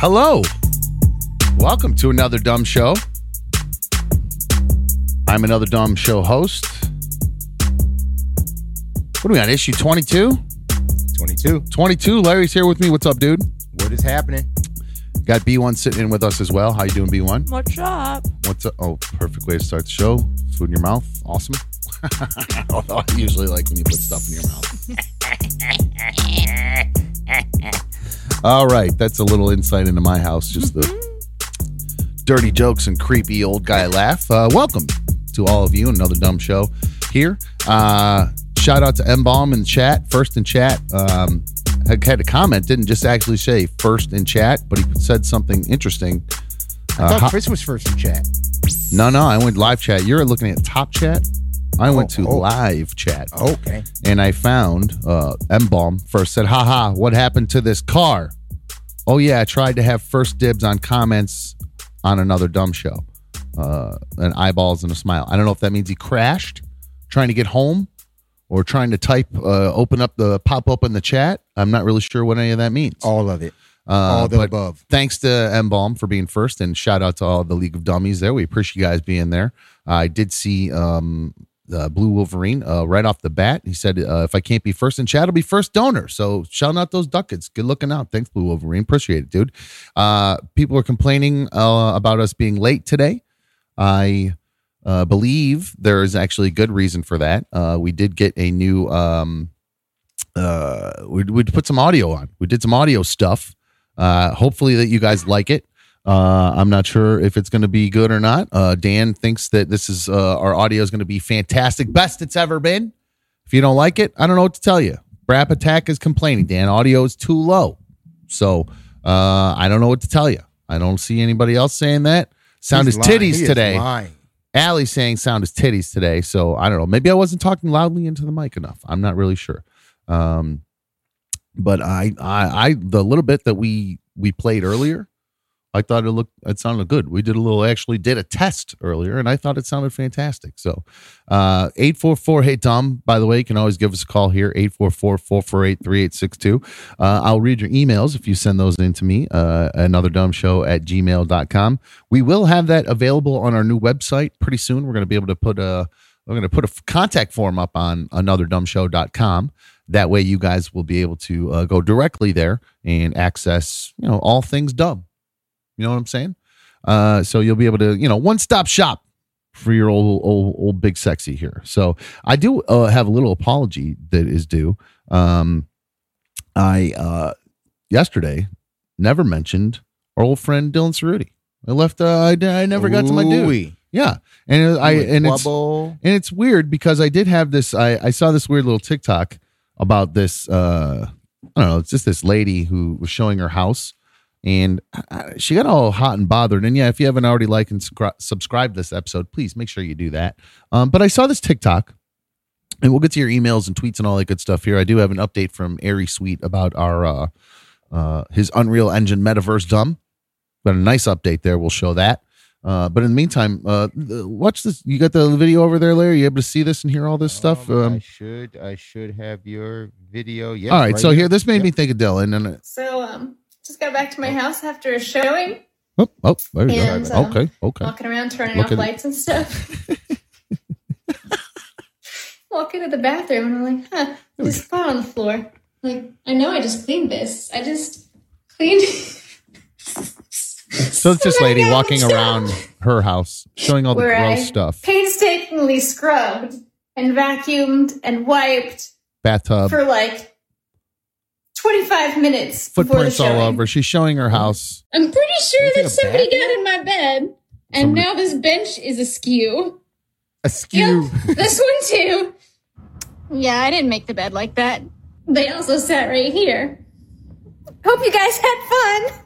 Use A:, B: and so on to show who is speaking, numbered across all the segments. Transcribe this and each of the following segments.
A: Hello. Welcome to another dumb show. I'm another dumb show host. What are we on? Issue 22?
B: 22.
A: 22. Larry's here with me. What's up, dude?
B: What is happening?
A: Got B1 sitting in with us as well. How you doing, B1?
C: What's up?
A: What's up? Oh, perfect way to start the show. Food in your mouth. Awesome. Although I usually like when you put stuff in your mouth. All right, that's a little insight into my house. Just the dirty jokes and creepy old guy laugh. Uh, welcome to all of you. Another dumb show here. Uh, shout out to M Bomb in chat. First in chat. Um, had had a comment. Didn't just actually say first in chat, but he said something interesting.
B: I
A: Uh,
B: thought Chris was first in chat.
A: no, no, I went live chat. You're looking at top chat. I went
B: Oh,
A: to
B: oh.
A: live chat
B: Okay.
A: and I found uh, M Bomb first said, haha, what happened to this car? Oh, yeah, I tried to have first dibs on comments on another dumb show. Uh, an eyeballs and a smile. I don't know if that means he crashed trying to get home or trying to type, uh, open up the pop up in the chat. I'm not really sure what any of that means.
B: All of it.
A: Uh,
B: All the
A: but-
B: above.
A: thanks to Embalm for being first, and shout out to all the League of Dummies there. We appreciate you guys being there. I did see um, uh, Blue Wolverine uh, right off the bat. He said, uh, "If I can't be first in chat, I'll be first donor." So shout out those ducats. Good looking out. Thanks, Blue Wolverine. Appreciate it, dude. Uh, people are complaining uh, about us being late today. I uh, believe there is actually good reason for that. Uh, we did get a new. Um, uh, we we put some audio on. We did some audio stuff. Uh, hopefully that you guys like it. Uh, I'm not sure if it's going to be good or not. Uh, Dan thinks that this is uh, our audio is going to be fantastic, best it's ever been. If you don't like it, I don't know what to tell you. Brap Attack is complaining. Dan, audio is too low, so uh, I don't know what to tell you. I don't see anybody else saying that. Sound
B: He's
A: is
B: lying.
A: titties
B: He is
A: today.
B: lying.
A: Allie saying sound is titties today, so I don't know. Maybe I wasn't talking loudly into the mic enough. I'm not really sure. Um, but I, I, I, the little bit that we we played earlier, I thought it looked, it sounded good. We did a little, actually did a test earlier, and I thought it sounded fantastic. So, uh, eight four four, hey Tom. By the way, you can always give us a call here 844-448-3862. Uh, I'll read your emails if you send those in to me. Uh, another dumb show at gmail.com. We will have that available on our new website pretty soon. We're going to be able to put a we're going to put a f- contact form up on anotherdumbshow.com. That way, you guys will be able to uh, go directly there and access you know all things dumb. You know what I'm saying? Uh, so you'll be able to you know one stop shop for your old old old big sexy here. So I do uh, have a little apology that is due. Um, I uh, yesterday never mentioned our old friend Dylan Cerruti. I left. Uh, I, I never got to my dude.
B: Ooey.
A: Yeah, and I
B: Ooey,
A: and it's
B: wubble.
A: and it's weird because I did have this. I, I saw this weird little TikTok about this. Uh, I don't know. It's just this lady who was showing her house, and uh, she got all hot and bothered. And yeah, if you haven't already liked and subscri- subscribed this episode, please make sure you do that. Um, but I saw this TikTok, and we'll get to your emails and tweets and all that good stuff here. I do have an update from Airy Sweet about our uh, uh, his Unreal Engine Metaverse dumb. Got a nice update there. We'll show that. Uh, but in the meantime, uh, th- watch this. You got the video over there, Larry. You able to see this and hear all this stuff?
B: Um, I
A: Um,
B: should. I should have your video. Yeah.
A: all right, so here, this made
B: Yep.
A: me think of Dylan. And uh,
C: So, um, just got back to my house after a showing,
A: oh, oh, there you
C: And,
A: go.
C: uh,
A: Okay, okay.
C: walking around, turning
A: Look
C: off
A: at it.
C: lights and stuff. Walk into the bathroom and I'm like, huh, there's a spot on the floor. Like, I know I just cleaned this. I just cleaned.
A: So it's this
C: Sorry,
A: lady
C: I'm
A: walking
C: sorry.
A: around her house, showing all the
C: Where I
A: gross stuff,
C: Painstakingly scrubbed and vacuumed and wiped
A: bathtub,
C: for like 25 minutes. before the
A: footprints all
C: showing. Mm-hmm.
A: over. She's showing her house.
D: I'm pretty
B: You
D: sure
B: take a
D: that somebody
B: bath
D: got in my bed, and
A: Somebody-
D: now this bench is askew.
B: Askew.
D: this one too. Yeah, I didn't make the bed like that. They also sat right here.
C: Hope you guys had fun.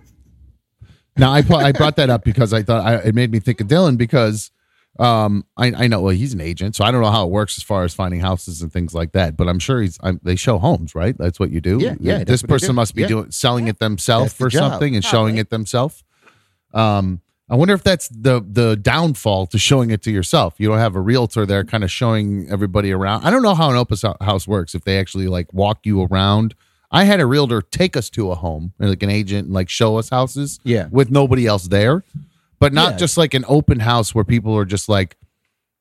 A: Now I pu- I brought that up because I thought I, it made me think of Dylan because um I, I know well he's an agent so I don't know how it works as far as finding houses and things like that but I'm sure he's I'm, they show homes right that's what you do
B: Yeah, yeah, that's
A: this
B: what they
A: person
B: do.
A: must be
B: Yeah.
A: doing selling it themselves
B: That's the
A: or
B: job.
A: something and showing it themselves um I wonder if that's the the downfall to showing it to yourself you don't have a realtor there kind of showing everybody around I don't know how an open house works if they actually like walk you around I had a realtor take us to a home, like an agent, and like show us houses
B: Yeah.
A: with nobody else there, but not
B: Yeah.
A: just like an open house where people are just like,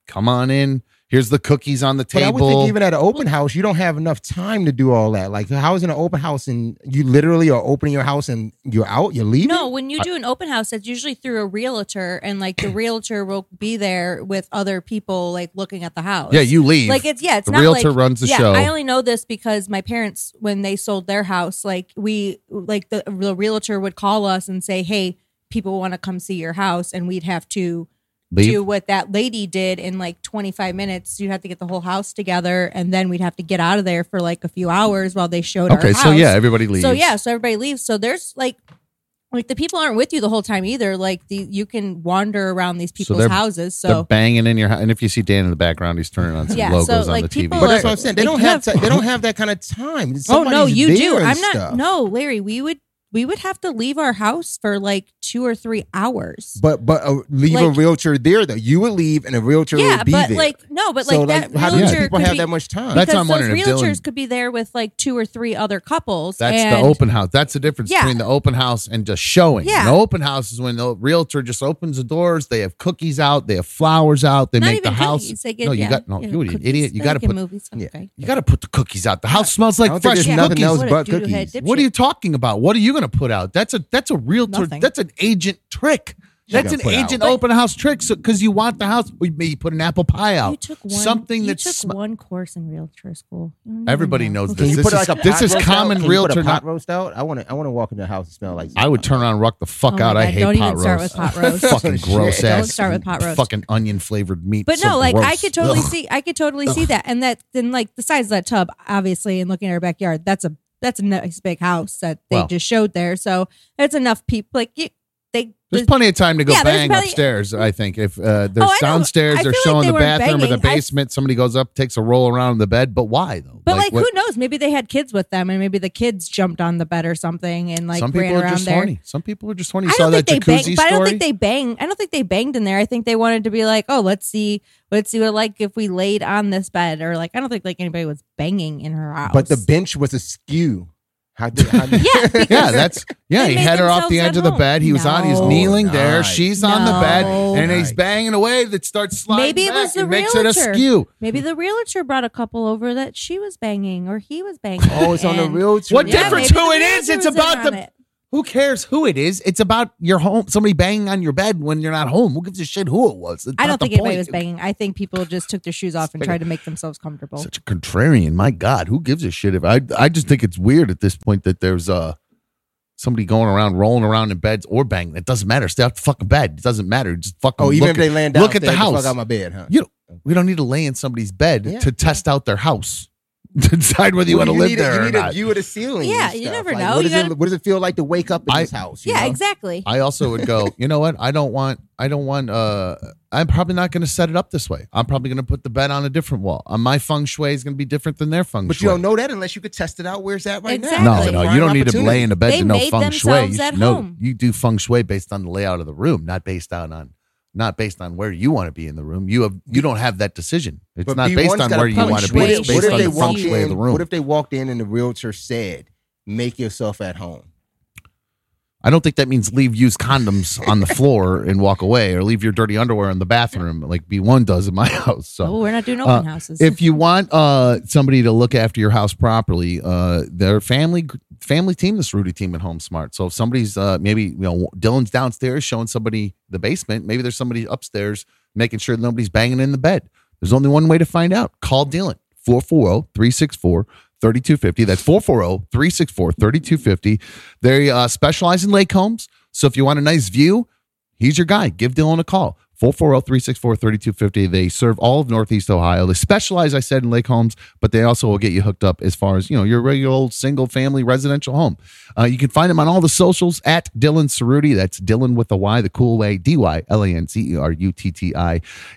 A: come on in. Here's the cookies on the
B: But I would think
A: table.
B: even at an open house, you don't have enough time to do all that. Like, how is it an open house and you literally are opening your house and you're out, you're leaving?
E: No, when you
A: Uh,
E: do an open house, that's usually through a realtor, and like the realtor will be there with other people, like looking at the house.
A: yeah, you leave.
E: like it's yeah, it's
A: the
E: not
A: realtor
E: like
A: runs the
E: yeah.
A: show.
E: I only know this because my parents, when they sold their house, like we like the, the realtor would call us and say, "Hey, people want to come see your house," and we'd have to
A: Leave.
E: do what that lady did in like 25 minutes. You'd have to get the whole house together, and then we'd have to get out of there for like a few hours while they showed.
A: okay,
E: our
A: so
E: house.
A: yeah, everybody leaves.
E: So yeah, so everybody leaves. So there's like like the people aren't with you the whole time either. Like the you can wander around these people's
A: they're-
E: houses.
A: They're
E: So
A: banging in your house. And if you see Dan in the background, he's turning on some
E: Yeah, so,
A: logos on
E: like,
A: the TV.
E: people
B: But
E: are-
B: that's what I'm saying. They
E: Like,
B: don't
E: you
B: have
E: have-
B: ti- they don't have that kind of time.
E: oh no,
B: Somebody's
E: you do.
B: there and
E: I'm not
B: stuff.
E: no, Larry, we would we would have to leave our house for like two or three hours.
B: But but uh, leave a
E: Like-
B: realtor there though. You would leave and a realtor
E: yeah,
B: would be
E: but
B: there.
E: like no, but like
B: so
E: that
B: like, how do
E: realtor
B: these people
E: could
B: have
E: be,
B: that much time?
A: That's
E: because
A: what I'm
E: those
A: wondering if Dylan-
E: realtors could be there with like two or three other couples.
A: That's
E: and
A: the open house. That's the difference
E: Yeah.
A: between the open house and just showing.
E: Yeah.
A: The open house is when the realtor just opens the doors. They have cookies out. They have flowers out. They
E: Not
A: make the
E: even
A: house.
E: cookies. They get,
A: no, you
E: yeah,
A: got no.
E: yeah,
A: you
E: cookies.
A: idiot. You
E: They
A: got to
E: like in
A: put.
E: movies.
B: Yeah.
E: Okay.
A: You got to put the cookies out. The house smells
B: I
A: like
B: don't think
A: fresh
B: there's
E: Yeah.
B: nothing
A: cookies.
B: else
E: What a
B: but
E: doo-doo head
B: cookies.
E: dipshit.
A: What are you talking about? What are you going to put out? That's a that's a realtor.
E: Nothing.
A: That's an agent trick.
B: She's
A: That's
B: gonna
A: an
B: put out.
A: agent open house trick. So because you want the house, we may put an apple pie out.
E: You took one,
A: Something
E: you
A: that's
E: took
A: sm-
E: one course in realtor school. You don't even
A: Everybody
E: know.
A: knows
E: Okay.
A: this.
B: Can you
A: this
B: put
A: is,
B: like a
A: this
B: pot
A: is
B: roast
A: common
B: out? Can you put
A: realtor.
B: a pot
A: Not,
B: roast out. I want to I want to walk into a house and smell like.
A: I would turn around, and rock the fuck
E: Oh
A: out.
E: my
A: I
E: God,
A: hate
E: don't
A: pot
E: even start
A: roast.
E: with pot roast.
A: fucking gross
B: Shit.
A: ass.
E: Don't start with pot roast.
A: Fucking onion flavored meat.
E: But
A: So
E: no, like I
A: gross.
E: could totally
A: Ugh.
E: see, I could totally see that, and that then like the size of that tub, obviously, and looking at our backyard, that's a that's a nice big house that they
A: Well.
E: just showed there. So that's enough people. Like you, they.
A: There's plenty of time to go
E: Yeah, there's
A: bang
E: probably-
A: upstairs. I think if uh, there's
E: I know.
A: downstairs,
E: I
A: they're
E: feel like
A: showing
E: they
A: the
E: weren't
A: bathroom or the
E: banging. I-
A: basement. Somebody goes up, takes a roll around in the bed. But why though?
E: but like,
A: what-
E: who knows? Maybe they had kids with them, and maybe the kids jumped on the bed or something, and like
A: Some
E: ran
A: people are
E: around
A: just
E: there.
A: horny. Some people are just horny. You
E: I
A: saw
E: don't
A: that
E: think they banged,
A: jacuzzi story.
E: but I don't think they banged. I don't think they banged in there. I think they wanted to be like, oh, let's see, let's see what like if we laid on this bed or like I don't think like anybody was banging in her house.
B: But the bench was askew. How did, how did
E: yeah, because
A: yeah, that's yeah.
E: They
A: He
E: made
A: had her off the
E: themselves at
A: edge of the
E: home.
A: bed. He was on. He's
E: No.
A: kneeling there.
B: Nice.
A: She's on the bed,
E: No.
A: and he's
B: Nice.
A: banging away. That starts sliding.
E: Maybe it
A: back
E: was the
A: and makes it
E: realtor.
A: askew.
E: maybe the realtor brought a couple over that she was banging or he was banging.
B: Oh, it's on the
E: and-
B: realtor.
A: What
E: Yeah,
A: difference
E: maybe
A: who
E: the
A: it is?
E: realtor was
A: It's
E: in on
A: about the-
E: it.
A: Who cares who it is? It's about your home. Somebody banging on your bed when you're not home. Who gives a shit who it was? It's
E: I
A: not
E: don't
A: the
E: think anybody
A: point.
E: was banging. I think people just took their shoes off and tried to make themselves comfortable.
A: Such a contrarian. My God, who gives a shit if I? I just think it's weird at this point that there's uh somebody going around rolling around in beds or banging. It doesn't matter. Stay out the fucking bed. It doesn't matter. Just fucking.
B: Oh, even
A: look
B: if they
A: at-
B: land
A: look at the
B: downstairs,
A: house.
B: fuck out my bed, huh?
A: You don't, we don't need to lay in somebody's bed
B: Yeah.
A: to test out their house. To decide whether you
B: Well,
A: want to live
B: need a-
A: there
B: You
A: or
B: need a
A: not.
B: view of the ceiling. and
E: Yeah, you
B: stuff.
E: never
B: Like,
E: know.
B: What
E: Oh, You
B: does,
E: gotta-
B: it, what does it feel like to wake up in
A: I-
B: this house? you
E: yeah,
B: know?
E: exactly.
A: I also would go, you know what? I don't want, I don't want, uh, I'm probably not going to set it up this way. I'm probably going to put the bed on a different wall. Uh, my feng shui is going to be different than their feng
B: But
A: shui.
B: you don't know that unless you could test it out where it's at right now.
E: Exactly.
A: No,
E: Like,
A: no, you don't need to lay
B: blame.
A: in a bed
E: They
A: to know
E: made
A: feng shui.
E: themselves
A: You,
E: at
A: should know-
E: home.
A: you do feng shui based on the layout of the room, not based on on, not based on where you want to be in the room. You have, you don't have that decision. It's
B: But
A: not
B: B1's
A: based on
B: gotta
A: where you
E: feng
A: want to be.
E: shui.
A: It's
E: What
A: based
E: if
A: on
E: they
A: the feng
E: walked
A: shui of the
B: in-
A: room.
B: What if they walked in and the realtor said, "Make yourself at home"?
A: I don't think that means leave used condoms on the floor and walk away, or leave your dirty underwear in the bathroom like B one does in my house. So.
E: oh, we're not doing
A: Uh,
E: open houses.
A: if you want uh, somebody to look after your house properly, uh, their family family team, this Rudy team at Home Smart. So if somebody's uh, maybe you know Dylan's downstairs showing somebody the basement, maybe there's somebody upstairs making sure that nobody's banging in the bed. There's only one way to find out. Call Dylan oh, 440-364-3250. That's oh, 440-364-3250. They uh, specialize in lake homes. So if you want a nice view, He's your guy. Give Dylan a call. oh, 440-364-3250. They serve all of Northeast Ohio. They specialize, I said, in lake homes, but they also will get you hooked up as far as, you know, your regular old single family residential home. Uh, you can find him on all the socials at Dylan Cerruti. That's Dylan with a Y, the cool way, E D-Y-L-A-N-C-E-R-U-T-T-I.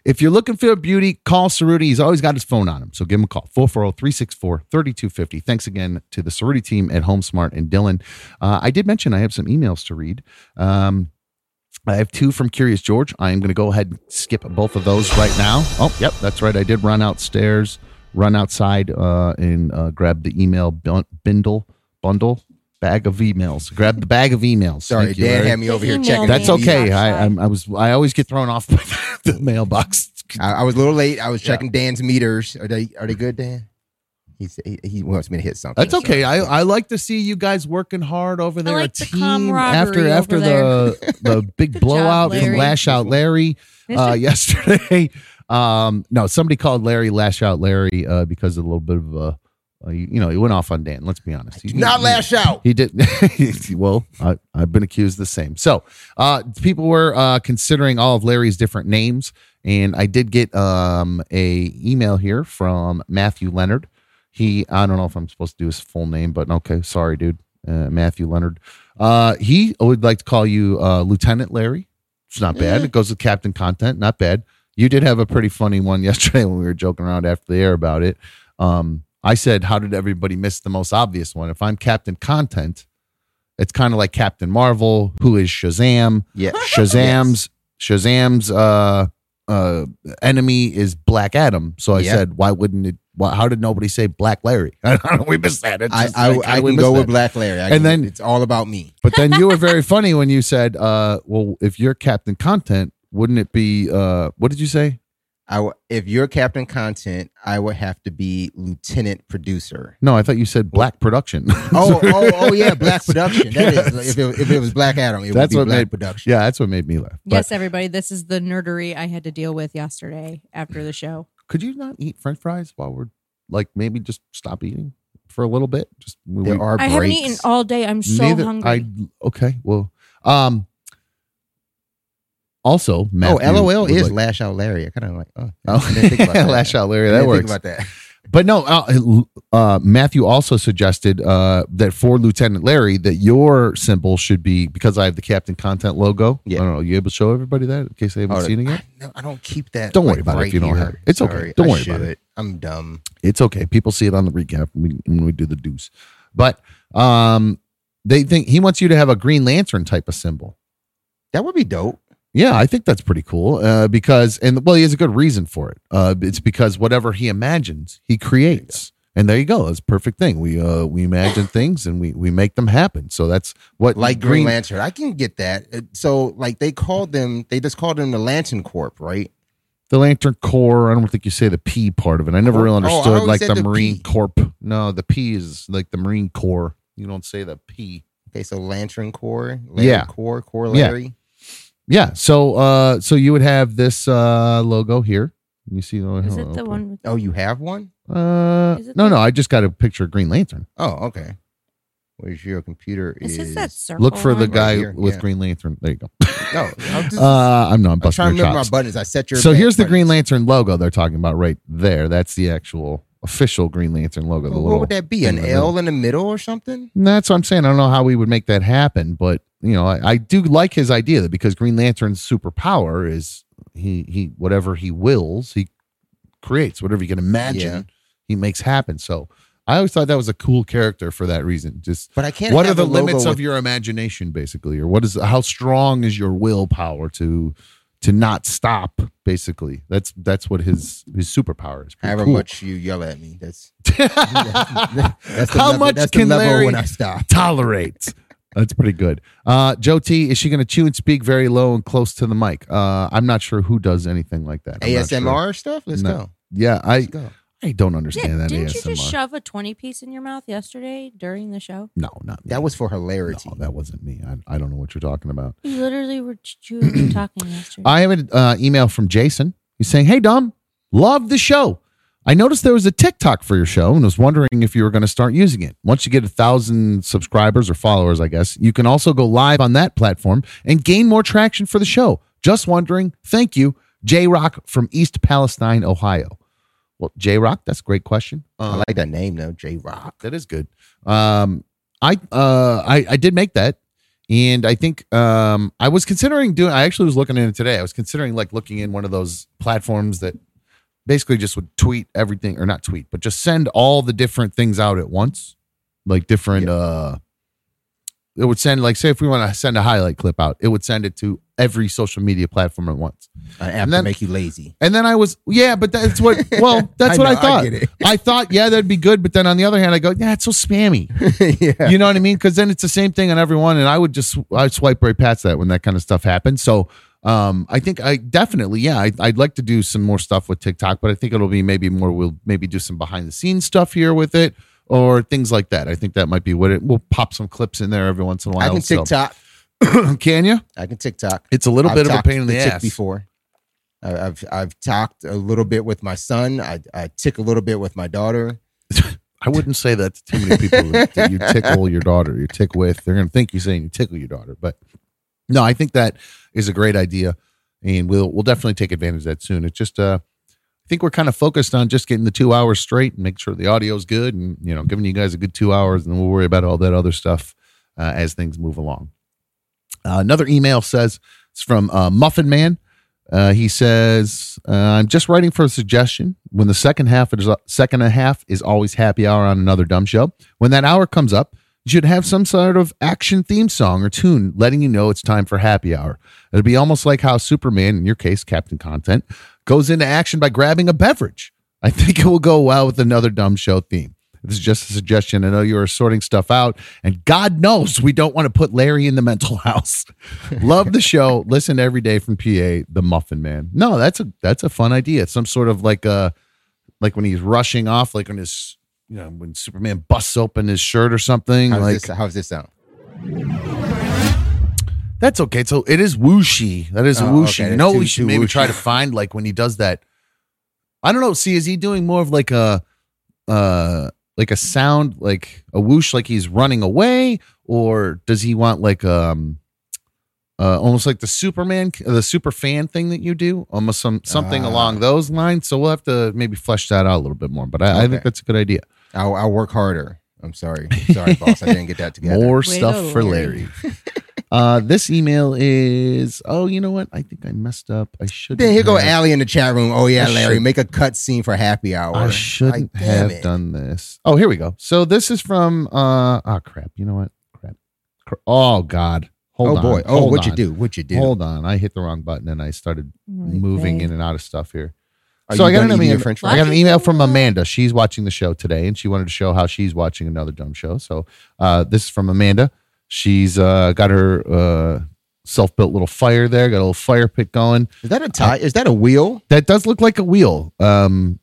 A: If you're looking for a beauty, call Cerruti. He's always got his phone on him. So give him a call. oh, 440-364-3250. Thanks again to the Cerruti team at HomeSmart and Dylan. Uh, I did mention I have some emails to read. Um, I have two from Curious George. I am going to go ahead and skip both of those right now. Oh, yep, that's right. I did run outstairs, run outside, uh, and uh, grab the email bun- bindle bundle bag of emails. Grab the bag of emails.
B: Sorry,
A: Thank you,
B: Dad
A: Larry.
B: had me over here
E: Email
B: checking.
A: That's
E: me.
B: the email.
A: okay.
E: Outside.
A: I I'm, I was I always get thrown off by the mailbox.
B: I, I was a little late. I was checking Dan's meters. Are they are they good, Dan? He's, he he wants me to hit something.
A: That's okay. I, I like to see you guys working hard over there.
E: like
A: a
E: the
A: team
E: camaraderie over
A: after after the the big blowout
E: job,
A: from
E: Larry.
A: Lash Out Larry uh, yesterday. Um, no, somebody called Larry Lash Out Larry uh, because of a little bit of uh, uh, you, you know he went off on Dan. Let's be honest. He-
B: Do Not
A: he-
B: lash out.
A: He did. well, I, I've been accused the same. So uh, people were uh, considering all of Larry's different names, and I did get um, a email here from Matthew Leonard. He, I don't know if I'm supposed to do his full name, but okay, sorry, dude, uh, Matthew Leonard. Uh, he would like to call you uh, Lieutenant Larry. It's not bad. It goes with Captain Content. Not bad. You did have a pretty funny one yesterday when we were joking around after the air about it. Um, I said, how did everybody miss the most obvious one? If I'm Captain Content, it's kind of like Captain Marvel, who is Shazam.
B: Yeah.
A: Shazam's Shazam's uh, uh, enemy is Black Adam. So I
B: Yeah.
A: said, why wouldn't it? Why, how did nobody say Black Larry? I don't know. We missed that. It's
B: I
A: just
B: I,
A: like, how
B: I
A: did we
B: can
A: miss
B: go
A: that?
B: with Black Larry. I
A: And
B: can-
A: then-
B: it's all about me.
A: But then you were very funny when you said, uh, well, if you're Captain Content, wouldn't it be, uh, what did you say?
B: I w- if you're Captain Content, I would have to be Lieutenant Producer.
A: No, I thought you said Black Production.
B: Oh oh oh yeah, Black Production. That is if it, if it was Black Adam, it
A: That's
B: would
A: what
B: be Black
A: made-
B: Production.
A: Yeah, that's what made me laugh. But
E: Yes, everybody. This is the nerdery I had to deal with yesterday after the show.
A: could you not eat French fries while we're like maybe just stop eating for a little bit? Just we-
B: There
A: we-
B: are
E: I haven't
B: breaks.
E: eaten all day. I'm so hungry.
A: I okay. Well, um. Also, Matthew
B: oh, LOL
A: would
B: is
A: like-
B: Lash Out Larry. I kind of like oh, I didn't think about
A: oh
B: that.
A: lash out, Larry.
B: I
A: That
B: didn't
A: works.
B: Think about that.
A: But no, uh, uh, Matthew also suggested uh, that for Lieutenant Larry, that your symbol should be because I have the Captain Content logo.
B: Yeah.
A: I don't know. You able to show everybody that in case they haven't
B: Oh,
A: seen it
B: I-
A: yet?
B: no, I don't keep that.
A: Don't
B: like,
A: worry about it if
B: right
A: you don't
B: here.
A: have it. It's okay.
B: Sorry,
A: Don't
B: I
A: worry about
B: should. I'm dumb.
A: It's okay. People see it on the recap when we, when we do the deuce. But um, they think he wants you to have a Green Lantern type of symbol.
B: That would be dope.
A: Yeah, I think that's pretty cool uh, because, and well, he has a good reason for it. Uh, it's because whatever he imagines, he creates. And there you go. That's a perfect thing. We uh, we imagine things and we we make them happen. So that's what
B: Like Green, Lantern. I can get that. Uh, So like they called them they just called them the Lantern Corp, right?
A: the Lantern Corps. I don't think you say the P part of it. I never
B: Oh,
A: really
B: oh, I
A: understood
B: always
A: like
B: said
A: the,
B: the
A: Marine
B: P.
A: Corp. No, the P is like the Marine Corps. You don't say the P.
B: Okay, so Lantern Corps, Larry
A: Yeah.
B: Corps, Corps
A: Yeah.
B: Larry.
A: Yeah. So uh so you would have this uh logo here. You see
E: is it the one? With,
B: Oh, you have one?
A: Uh
E: Is it
A: no,
E: the-
A: no, I just got a picture of Green Lantern.
B: Oh, okay. Where's your computer?
E: is this that circle?
A: Look for the
E: one?
B: Right
A: guy
B: here,
A: with
B: yeah.
A: Green Lantern. There you go.
B: No, I'm just
A: Uh I'm not I'm
B: I'm
A: busting
B: trying to
A: your
B: remember
A: chops.
B: my buttons. I set your
A: So
B: back
A: here's the
B: buttons.
A: Green Lantern logo they're talking about right there. That's the actual official Green Lantern logo. The
B: Well,
A: little
B: what would that be?
A: thing
B: An
A: in the middle.
B: L in the middle or something?
A: And that's what I'm saying. I don't know how we would make that happen, but you know, I, I do like his idea that because Green Lantern's superpower is he he whatever he wills, he creates whatever he can imagine,
B: Yeah.
A: he makes happen. So I always thought that was a cool character for that reason. Just
B: But I can't.
A: what
B: have
A: are the
B: a logo
A: limits
B: with
A: of your imagination, basically, or what is how strong is your willpower to to not stop? Basically, that's that's what his his superpower is. Pretty
B: However
A: cool.
B: much you yell at me, that's that's the
A: how
B: level,
A: much
B: that's
A: can
B: the level
A: Larry
B: when I stop.
A: tolerate. That's pretty good. Uh, Joe T, is she going to chew and speak very low and close to the mic? Uh, I'm not sure who does anything like that. I'm not sure.
B: ASMR stuff. Let's
A: No.
B: go.
A: Yeah, I,
B: Let's go.
A: I don't
E: Yeah,
A: understand that
E: didn't
A: ASMR.
E: you just shove a twenty piece in your mouth yesterday during the show?
A: no, not me.
B: That was for hilarity.
A: no, Oh, that wasn't me. I, I don't know what you're talking about.
E: You literally were chewing, talking yesterday.
A: I have an uh, email from Jason. He's saying, "Hey Dom, love the show. I noticed there was a TikTok for your show and was wondering if you were going to start using it. Once you get a thousand subscribers or followers, I guess you can also go live on that platform and gain more traction for the show. Just wondering. Thank you, J Rock from East Palestine, Ohio. Well, J Rock, that's a great question.
B: I
A: Uh,
B: like that name though, J Rock.
A: that is good. Um, I uh, I I did make that, and I think um, I was considering doing. I actually was looking in it today. I was considering like looking in one of those platforms that basically just would tweet everything, or not tweet, but just send all the different things out at once, like different uh, It would send like say if we want to send a highlight clip out, it would send it to every social media platform at once.
B: An app
A: then-
B: to make you lazy.
A: And then I was, yeah, but that's what. Well,
B: I
A: that's what I
B: know, I
A: thought.
B: get it.
A: I thought, yeah, that'd be good. But then on the other hand, I go, yeah, it's so spammy.
B: yeah.
A: You know what I mean? Because then it's the same thing on everyone, and I would just I swipe right past that when that kind of stuff happens. So um, I think I definitely yeah I, I'd like to do some more stuff with TikTok, but I think it'll be maybe more we'll maybe do some behind the scenes stuff here with it or things like that. I think that might be what it. We'll pop some clips in there every once in a while.
B: I can
A: so-
B: TikTok.
A: can you?
B: I can TikTok.
A: It's a little
B: I've
A: bit of a
B: talked
A: pain in
B: to
A: the
B: tick
A: ass.
B: before. I- I've I've talked a little bit with my son. I, I tick a little bit with my daughter.
A: I wouldn't say that to too many people that that you tickle your daughter, you tick with. They're going to think you're saying you tickle your daughter, but no, I think that is a great idea, and we'll we'll definitely take advantage of that soon. It's just uh, I think we're kind of focused on just getting the two hours straight and make sure the audio's good, and you know, giving you guys a good two hours, and then we'll worry about all that other stuff uh, as things move along. Uh, another email says it's from uh, Muffin Man. Uh, he says, uh, "I'm just writing for a suggestion. When the second half is uh, second and a half is always happy hour on another dumb show. When that hour comes up, you should have some sort of action theme song or tune, letting you know it's time for happy hour. It'll be almost like how Superman, in your case, Captain Content, goes into action by grabbing a beverage. I think it will go well with another dumb show theme." This is just a suggestion. I know you are sorting stuff out, and God knows we don't want to put Larry in the mental house. Love the show. Listen every day from PA, the Muffin Man. No, that's a that's a fun idea. Some sort of like a like when he's rushing off, like when his you know when Superman busts open his shirt or something.
B: How's,
A: like
B: this, how's this sound?
A: that's okay. So it is whooshy. That is
B: Oh,
A: whooshy.
B: okay.
A: You know,
B: Too-
A: we should
B: too
A: maybe
B: whooshy.
A: try to find like when he does that. I don't know. See, is he doing more of like a, uh, like a sound, like a whoosh, like he's running away, or does he want like um, uh, almost like the Superman, the super fan thing that you do, almost some something
B: Ah.
A: along those lines. So we'll have to maybe flesh that out a little bit more. But I, I
B: Okay.
A: think that's a good idea.
B: I'll, I'll work harder. I'm sorry. Sorry, boss. I didn't get that together.
A: More
E: Way
A: stuff
E: to
A: for Larry.
E: Larry.
A: uh, this email is oh, you know what? I think I messed up. I should.
B: Then here go Allie in the chat room. Oh yeah,
A: I
B: Larry,
A: should-
B: make a cut scene for happy hour.
A: I
B: Like,
A: shouldn't
B: damn
A: have
B: it.
A: done this. Oh, here we go. So this is from uh oh crap. You know what? Crap. Cra- Oh God. Hold
B: oh
A: on.
B: boy. Oh,
A: Hold
B: what you
A: on.
B: do? What you do?
A: Hold on. I hit the wrong button and I started moving in and out of stuff here.
B: Are
A: so
B: you
A: I got
B: done
A: an
B: eating
A: email.
B: your French
A: I
B: fries?
A: got an email from Amanda. She's watching the show today, and she wanted to show how she's watching another dumb show. So uh, this is from Amanda. She's uh, got her uh, self-built little fire there. Got a little fire pit going.
B: Is that a tie? Is that a wheel?
A: That does look like a wheel. Um,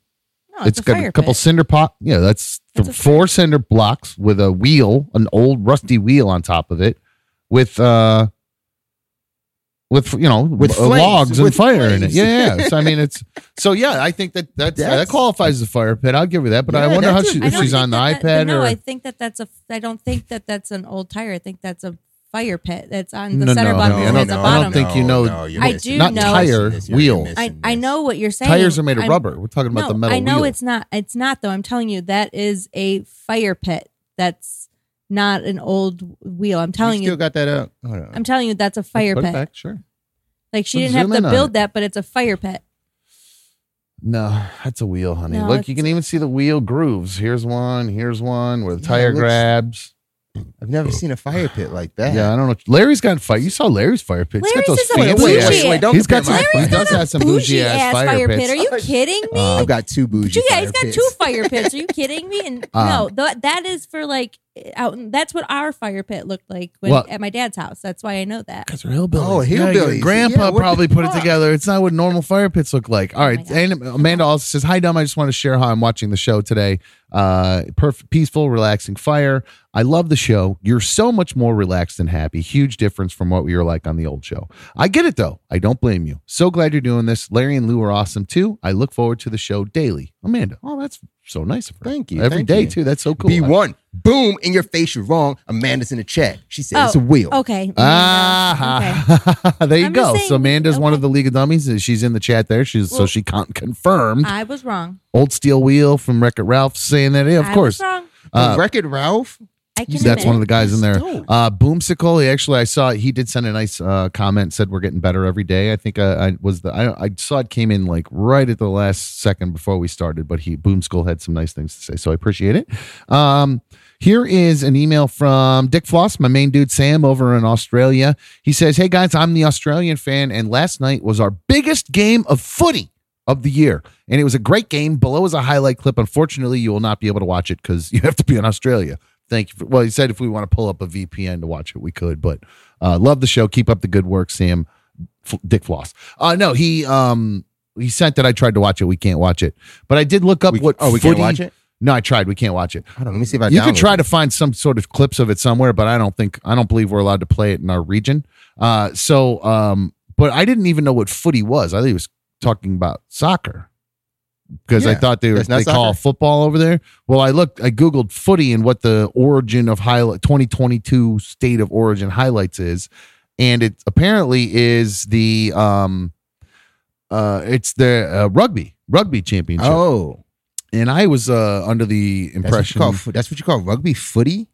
E: No,
A: it's
E: a
A: got
E: fire
A: a couple
E: pit.
A: cinder pot. Yeah, that's, th-
E: That's a
A: four cinder blocks with a wheel, an old rusty wheel on top of it, with uh, with you know
B: With
A: uh,
B: flames,
A: logs and
B: with
A: fire in it.
B: flames.
A: Yeah, yeah. so I mean, it's so yeah. I think that that's, that
B: That's-
A: qualifies as a fire pit. I'll give her that. But I
B: Yeah,
A: wonder how
B: that's a-
A: she,
E: I
A: if
E: don't
A: she's
E: think
A: on the
E: that that-
A: iPad
E: no,
A: or
E: I think that that's a. I don't think that that's an old tire. I think that's a fire pit that's on the
A: No,
E: center
A: no,
E: button.
A: no,
E: it says
A: no,
E: a
A: I don't
E: bottom.
A: think you know-
B: you're
E: I
B: missing this.
E: do know-
B: You're missing
A: Tire,
B: this. You're
A: wheel.
B: missing
E: I,
B: this.
E: I know what you're saying.
A: tires are made of
E: I'm-
A: rubber. We're talking about
E: no,
A: the metal
E: I know
A: wheel.
E: it's not. It's not though. I'm telling you that is a fire pit. That's not an old wheel. I'm telling
B: you.
E: you.
B: Still got that up. Hold on.
E: I'm telling you that's a fire
A: Put it
E: pit.
A: back, sure.
E: Like she
A: Let's
E: didn't have
A: zoom
E: to
A: in on it.
E: build that, but it's a fire pit.
A: No, that's a wheel, honey.
E: No,
A: Look, you
E: it's-
A: can even see the wheel grooves. Here's one. Here's one where the
B: Yeah, it
A: tire
B: looks-
A: grabs.
B: I've never seen a fire pit like that.
A: Yeah, I don't know. Larry's got fire. You saw Larry's fire pit. He's
E: Larry's
A: got those
E: is a
A: fancy
E: bougie
A: ass-
E: Wait, wait,
B: don't
A: He's got some,
B: compare
A: he
B: mine.
A: does have some bougie ass fire pits.
E: Are you kidding me?
A: Uh,
B: I've got two bougie.
E: you guys
B: fire
E: got
B: pits.
E: two fire pits. Are you kidding me? And
A: Um,
E: no, th- that is for like out. That's what our fire pit looked like when,
A: Well-
E: at my dad's house. That's why I know that.
A: Because they're hillbillies.
B: Oh,
A: Yeah, your
B: hillbillies.
A: grandpa
B: Yeah, what
A: probably put it
E: fuck?
A: together. It's not what normal fire pits look like. All
E: Oh
A: right.
E: my
A: and Amanda also says, Hi, Dom. I just want to share how I'm watching the show today. Uh, perf- peaceful, relaxing fire. I love the show. You're so much more relaxed and happy. Huge difference from what we were like on the old show. I get it, though. I don't blame you. So glad you're doing this. Larry and Lou are awesome, too. I look forward to the show daily. Amanda, oh, that's so nice of her.
B: Thank you,
A: Every
B: thank
A: day
B: you.
A: too. That's so cool.
B: Be one. Boom in your face. You're wrong. Amanda's in the chat. She said it's a
E: Oh,
B: wheel.
E: Okay.
A: Ah, there you
E: I'm just
A: go.
E: saying,
A: so Amanda's one
E: okay.
A: of the League of Dummies. and She's in the chat there. She's so
E: Well-
A: she con- confirmed.
E: I was wrong.
A: Old Steel Wheel from Wreck It Ralph saying that. Yeah, of
E: I was
A: course.
E: wrong.
A: Uh,
B: Record Ralph.
E: I can.
A: That's one of the guys in there.
B: That's dope.
A: Uh, Boomsicle. He actually, I saw he did send a nice uh, comment. Said we're getting better every day. I think I, I was the I, I saw it came in like right at the last second before we started. But he Boomsicle had some nice things to say, so I appreciate it. Um, here is an email from Dick Floss, my main dude Sam over in Australia. He says, "Hey guys, I'm the Australian fan, and last night was our biggest game of footy." Of the year, and it was a great game. Below is a highlight clip. Unfortunately, you will not be able to watch it because you have to be in Australia. Thank you. For, well, he said if we want to pull up a VPN to watch it, we could. But uh, love the show. Keep up the good work, Sam. F- Dick Floss. Uh, no, he um he sent that I tried to watch it. We can't watch it. But I did look up
B: We-
A: what.
B: oh, we can't watch it?
A: No, I tried. We can't watch it.
B: Hold on, let me see if I
A: you can
B: download
A: try
B: it.
A: to find some sort of clips of it somewhere, but I don't think I don't believe we're allowed to play it in our region. Uh, so um, but I didn't even know what footy was. I think he was talking about soccer because I
B: Yeah,
A: thought they were
B: that's not
A: they call
B: soccer.
A: football over there. Well, I looked, I googled footy and what the origin of highlight 2022 state of origin highlights is, and it apparently is the um, uh, it's the uh, rugby rugby championship.
B: Oh,
A: And I was uh under the
B: that's what, you
A: impression
B: call, fo- that's what you call rugby footy.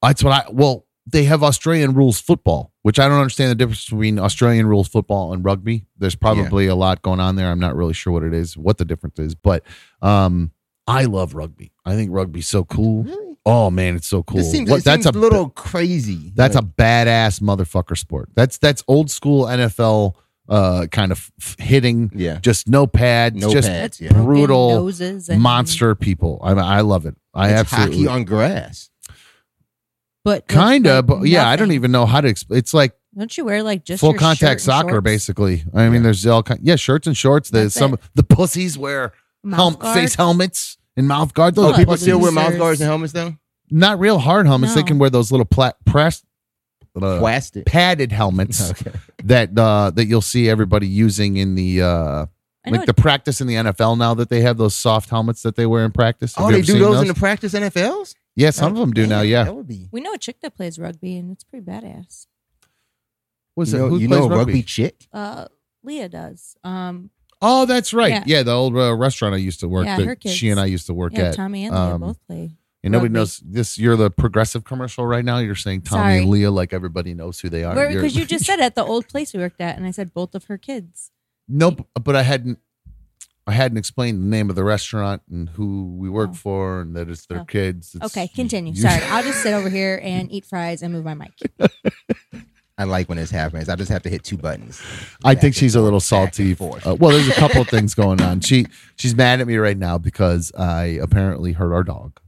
A: that's what I well, they have Australian rules football, which I don't understand the difference between Australian rules football and rugby. There's probably a lot going on there. I'm not really sure what it is, what the difference is, but um I love rugby. I think rugby's so cool.
B: Really?
A: Oh man, it's so cool.
B: This seems,
A: What-
B: it seems
A: a
B: little crazy.
A: that's a badass motherfucker sport. That's that's old school NFL uh kind of f- hitting
B: yeah.
A: just no pads,
B: No
A: just
B: pads. Yeah.
E: broken
A: brutal
E: noses and-
A: monster people. I I love it. I
B: it's
A: absolutely
B: hockey on grass.
E: But there's,
A: kind
E: like,
A: of but yeah i don't
E: nothing.
A: even know how to explain it's like
E: Don't you wear like just
A: full
E: your shirt
A: contact
E: and
A: soccer
E: shorts?
A: basically i mean
B: Yeah.
A: there's all kind yeah shirts and shorts there's
E: That's
A: some
E: it.
A: the pussies wear
E: Mouth
A: helm,
E: guard?
A: face helmets and mouth guards
E: Oh,
A: those
B: Oh,
E: Look,
A: people
B: people still wear mouth
E: losers.
B: guards and helmets though.
A: not real hard helmets they
E: No.
A: can wear those little pla- press uh,
B: Plastic.
A: padded helmets
B: Okay.
A: that uh that you'll see everybody using in the uh
E: I know
A: like the practice in the NFL now that they have those soft helmets that they wear in practice. Have
B: Oh,
A: you
B: they
A: ever
B: do
A: seen
B: those, in the practice NFLs.
A: yeah, some of them do now.
B: Damn,
A: Yeah,
B: that would be.
E: We know a chick that plays rugby, and it's pretty badass.
A: was
B: you
A: it
B: know,
A: who
B: you
A: plays
B: know a
A: rugby?
B: rugby chick?
E: Uh, Leah does. Um,
A: Oh, that's right. Yeah,
E: Yeah.
A: the old uh, restaurant I used to work
E: Yeah, her
A: that
E: kids.
A: she and I used to work
E: yeah,
A: at.
E: Tommy and Leah
A: um,
E: both play.
A: and nobody
E: rugby.
A: knows this. You're the progressive commercial right now. You're saying Tommy
E: Sorry.
A: and Leah like everybody knows who they are. You're-
E: Because you just said at the old place we worked at, and I said both of her kids.
A: nope, but I hadn't. I hadn't explained the name of the restaurant and who we work
E: Oh.
A: for and that it's their
E: Oh.
A: kids. It's-
E: Okay, continue.
A: you-
E: Sorry, I'll just sit over here and eat fries and move my mic.
B: I like when this happens. I just have to hit two buttons.
A: I
B: Back
A: think
B: and
A: she's a little
B: forth, back
A: salty.
B: and forth.
A: Uh, well, there's a couple of things going on. She she's mad at me right now because I apparently hurt our dog.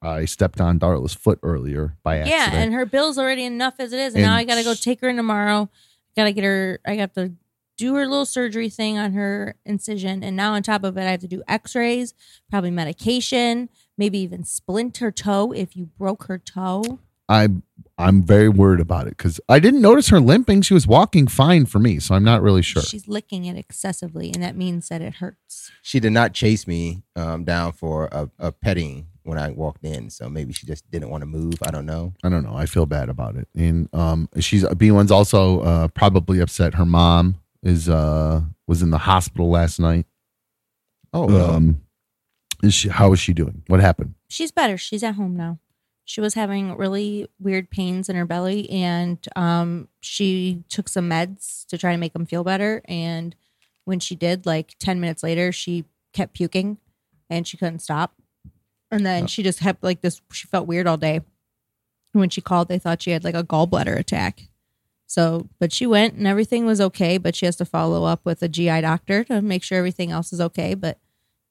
A: I stepped on Darla's foot earlier by
E: Yeah,
A: accident.
E: and her bill's already enough as it is, and, now
A: And
E: I gotta go
A: sh-
E: take her in tomorrow. Gotta get her. I got to do her little surgery thing on her incision, and now on top of it, I have to do X-rays, probably medication, maybe even splint her toe if you broke her toe.
A: I'm I'm very worried about it because I didn't notice her limping. She was walking fine for me, so I'm not really sure.
E: She's licking it excessively, and that means that it hurts.
B: She did not chase me um, down for a, a petting when I walked in, so maybe she just didn't want to move. I don't know.
A: I don't know. I feel bad about it, and um, she's B1's also uh, probably upset. Her mom is uh was in the hospital last night.
B: Oh, um,
A: Um, is she how is she doing? What happened?
E: she's better. She's at home now. She was having really weird pains in her belly, and um, she took some meds to try to make them feel better. And when she did, like ten minutes later, she kept puking, and she couldn't stop. And then she just kept like this. She felt weird all day. And when she called, they thought she had like a gallbladder attack. So, but she went and everything was okay. But she has to follow up with a GI doctor to make sure everything else is okay. But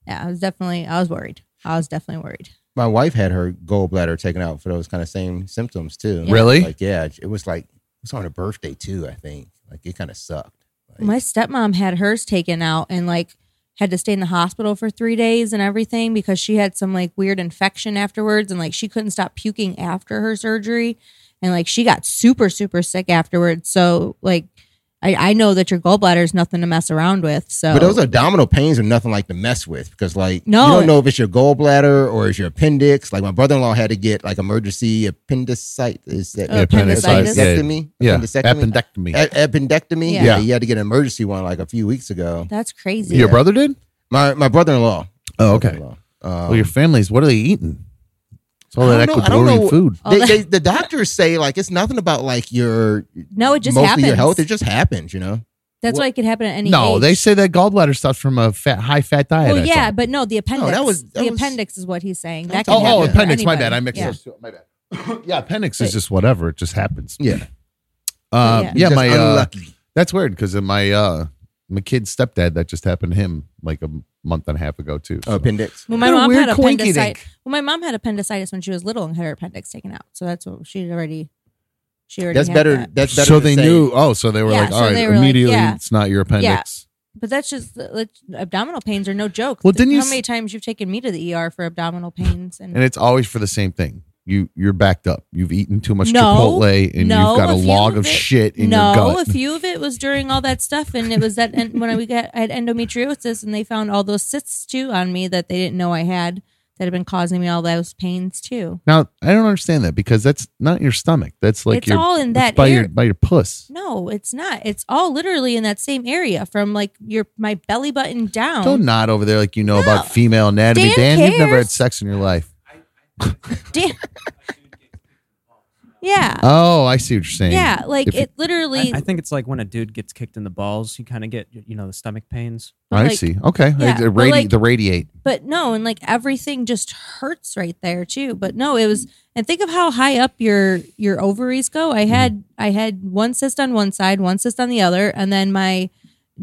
E: yeah, I was definitely, I was worried. I was definitely worried.
B: my wife had her gallbladder taken out for those kind of same symptoms too.
A: Yeah. Really?
B: Like, yeah, it was like it was on her birthday too. I think like it kind of sucked. Like,
E: My stepmom had hers taken out and like had to stay in the hospital for three days and everything because she had some like weird infection afterwards and like she couldn't stop puking after her surgery and like she got super super sick afterwards. So like I, I know that your gallbladder is nothing to mess around with. So
B: But those abdominal pains are nothing like to mess with because, like,
E: No.
B: you don't know if it's your gallbladder or it's your appendix. Like, my brother in law had to get like emergency appendicitis. That,
E: Oh, appendicitis.
B: Appendectomy.
A: Yeah,
B: Appendectomy.
A: appendectomy.
B: A- appendectomy.
E: Yeah.
B: Yeah. he had to get an emergency one like a few weeks ago.
E: that's crazy.
A: Your brother did?
B: My my brother in law.
A: Oh, okay.
B: Um,
A: well, your family's what are they eating? It's all that
B: I don't know- I don't
A: Ecuadorian
B: know-
A: food.
E: All
B: They,
E: that-
B: they, the doctors say like it's nothing about like your
E: No, it just
B: mostly
E: happens.
B: your health. It just happens, you know.
E: That's
A: What-
E: why it could happen at any
A: No,
E: age.
A: they say that gallbladder stuff's from a fat, high fat diet.
E: Well,
A: I
E: yeah,
A: thought.
E: but no, the appendix.
B: was- that
E: the
B: was-
E: appendix is what he's saying. That
B: Oh,
E: can
A: Oh, oh,
E: happen for
A: appendix. My bad.
E: anybody.
A: I mixed
E: Yeah.
A: those two. up. My bad. yeah, appendix
E: But-
A: is just whatever. It just happens.
B: Yeah.
E: Yeah.
A: Uh, yeah,
B: Just
A: my uh,
B: unlucky.
A: that's weird because my uh my kid's stepdad that just happened to him like a month and a half ago too. so-
B: Oh, appendix.
E: Well, my
A: What a
E: mom
A: weird
E: had
A: coinkydink.
E: appendicitis. Well, my mom had appendicitis when she was little and had her appendix taken out. So that's what she had already. She already.
B: That's
E: had
B: better.
E: that.
B: That's better.
A: so
B: to
A: they
B: say.
A: knew. Oh, so they were
E: Yeah,
A: like,
E: so
A: all right,
E: they were like,
A: immediately,
E: yeah.
A: it's not your appendix.
E: But that's just like, abdominal pains are no joke.
A: Well, didn't you
E: how
A: s-
E: many times you've taken me to the ER for abdominal pains and,
A: And it's always for the same thing. You you're backed up. You've eaten too much
E: No.
A: Chipotle, and
E: No,
A: you've got a
E: a few
A: log
E: of
A: of
E: it-
A: shit in your
E: no,
A: gut.
E: a few of it was during all that stuff, and it was that and when I we got I had endometriosis, and they found all those cysts too on me that they didn't know I had that had been causing me all those pains too.
A: now I don't understand that because that's not your stomach. That's like
E: it's
A: your
E: all in
A: that's
E: that
A: by
E: area.
A: your by your puss.
E: no, it's not. It's all literally in that same area from like your my belly button down.
A: Don't nod over there like you know about female anatomy. Dan,
E: Oh. Dan
A: you've never had
E: cares.
A: sex in your life.
E: Damn. yeah,
A: Oh, I see what you're saying.
E: Uh, yeah. Like
A: If you-
E: it literally.
F: I, I think it's like when a dude gets kicked in the balls, you kind of get you know the stomach pains.
E: but,
A: I
E: like,
A: see. Okay,
E: yeah,
A: the,
E: but
A: radi-
E: like-
A: the radiate.
E: But no, and like everything just hurts right there too. But no, it was and think of how high up your your ovaries go.
A: Mm-hmm.
E: I had I had one cyst on one side, one cyst on the other, and then my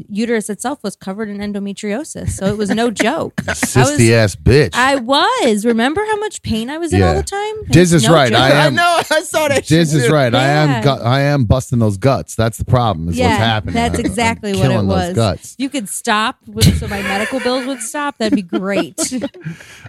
E: uterus itself was covered in endometriosis. So it was no joke.
A: Sissy ass bitch.
E: I was. Remember how much pain I was in all
A: Yeah.
E: the time?
A: Diz is
E: No
A: right. I
E: joke.
A: am-
B: know. I saw that.
A: Diz
B: shit.
A: is right. I am
E: Yeah.
A: gut. I am busting those guts. That's the problem. Is what's happening.
E: That's
A: I'm- I'm
E: exactly what
A: killing
E: it
A: those
E: was.
A: guts.
E: If you could stop with, so my medical bills would stop, that'd be great. Go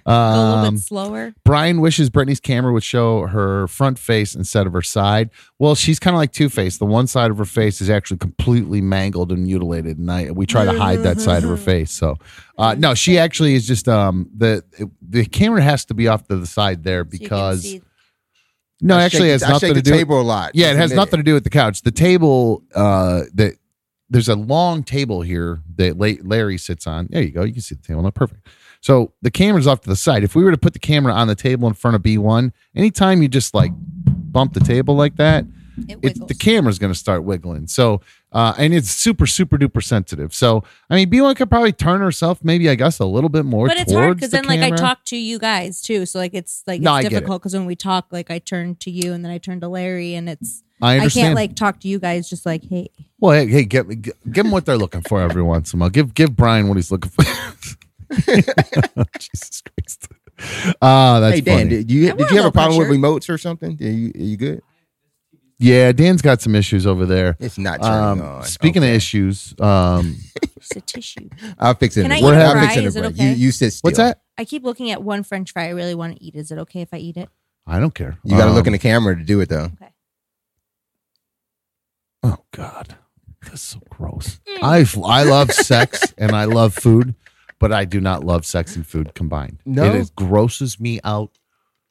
E: a little
A: Um,
E: bit slower.
A: Brian wishes Britney's camera would show her front face instead of her side. Well, she's kind of like Two Face. The one side of her face is actually completely mangled and mutilated, and I, we try to hide that side of
E: Mm-hmm.
A: her face. So, uh, no, she actually is just um the the camera has to be off to the side there
E: so you can
A: because
E: see-
A: no,
B: I shake
A: actually it has
B: the- I
A: nothing
B: shake
A: to
B: the
A: do.
B: Table a lot.
A: Yeah, it
B: Just
A: has
B: admit
A: nothing to do with the couch. The table uh that there's a long table here that La- Larry sits on. There you go. You can see the table. Not perfect. So the camera's off to the side. If we were to put the camera on the table in front of B1, anytime you just like bump the table like that,
E: it
A: it's
E: wiggles.
A: the camera's going to start wiggling. So, uh, and it's super, super duper sensitive. So, I mean, B1 could probably turn herself, maybe, I guess, a little bit more
E: but
A: towards
E: it's hard
A: because
E: because then like i talk to you guys too so like it's like
A: No, I
E: it's
A: get it.
E: difficult because when we talk like i turn to you and then i turn to larry and it's
A: I
E: i,
A: understand.
E: can't like talk to you guys just like hey
A: well, hey, hey get, give them what they're looking for every once in a while. Give, give Brian what he's looking for. Jesus Christ. Ah, that's
B: hey Dan,
A: funny.
B: did you
E: I
B: did
E: want
B: you
E: a
B: have a
E: low
B: problem with
E: pressure.
B: remotes or something? Are you, are you good?
A: yeah, Dan's got some issues over there.
B: It's not turning
A: Um,
B: on.
A: speaking of issues, um,
E: it's a tissue
B: of, I'll fix it. in
E: Can
B: a
E: I
B: break.
A: eat a
B: I'll
A: fry?
B: fix it. in a
E: Is it
B: break.
E: okay?
B: You you sit still.
A: what's that?
E: i keep looking at one french fry i really want to eat is it okay if i eat it
A: I don't care.
B: You got to look in
A: Um,
B: the camera to do it though.
A: Oh God, that's so gross. Mm. I I love sex and I love food, but I do not love sex and food combined.
B: No?
A: it is, grosses me out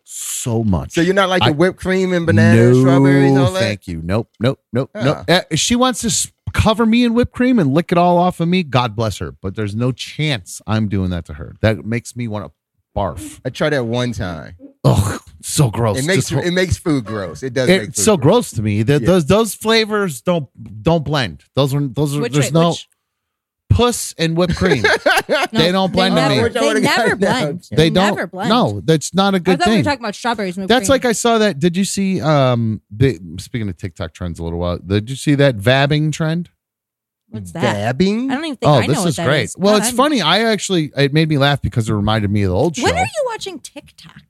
A: so much.
B: So you're not like
A: I-
B: the whipped cream and bananas,
A: No,
B: strawberries, and all that.
A: Thank you. Nope. Nope. Nope.
B: Uh.
A: Nope. Uh, if she wants to s- cover me in whipped cream and lick it all off of me. God bless her, but there's no chance I'm doing that to her. That makes me want to barf.
B: I tried that one time.
A: Ugh, so gross.
B: It makes
A: Just-
B: it makes food gross. It does. make food
A: it's so
B: gross.
A: gross to me. That
B: Yeah.
A: Those those flavors don't don't blend. Those are those are
E: which
A: there's
E: way-
A: no
E: which-
A: puss and whipped cream.
E: no,
A: they don't blend to
E: never,
A: me.
B: Which I
E: they
B: would've
E: never
B: gotten down.
E: blend
A: they don't.
E: never blend
A: No, that's not a
E: i
A: good
E: thought we
A: thing.
E: were talking about strawberries and whipped
A: that's
E: cream.
A: like I saw that. Did you see? Um, the, speaking of TikTok trends, a little while. Did you see that vabbing trend?
E: what's that
B: Dabbing.
E: i don't even think
A: oh,
E: i know
A: this
E: what
A: is
E: that
A: great.
E: is.
A: Well,
E: God,
A: it's
E: I'm-
A: funny. I actually it made me laugh because it reminded me of the old show.
E: when are you watching tiktok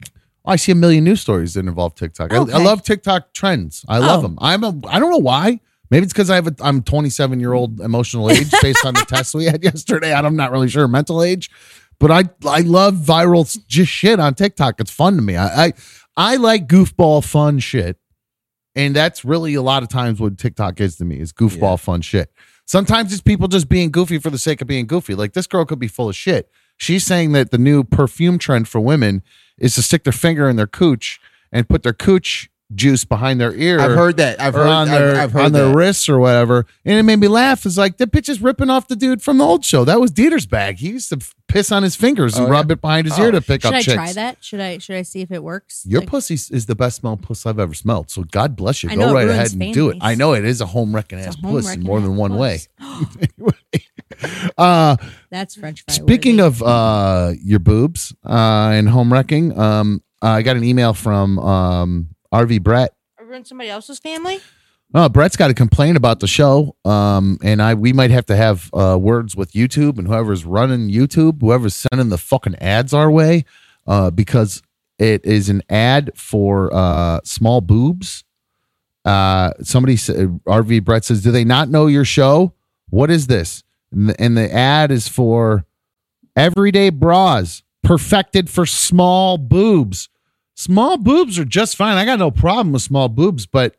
A: I see a million news stories that involve TikTok. I, I
E: Okay.
A: love TikTok trends. I love
E: Oh.
A: them. I'm a. I don't know why. Maybe it's because I have a. I'm 27 year old emotional age based on the test we had yesterday. I'm not really sure mental age, but I I love viral s- just shit on TikTok. It's fun to me. I I, I like goofball fun shit, and that's really a lot of times what TikTok is to me is goofball fun shit. Sometimes it's people just being goofy for the sake of being goofy. Like this girl could be full of shit. She's saying that the new perfume trend for women is to stick their finger in their cooch and put their cooch juice behind their ear.
B: I've heard that. I've
A: or
B: heard.
A: on
B: I've,
A: their
B: I've heard
A: on their
B: that.
A: wrists or whatever, and it made me laugh. It's like the bitch is ripping off the dude from the old show. That was Dieter's bag. He used to f- piss on his fingers
B: Oh,
A: and
B: yeah?
A: rub it behind his
B: Oh.
A: ear to pick
E: Should
A: up
E: I
A: chicks.
E: try that? Should I should I see if it works?
A: Your
E: Like,
A: pussy s- is the best smelled puss I've ever smelled. So God bless you.
E: I
A: Go
E: know it
A: right ahead
E: ruins
A: and do it.
E: families.
A: I know it is a home wrecking
E: it's
A: ass
E: a home
A: puss in
E: wrecking
A: more than
E: ass
A: one way.
E: puss.
A: Uh,
E: That's French fry.
A: Speaking
E: worthy.
A: of uh, your boobs uh, and home wrecking, um, I got an email from um, RV Brett.
E: I ruined somebody else's family.
A: Oh, Brett's got a complaint about the show, um, and I we might have to have uh, words with YouTube and whoever's running YouTube, whoever's sending the fucking ads our way, uh, because it is an ad for uh, small boobs. Uh, somebody said, RV Brett says, "Do they not know your show? What is this?" And the, and the ad is for everyday bras perfected for small boobs. Small boobs are just fine. I got no problem with small boobs, but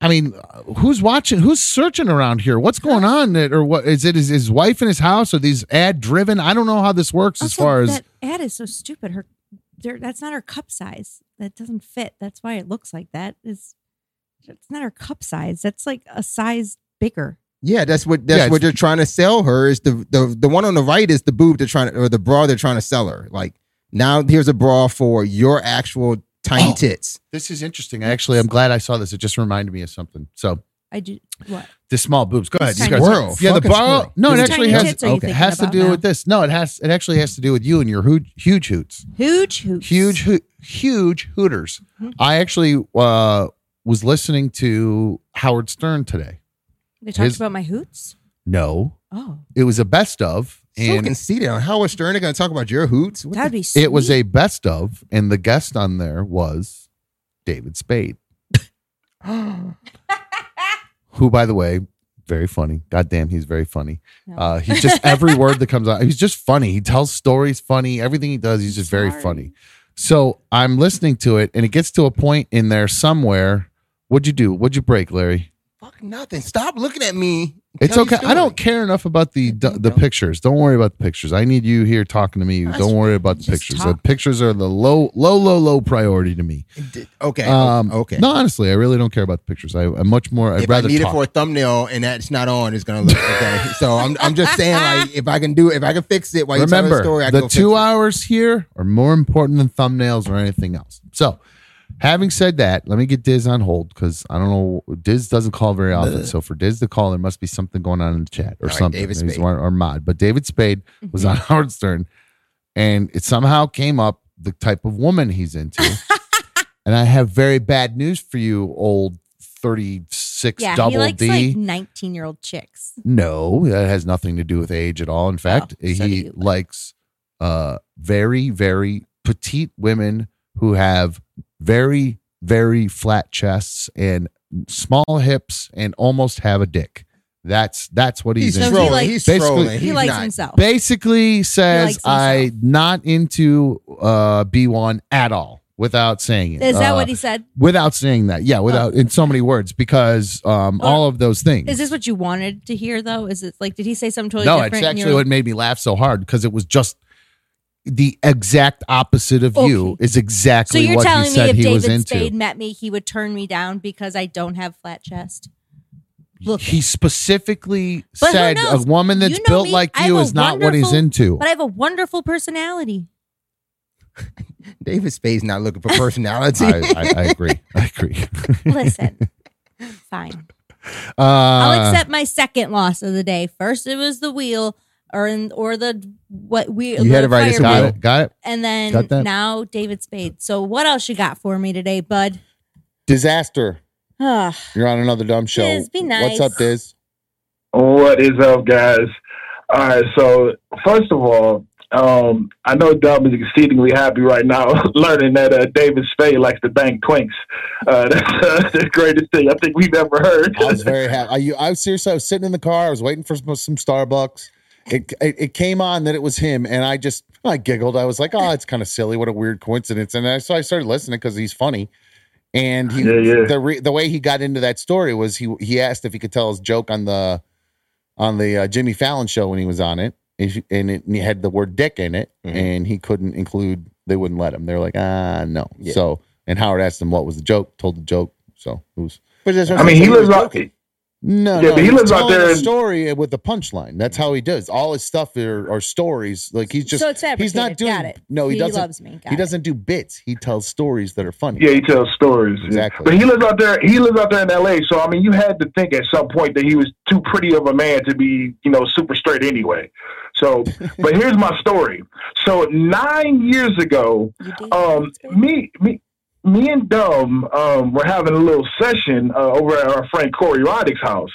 A: I mean, who's watching? Who's searching around here? What's going on? That or what is it? Is his wife in his house? Are these ad driven? I don't know how this works as
E: Also,
A: far as
E: that ad is so stupid. Her, there- that's not her cup size. That doesn't fit. That's why it looks like that. Is it's not her cup size. That's like a size bigger.
B: Yeah, that's what
A: Yeah,
B: that's
A: it's-
B: what they're trying to sell her. Is the the the one on the right is the boob they're trying to, or the bra they're trying to sell her. Like now, here's a bra for your actual tiny
A: Oh.
B: tits.
A: this is interesting. Actually, I'm glad I saw this. It just reminded me of something. So
E: I do what?
A: the small boobs. Go ahead.
E: It's
A: You
E: tiny
A: guys-
E: Squirrel.
A: Yeah, the bar. No, it
E: It's
A: actually
E: tiny
A: has.
E: tits are you
A: okay,
E: thinking
A: has to
E: about
A: do
E: now?
A: with this. No, it has. It actually has to do with you and your huge, huge hoots.
E: Huge hoops.
A: huge hoo- huge hooters
E: Mhm.
A: i actually uh was listening to howard stern today
E: They talked
A: his-
E: about my hoots.
A: no
E: Oh,
A: it was a best of
B: Fucking
A: and
B: see that on Howard Stern. They're gonna talk about your hoots. What
E: that'd
B: the-
E: be. Sweet.
A: it was a best of and the guest on there was david spade who by the way very funny god damn he's very funny
E: No.
A: uh he's just every word that comes out he's just funny he tells stories funny everything he does he's just very
E: Sorry.
A: funny so i'm listening to it and it gets to a point in there somewhere what'd you do what'd you break larry
B: Fuck nothing. Stop looking at me.
A: It's
B: Tell your
A: okay. I don't
B: story.
A: care enough about the
B: Yeah,
A: the
B: don't.
A: pictures. Don't worry about the pictures. I need you here talking to me.
B: That's
A: don't worry about the
E: Just
A: pictures. The
E: talk.
A: pictures are the low low low low priority to me.
B: Okay. Oh,
A: Um,
B: okay.
A: No, honestly, I really don't care about the pictures. I, I'm much more. I'd
B: if
A: rather
B: I need
A: talk.
B: it for a thumbnail and that's not on, it's gonna look okay. so I'm I'm just saying like if I can do if I can fix it while you tell
A: Remember,
B: the story, I can
A: the
B: go
A: two
B: fix
A: hours here are more important than thumbnails or anything else. So, having said that, let me get Diz on hold because I don't know. Diz doesn't call very often. So, for Diz to call, there must be something going on in the chat or
B: All right,
A: something.
B: David
A: He's
B: Spade. Mm-hmm.
A: one- Or mod. But David Spade was on Howard Stern and it somehow came up the type of woman he's into. and I have very bad news for you, old 36
E: yeah.
A: double
E: he likes
A: D.
E: like nineteen-year-old chicks.
A: No, that has nothing to do with age at all. In fact,
E: so do
A: he
E: you.
A: likes uh very very petite women who have very very flat chests and small hips and almost have a dick. That's that's what
B: it.
A: he's,
B: He's
E: So he
A: into.
B: trolling.
E: like-
B: he's
A: Basically,
B: trolling.
E: he
B: He's
E: likes
B: not.
E: himself.
A: Basically says
E: likes
A: I
E: himself.
A: not into uh B1 at all without saying it.
E: Is that
A: Uh,
E: what he said?
A: without saying that. Yeah, without in so many words because um
E: Oh.
A: all of those things.
E: Is this what you wanted to hear though? Is it like did he say something totally
A: no,
E: different?
A: it's
E: and you
A: actually
E: were
A: what made me laugh so hard because it was just the exact opposite of you
E: Okay.
A: is
E: So
A: exactly
E: you're
A: what he
E: telling me
A: said
E: if
A: he was
E: David
A: into.
E: Spade met me, he would turn me down because I don't have flat chest. Look,
A: he specifically
E: But who
A: said a
E: knows?
A: woman that's
E: You know
A: built
E: me.
A: like
E: I
A: you
E: have a
A: is not what he's
E: wonderful-
A: into.
E: but I have a wonderful personality.
B: David Spade's not looking for personality.
A: I, I, I agree. I agree.
E: Listen, fine.
A: Uh,
E: I'll accept my second loss of the day. First, it was the wheel, or in, or the what we
B: You had it
E: the
B: right, it's a
A: Got
E: fireball.
B: wheel.
A: it. Got it.
E: and then
A: Got that?
E: now David Spade. So what else you got for me today, bud?
A: Disaster.
E: Ah,
A: You're on another dumb show.
E: Diz, be nice.
A: What's up, Diz?
G: What is up, guys? All right, so first of all, um, I know Dub is exceedingly happy right now learning that uh, David Spade likes to bang twinks. Uh, that's uh, the greatest thing I think we've ever heard.
A: I was very happy. I, you, I was seriously. I was sitting in the car. I was waiting for some, some Starbucks. It, it it came on that it was him, and I just I giggled. I was like, "Oh, it's kind of silly. What a weird coincidence." And I, so I started listening because he's funny, and he
G: Yeah, yeah.
A: the re, the way he got into that story was he he asked if he could tell his joke on the on the uh, Jimmy Fallon show when he was on it, If you- and it and he had the word "dick" in it,
G: Mm-hmm.
B: Mhm.
A: and he couldn't include. They wouldn't let him. They were like, "Ah, no."
B: Yeah.
A: So And Howard asked him what was the joke, told the joke. So it was
B: But that's what
G: I
B: I'm
G: mean,
B: saying.
G: he lives
B: was
G: out.
B: joking.
A: no,
G: Yeah,
A: no,
G: but he
A: he's
G: lives out
A: telling
G: there
A: a
G: in-
A: story with a punchline. That's how he does. All his stuff are, are stories. Like he's just
E: so it's fabricated.
A: he's not doing
E: Got it.
A: no, he, doesn't
E: loves me. Got
A: he
E: it.
A: doesn't do bits. He tells stories that are funny.
G: Yeah, he tells stories.
A: Exactly.
G: But he lives out there. He lives out there in L.A. So I mean, you had to think at some point that he was too pretty of a man to be, you know, super straight anyway. So, but here's my story. So nine years ago,
E: You did.
G: um,
E: That's good.
G: me, me, me and Dumb um, were having a little session uh, over at our friend Corey Roddick's house,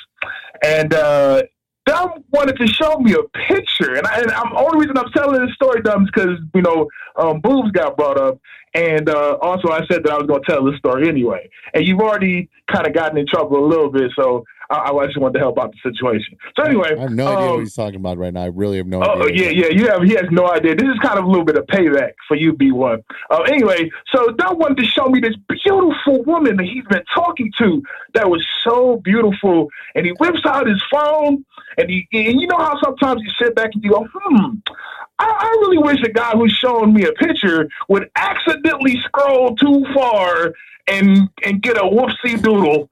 G: and uh, Dumb wanted to show me a picture. And, I, and I'm only reason I'm telling this story, Dumb, is because you know um, boobs got brought up, and uh, also I said that I was going to tell this story anyway. And you've already kind of gotten in trouble a little bit, so I, I just wanted to help out the situation. So anyway,
A: I have no idea what
G: um,
A: he's talking about right now. I really have no
G: Oh
A: idea.
G: yeah, yeah. You have he has no idea. This is kind of a little bit of payback for you, B one. Uh, anyway, so Doug wanted to show me this beautiful woman that he's been talking to that was so beautiful, and he whips out his phone, and he and you know how sometimes you sit back and you go, hmm. I, I really wish the guy who's showing me a picture would accidentally scroll too far and and get a whoopsie doodle.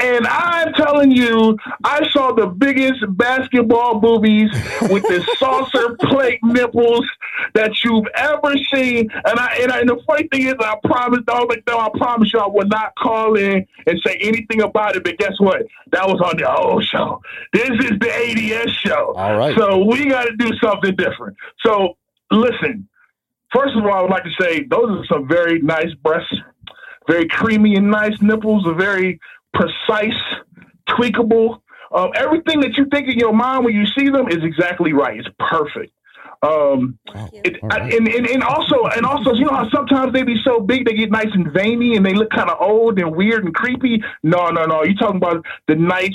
G: And I'm telling you, I saw the biggest basketball boobies with the saucer plate nipples that you've ever seen. And I and, I, and the funny thing is, I promised, I was like, no, I promise you, I will not call in and say anything about it. But guess what? That was on the old show. This is the ADS show.
A: All right.
G: So we got to do something different. So listen, first of all, I would like to say those are some very nice breasts, very creamy and nice nipples, are very precise, tweakable. Um, everything that you think in your mind when you see them is exactly right. It's perfect. Um,
A: Wow.
G: it,
A: All
G: I-
A: right.
G: and, and, and also and also you know how sometimes they be so big they get nice and veiny and they look kind of old and weird and creepy. No no no, you talking about the nice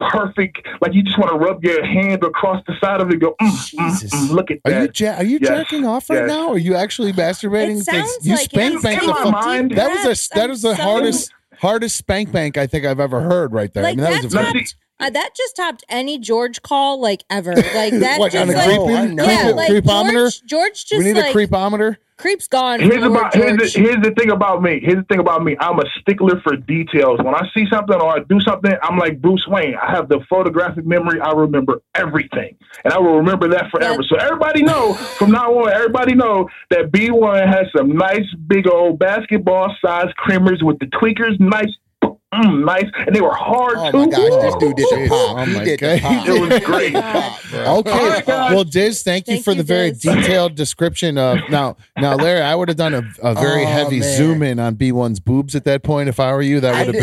G: perfect like you just want to rub your hand across the side of it and go mm, mm,
A: Jesus.
G: mm, look at
A: Are you
G: that.
A: ja- are you
G: Yes.
A: jacking off right
G: Yes.
A: now? Are you actually masturbating?
E: It sounds
A: you
E: like
A: spank
E: it's
A: bank the
E: taking
G: my
A: fuck-
G: mind.
E: deep
A: That was
E: breaths.
A: a that is the
E: I'm so-
A: hardest hardest spank bank I think I've ever heard right there. I
E: Like
A: mean, that
E: that
A: was a very-
G: very-
E: topped. Uh, that just topped any George call like ever. Like that
A: What,
E: just
A: on a
E: like
A: creepy-
E: yeah,
A: creep-
E: like
A: creepometer?
E: George, George just
A: we need
E: like
A: a creepometer.
E: creeps gone.
G: Here's
E: for
G: about here's
E: George.
G: the, here's the thing about me. Here's the thing about me. I'm a stickler for details. When I see something or I do something, I'm like Bruce Wayne. I have the photographic memory. I remember everything, and I will remember that forever. So everybody know from now on. Everybody know that B1 has some nice big old basketball size creamers with the tweakers, nice, mm, nice, and they were hard
B: Oh
G: too.
B: my gosh, this dude did
A: Jeez.
B: the pop.
A: Oh
B: he
A: my
B: did
A: God.
B: the pop.
G: It was great.
B: Pop, bro.
A: Okay.
G: All right, guys.
A: well, Diz, thank you
E: Thank
A: for
E: you,
A: the very
E: Diz.
A: detailed description of now. Now, Larry, I would have done a, a very
B: Oh,
A: heavy
B: man.
A: zoom in on B1's boobs at that point. If I were you, that would have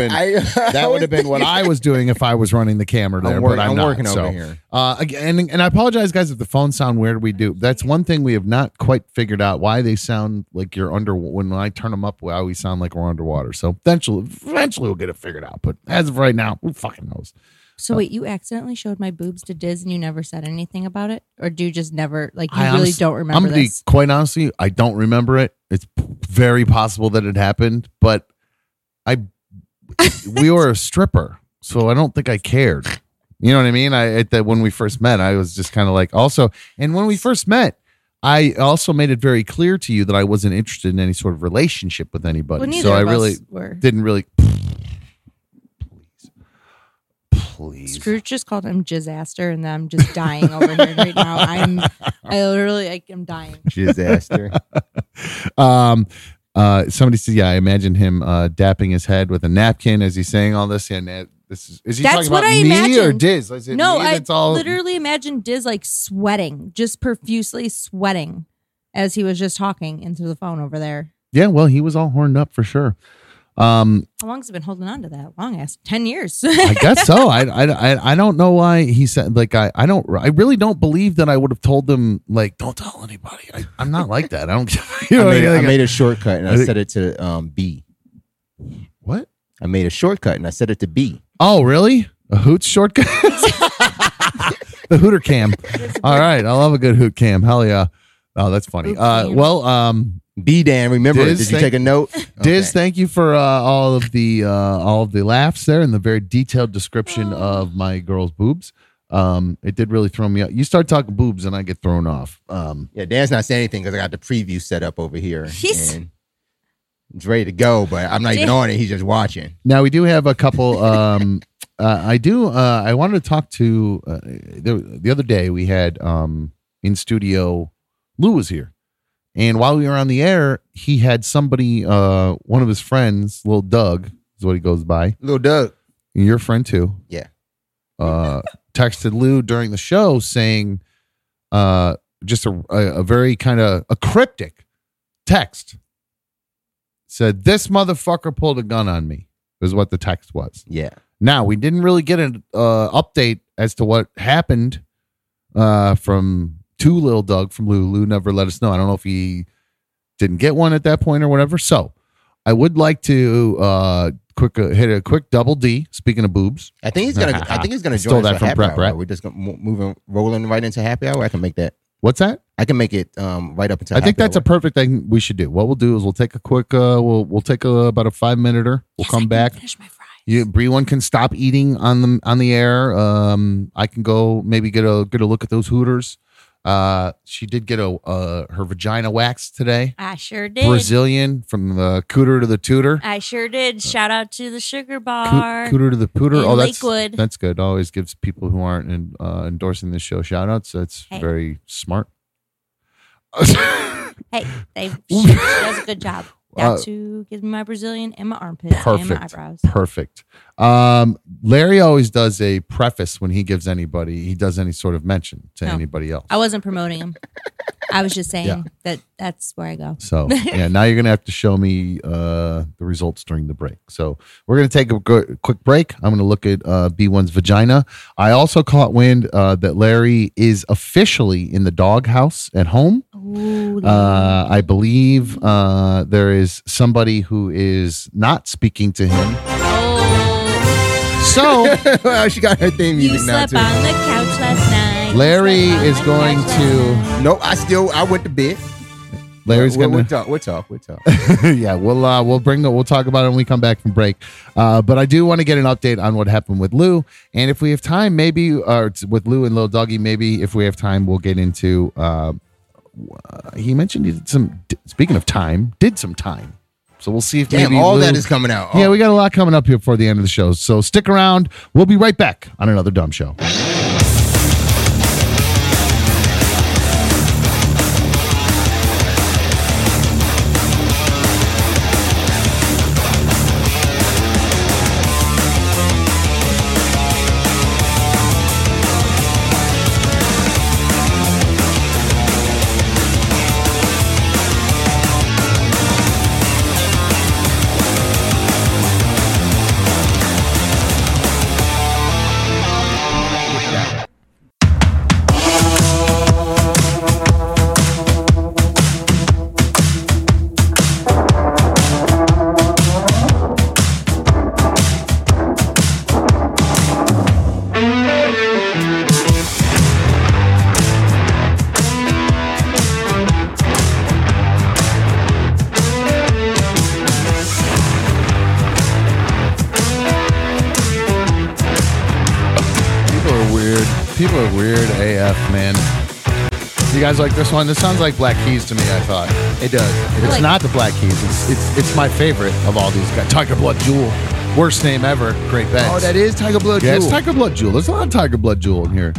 A: been that would have been what I was doing if I was running the camera there.
B: I'm, wor-
A: but I'm,
B: I'm
A: not,
B: working
A: so.
B: over here.
A: Uh, again, and, and I apologize, guys, if the phones sound weird. We do. That's one thing we have not quite figured out why they sound like you're under. When I turn them up, why we sound like we're underwater. So eventually, eventually we'll get it figured out. But as of right now, who fucking knows?
E: So wait, you accidentally showed my boobs to Diz and you never said anything about it, or do you just never like you
A: I
E: really
A: honest-
E: don't remember
A: I'm gonna be
E: this?
A: quite honestly, I don't remember it. It's very possible that it happened, but I we were a stripper, so I don't think I cared. You know what I mean? I at that when we first met, I was just kind of like also, and when we first met, I also made it very clear to you that I wasn't interested in any sort of relationship with anybody.
E: well, neither
A: so I
E: of
A: really
E: us were.
A: didn't really. Please, please.
E: Scrooge just called him Jizaster, and I'm just dying over here right now. I'm, I literally, like, I'm dying.
B: Disaster.
A: um, uh, somebody says, "Yeah, I imagine him uh, dapping his head with a napkin as he's saying all this." And uh, this is, is he
E: That's
A: talking
E: what
A: about
E: I
A: me or
E: imagined.
A: Diz? Is it
E: No,
A: me
E: I
A: that's all-
E: literally imagine Diz like sweating, just profusely sweating, as he was just talking into the phone over there.
A: Yeah, well, he was all horned up for sure. Um,
E: How long's it been holding on to that? Long ass, ten years.
A: I guess so. I, I, I, I don't know why he said like I, I don't I really don't believe that I would have told them like don't tell anybody. I, I'm not like that. I don't. You
B: I,
A: know,
B: made,
A: like,
B: I made a shortcut and
A: I
B: I
A: think-
B: set it to um, B.
A: what?
B: I made a shortcut and I set it to B.
A: Oh, really? A hoots shortcut? the hooter cam. All right. I love a good hoot cam. Hell yeah. Oh, that's funny.
E: Hoot
A: Uh,
E: cam.
A: well, um,
B: B Dan, remember?
A: Diz,
B: Did you
A: thank-
B: take a note?
A: Diz,
B: Okay.
A: thank you for uh, all of the uh, all of the laughs there and the very detailed description
E: Oh.
A: of my girl's boobs. Um, it did really throw me out. You start talking boobs and I get thrown off. Um,
B: Yeah, Dan's not saying anything because I got the preview set up over here.
E: He's-
B: and It's ready to go, but I'm not even on it. He's just watching.
A: Now we do have a couple. Um, uh, I do. Uh, I wanted to talk to uh, the, the other day. We had um, in studio. Lou was here, and while we were on the air, he had somebody. Uh, one of his friends, little Doug, is what he goes by.
B: Little Doug.
A: Your friend too.
B: Yeah.
A: Uh, texted Lou during the show saying, uh, just a a, a very kind of a cryptic text. Said this motherfucker pulled a gun on me. Is what the text was.
B: Yeah.
A: Now we didn't really get an uh, update as to what happened uh, from to Lil Doug from Lou. Lou never let us know. I don't know if he didn't get one at that point or whatever. So I would like to uh, quick uh, hit a quick double D. Speaking of boobs,
B: I think he's gonna. I think he's gonna join
A: Stole
B: us
A: that
B: for
A: from
B: happy
A: Brett,
B: hour.
A: Brett.
B: We're just gonna mo- moving, rolling right into happy hour. I can make that.
A: what's that?
B: I can make it um right up until.
A: I think
B: happy
A: that's a
B: hour.
A: perfect thing we should do. What we'll do is we'll take a quick uh, we'll we'll take a, about a five minuter. We'll
E: Yes, I
A: come
E: can
A: back.
E: Finish my fries.
A: You, Bree, one can stop eating on the on the air. Um, I can go maybe get a get a look at those Hooters. Uh, she did get a uh, her vagina waxed today.
E: I sure did.
A: Brazilian from the cooter to the tutor,
E: I sure did. Shout out to the Sugar
A: Uh, Coo-
E: Bar.
A: cooter to the pooter.
E: in
A: Oh, that's
E: Lakewood.
A: that's good. Always gives people who aren't in, uh, endorsing this show shout outs. That's
E: Hey.
A: very smart.
E: hey, they, she, she does a good job. Got
A: Uh,
E: to give me my Brazilian and my armpits and my
A: Perfect.
E: eyebrows.
A: Perfect. Um, Larry always does a preface when he gives anybody he does any sort of mention to
E: No.
A: anybody else.
E: I wasn't promoting him. I was just saying
A: Yeah.
E: that that's where I go.
A: So yeah, now you're gonna have to show me uh, the results during the break. So we're gonna take a go- quick break. I'm gonna look at uh, B1's vagina. I also caught wind uh, that Larry is officially in the doghouse at home.
E: Ooh,
A: Uh, I believe uh, there is somebody who is not speaking to him.
E: oh,
A: So
B: well, she got her theme
E: you
B: music now
E: slept
B: too.
E: on the couch last night. You
A: Larry
E: slept on
A: is
E: the
A: going
E: couch last
A: to.
E: night.
B: Nope. I still. I went to bed.
A: Larry's
B: we'll, we'll
A: gonna.
B: talk. We'll talk. We'll talk.
A: yeah, we'll uh, we'll bring we'll talk about it when we come back from break. Uh, but I do want to get an update on what happened with Lou, and if we have time, maybe or it's with Lou and Lil Doggy, maybe if we have time, we'll get into. Uh, uh, he mentioned he did some. d- Speaking of time, did some time. So we'll see if
B: Damn,
A: maybe
B: all
A: Lou-
B: that is coming out. Oh.
A: Yeah, we got a lot coming up here before the end of the show. So stick around. We'll be right back on another dumb show. People are weird. People are weird AF, man. You guys like this one? This sounds like Black Keys to me. I thought it does. It's
E: Like-
A: not the Black Keys. It's it's it's my favorite of all these guys. Tiger Blood Jewel, worst name ever. Great band.
B: Oh, that is Tiger Blood
A: yeah, it's
B: Jewel.
A: Tiger Blood Jewel. There's a lot of Tiger Blood Jewel in here.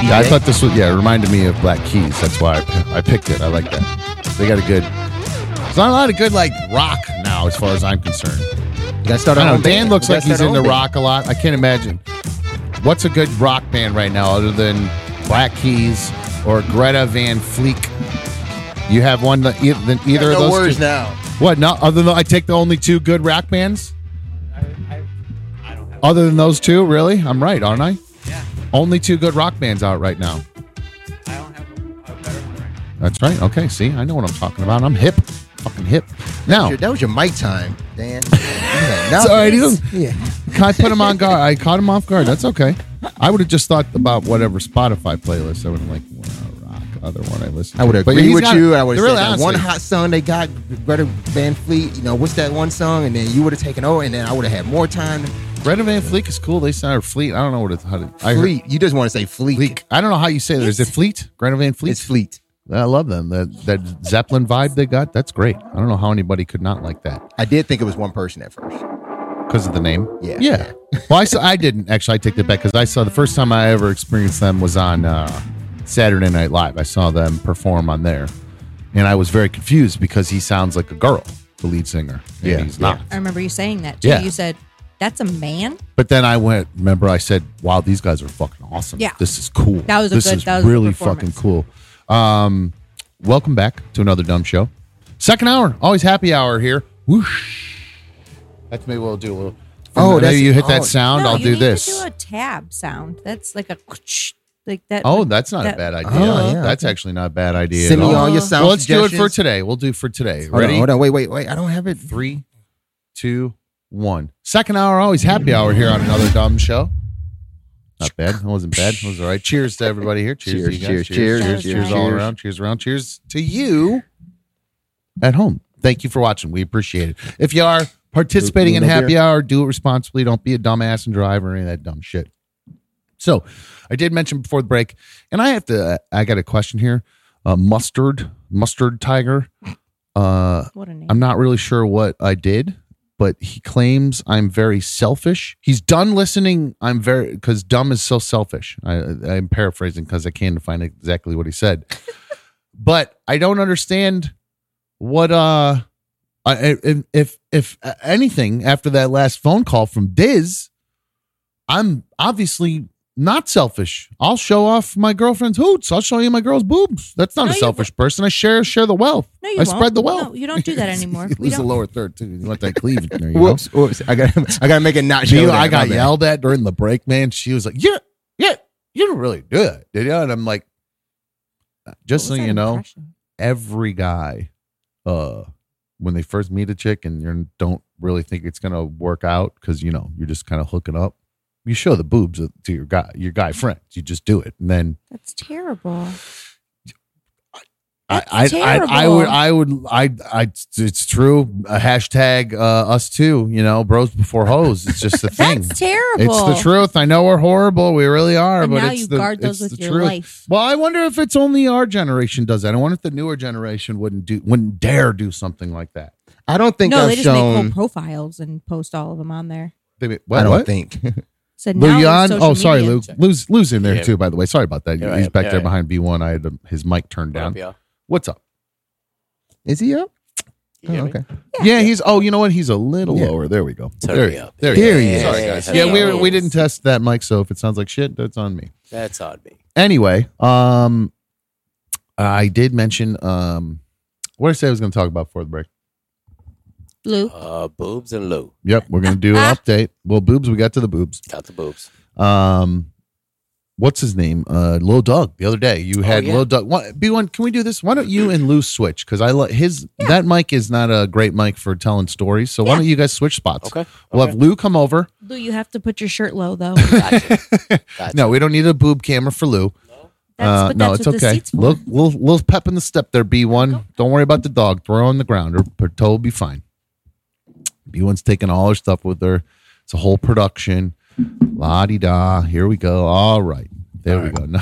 A: Yeah, I thought this was yeah. It reminded me of Black Keys. That's why I, I picked it. I like that. They got a good. There's not a lot of good like rock now, as far as I'm concerned.
B: We gotta start
A: I
B: our
A: don't
B: own
A: know. Dan
B: band.
A: looks
B: We
A: like
B: gotta
A: he's
B: start our
A: into
B: own band.
A: rock a lot. I can't imagine. What's a good rock band right now other than Black Keys or Greta Van Fleet? You have one that either, than either of
B: No
A: those.
B: words
A: two?
B: now.
A: What? Not other than I take the only two good rock bands. Other than those two, really? I'm right, aren't I?
F: Yeah.
A: Only two good rock bands out right now.
F: I don't have a, a better one right now.
A: That's right. Okay, see, I know what I'm talking about. I'm hip, fucking hip. Now,
B: That was your mic time, Dan. Yeah, now-
A: It's all right, he doesn't-
B: Yeah.
A: I put him on guard. I caught him off guard. That's okay. I would have just thought about whatever Spotify playlist. I would have like well, rock other one I listen.
B: I would
A: to. But
B: agree
A: he's
B: with
A: not-
B: you. I would have
A: really,
B: said that
A: honestly,
B: one hot song they got, Greta Van Fleet. You know, what's that one song? And then you would have taken over, and then I would have had more time.
A: Greta Van Fleet is cool. They sound or Fleet. I don't know what it's how to I heard
B: Fleet. You just want to say Fleet.
A: Fleet. I don't know how you say that. Is it Fleet? Greta Van Fleet.
B: It's Fleet.
A: I love them. That that Zeppelin vibe they got, that's great. I don't know how anybody could not like that
B: I did think it was one person at first.
A: because of the name.
B: Yeah.
A: Yeah. Well, I saw, I didn't actually. I take that back because I saw the first time I ever experienced them was on uh, Saturday Night Live. I saw them perform on there, and I was very confused because he sounds like a girl, the lead singer. and
B: Yeah.
A: he's not.
E: I remember you saying that too.
A: Yeah.
E: You said, that's a man?
A: But then I went. Remember, I said, "Wow, these guys are fucking awesome.
E: Yeah.
A: this is cool.
E: That was a
A: this
E: good-
A: is
E: that was a
A: really fucking
E: performance.
A: cool." Um, welcome back to another dumb show. Second hour, always happy hour here. Whoosh. That's maybe we'll do a little.
B: Oh, that's-
A: maybe you hit
B: oh.
A: that sound.
E: No,
A: I'll
E: you
A: do
E: need
A: this.
E: To do a tab sound. That's like a like that.
A: Oh,
E: would-
A: that's not a
E: that-
A: bad idea.
B: Oh, yeah,
A: That's actually not a bad idea.
B: Send
A: at
B: me
A: all.
B: all your sound
A: well, let's do it for
B: suggestions.
A: today. We'll do it for today.
B: Hold
A: Ready?
B: on, hold on, wait, wait, wait. I don't have it.
A: Three, two, one. Second hour, always happy hour here on another dumb show. Not bad. That wasn't bad. It was all right. Cheers to everybody here. Cheers, to you guys.
B: Cheers, cheers,
A: cheers,
E: cheers,
A: cheers,
E: cheers,
A: all
B: cheers.
A: around. Cheers around. Cheers to you at home. Thank you for watching. We appreciate it. If you are participating
B: No-
A: in
B: no
A: happy
B: beer?
A: hour, do it responsibly. Don't be a dumbass and drive or any of that dumb shit. So, I did mention before the break, and I have to. I got a question here. Uh, mustard, mustard tiger. Uh,
E: What a name.
A: I'm not really sure what I did, but he claims I'm very selfish. He's done listening. I'm very because dumb is so selfish. I, I'm paraphrasing because I can't find exactly what he said, but I don't understand what uh, I, if if if anything after that last phone call from Diz, I'm obviously not selfish. I'll show off my girlfriend's hoots. I'll show you my girl's boobs. That's not
E: No,
A: a
E: you-
A: selfish person. I share share the wealth.
E: no, you
A: I
E: won't.
A: spread the wealth.
E: No, you don't do that anymore.
A: You
E: we
A: lose the
E: don't.
A: lower third too. You want that cleavage there, you know?
B: Whoops, whoops. I got I gotta make it not show
A: She-
B: that.
A: I got
B: My bad.
A: yelled at during the break, man. She was like, "Yeah, yeah, you didn't really do it, did you?" And I'm like, uh, "Just so
E: What was that
A: you know,
E: impression?
A: every guy, uh, when they first meet a chick and you don't really think it's gonna work out because you know you're just kind of hooking up, you show the boobs uh, to your guy, your guy friends. You just do it, and then
E: That's terrible.
A: I, I,
E: That's
A: I, I
E: terrible.
A: would, I would, I, I, it's true. A hashtag uh, us too, you know, bros before hoes. It's just the thing.
E: That's terrible.
A: it's the truth. I know we're horrible. We really are,
E: And
A: but
E: now
A: it's
E: you
A: the,
E: guard
A: it's
E: those with
A: the
E: your
A: truth.
E: life.
A: Well, I wonder if it's only our generation does that. I wonder if the newer generation wouldn't do, wouldn't dare do something like that.
B: I don't think
E: no,
B: I've
E: they just make
B: shown.
E: whole profiles and post all of them on there.
A: They, what,
B: I don't
A: what?
B: think.
E: Said now with
A: Luyan,
E: social
A: oh sorry,
E: media-
A: Luke. Lou's, Lou's in there
H: Yeah.
A: too. By the way, sorry about that.
H: Yeah,
A: He's
H: yeah,
A: back
H: yeah,
A: there
H: yeah.
A: behind B one. I had um, his mic turned down.
H: Yeah.
A: What's up?
B: Is he up?
H: You
B: Oh,
H: hear me?
B: okay.
A: Yeah, he's. Oh, you know what? He's a little
B: Yeah.
A: lower. There we go.
H: Turn
A: there,
H: me up.
A: There,
H: There
A: he
H: he is.
A: is. Sorry,
H: Yeah,
A: guys.
H: yeah,
A: Yeah, we were,
E: yeah.
A: we didn't test that mic, so if it sounds like shit, that's on me.
H: That's on me.
A: Anyway, um, I did mention um, what did I say I was going to talk about before the break.
E: Luke.
H: Uh, boobs and Lou.
A: Yep, we're going to do an update. Well, boobs, we got to the boobs.
H: Got the boobs.
A: Um, what's his name? Uh, Lil Doug. The other day, you had
H: Oh, yeah.
A: Lil Doug. What, B1, can we do this? Why don't you and Lou switch? Because I like his that mic is not a great mic for telling stories. So why don't you guys switch spots?
H: Okay.
A: We'll
H: okay.
A: have Lou come over.
E: Lou, you have to put your shirt low though.
H: Gotcha. Gotcha.
A: No, we don't need a boob camera for Lou.
E: That's,
A: Uh,
E: but
A: no,
E: that's
A: it's
E: what The
A: okay.
E: seat's for.
A: Little, little, little pep in the step there, B1. Don't worry about the dog. Throw her on the ground. Her, her toe will be fine. B1's taking all her stuff with her. It's a whole production. La di da. Here we go. All right. There we go. No.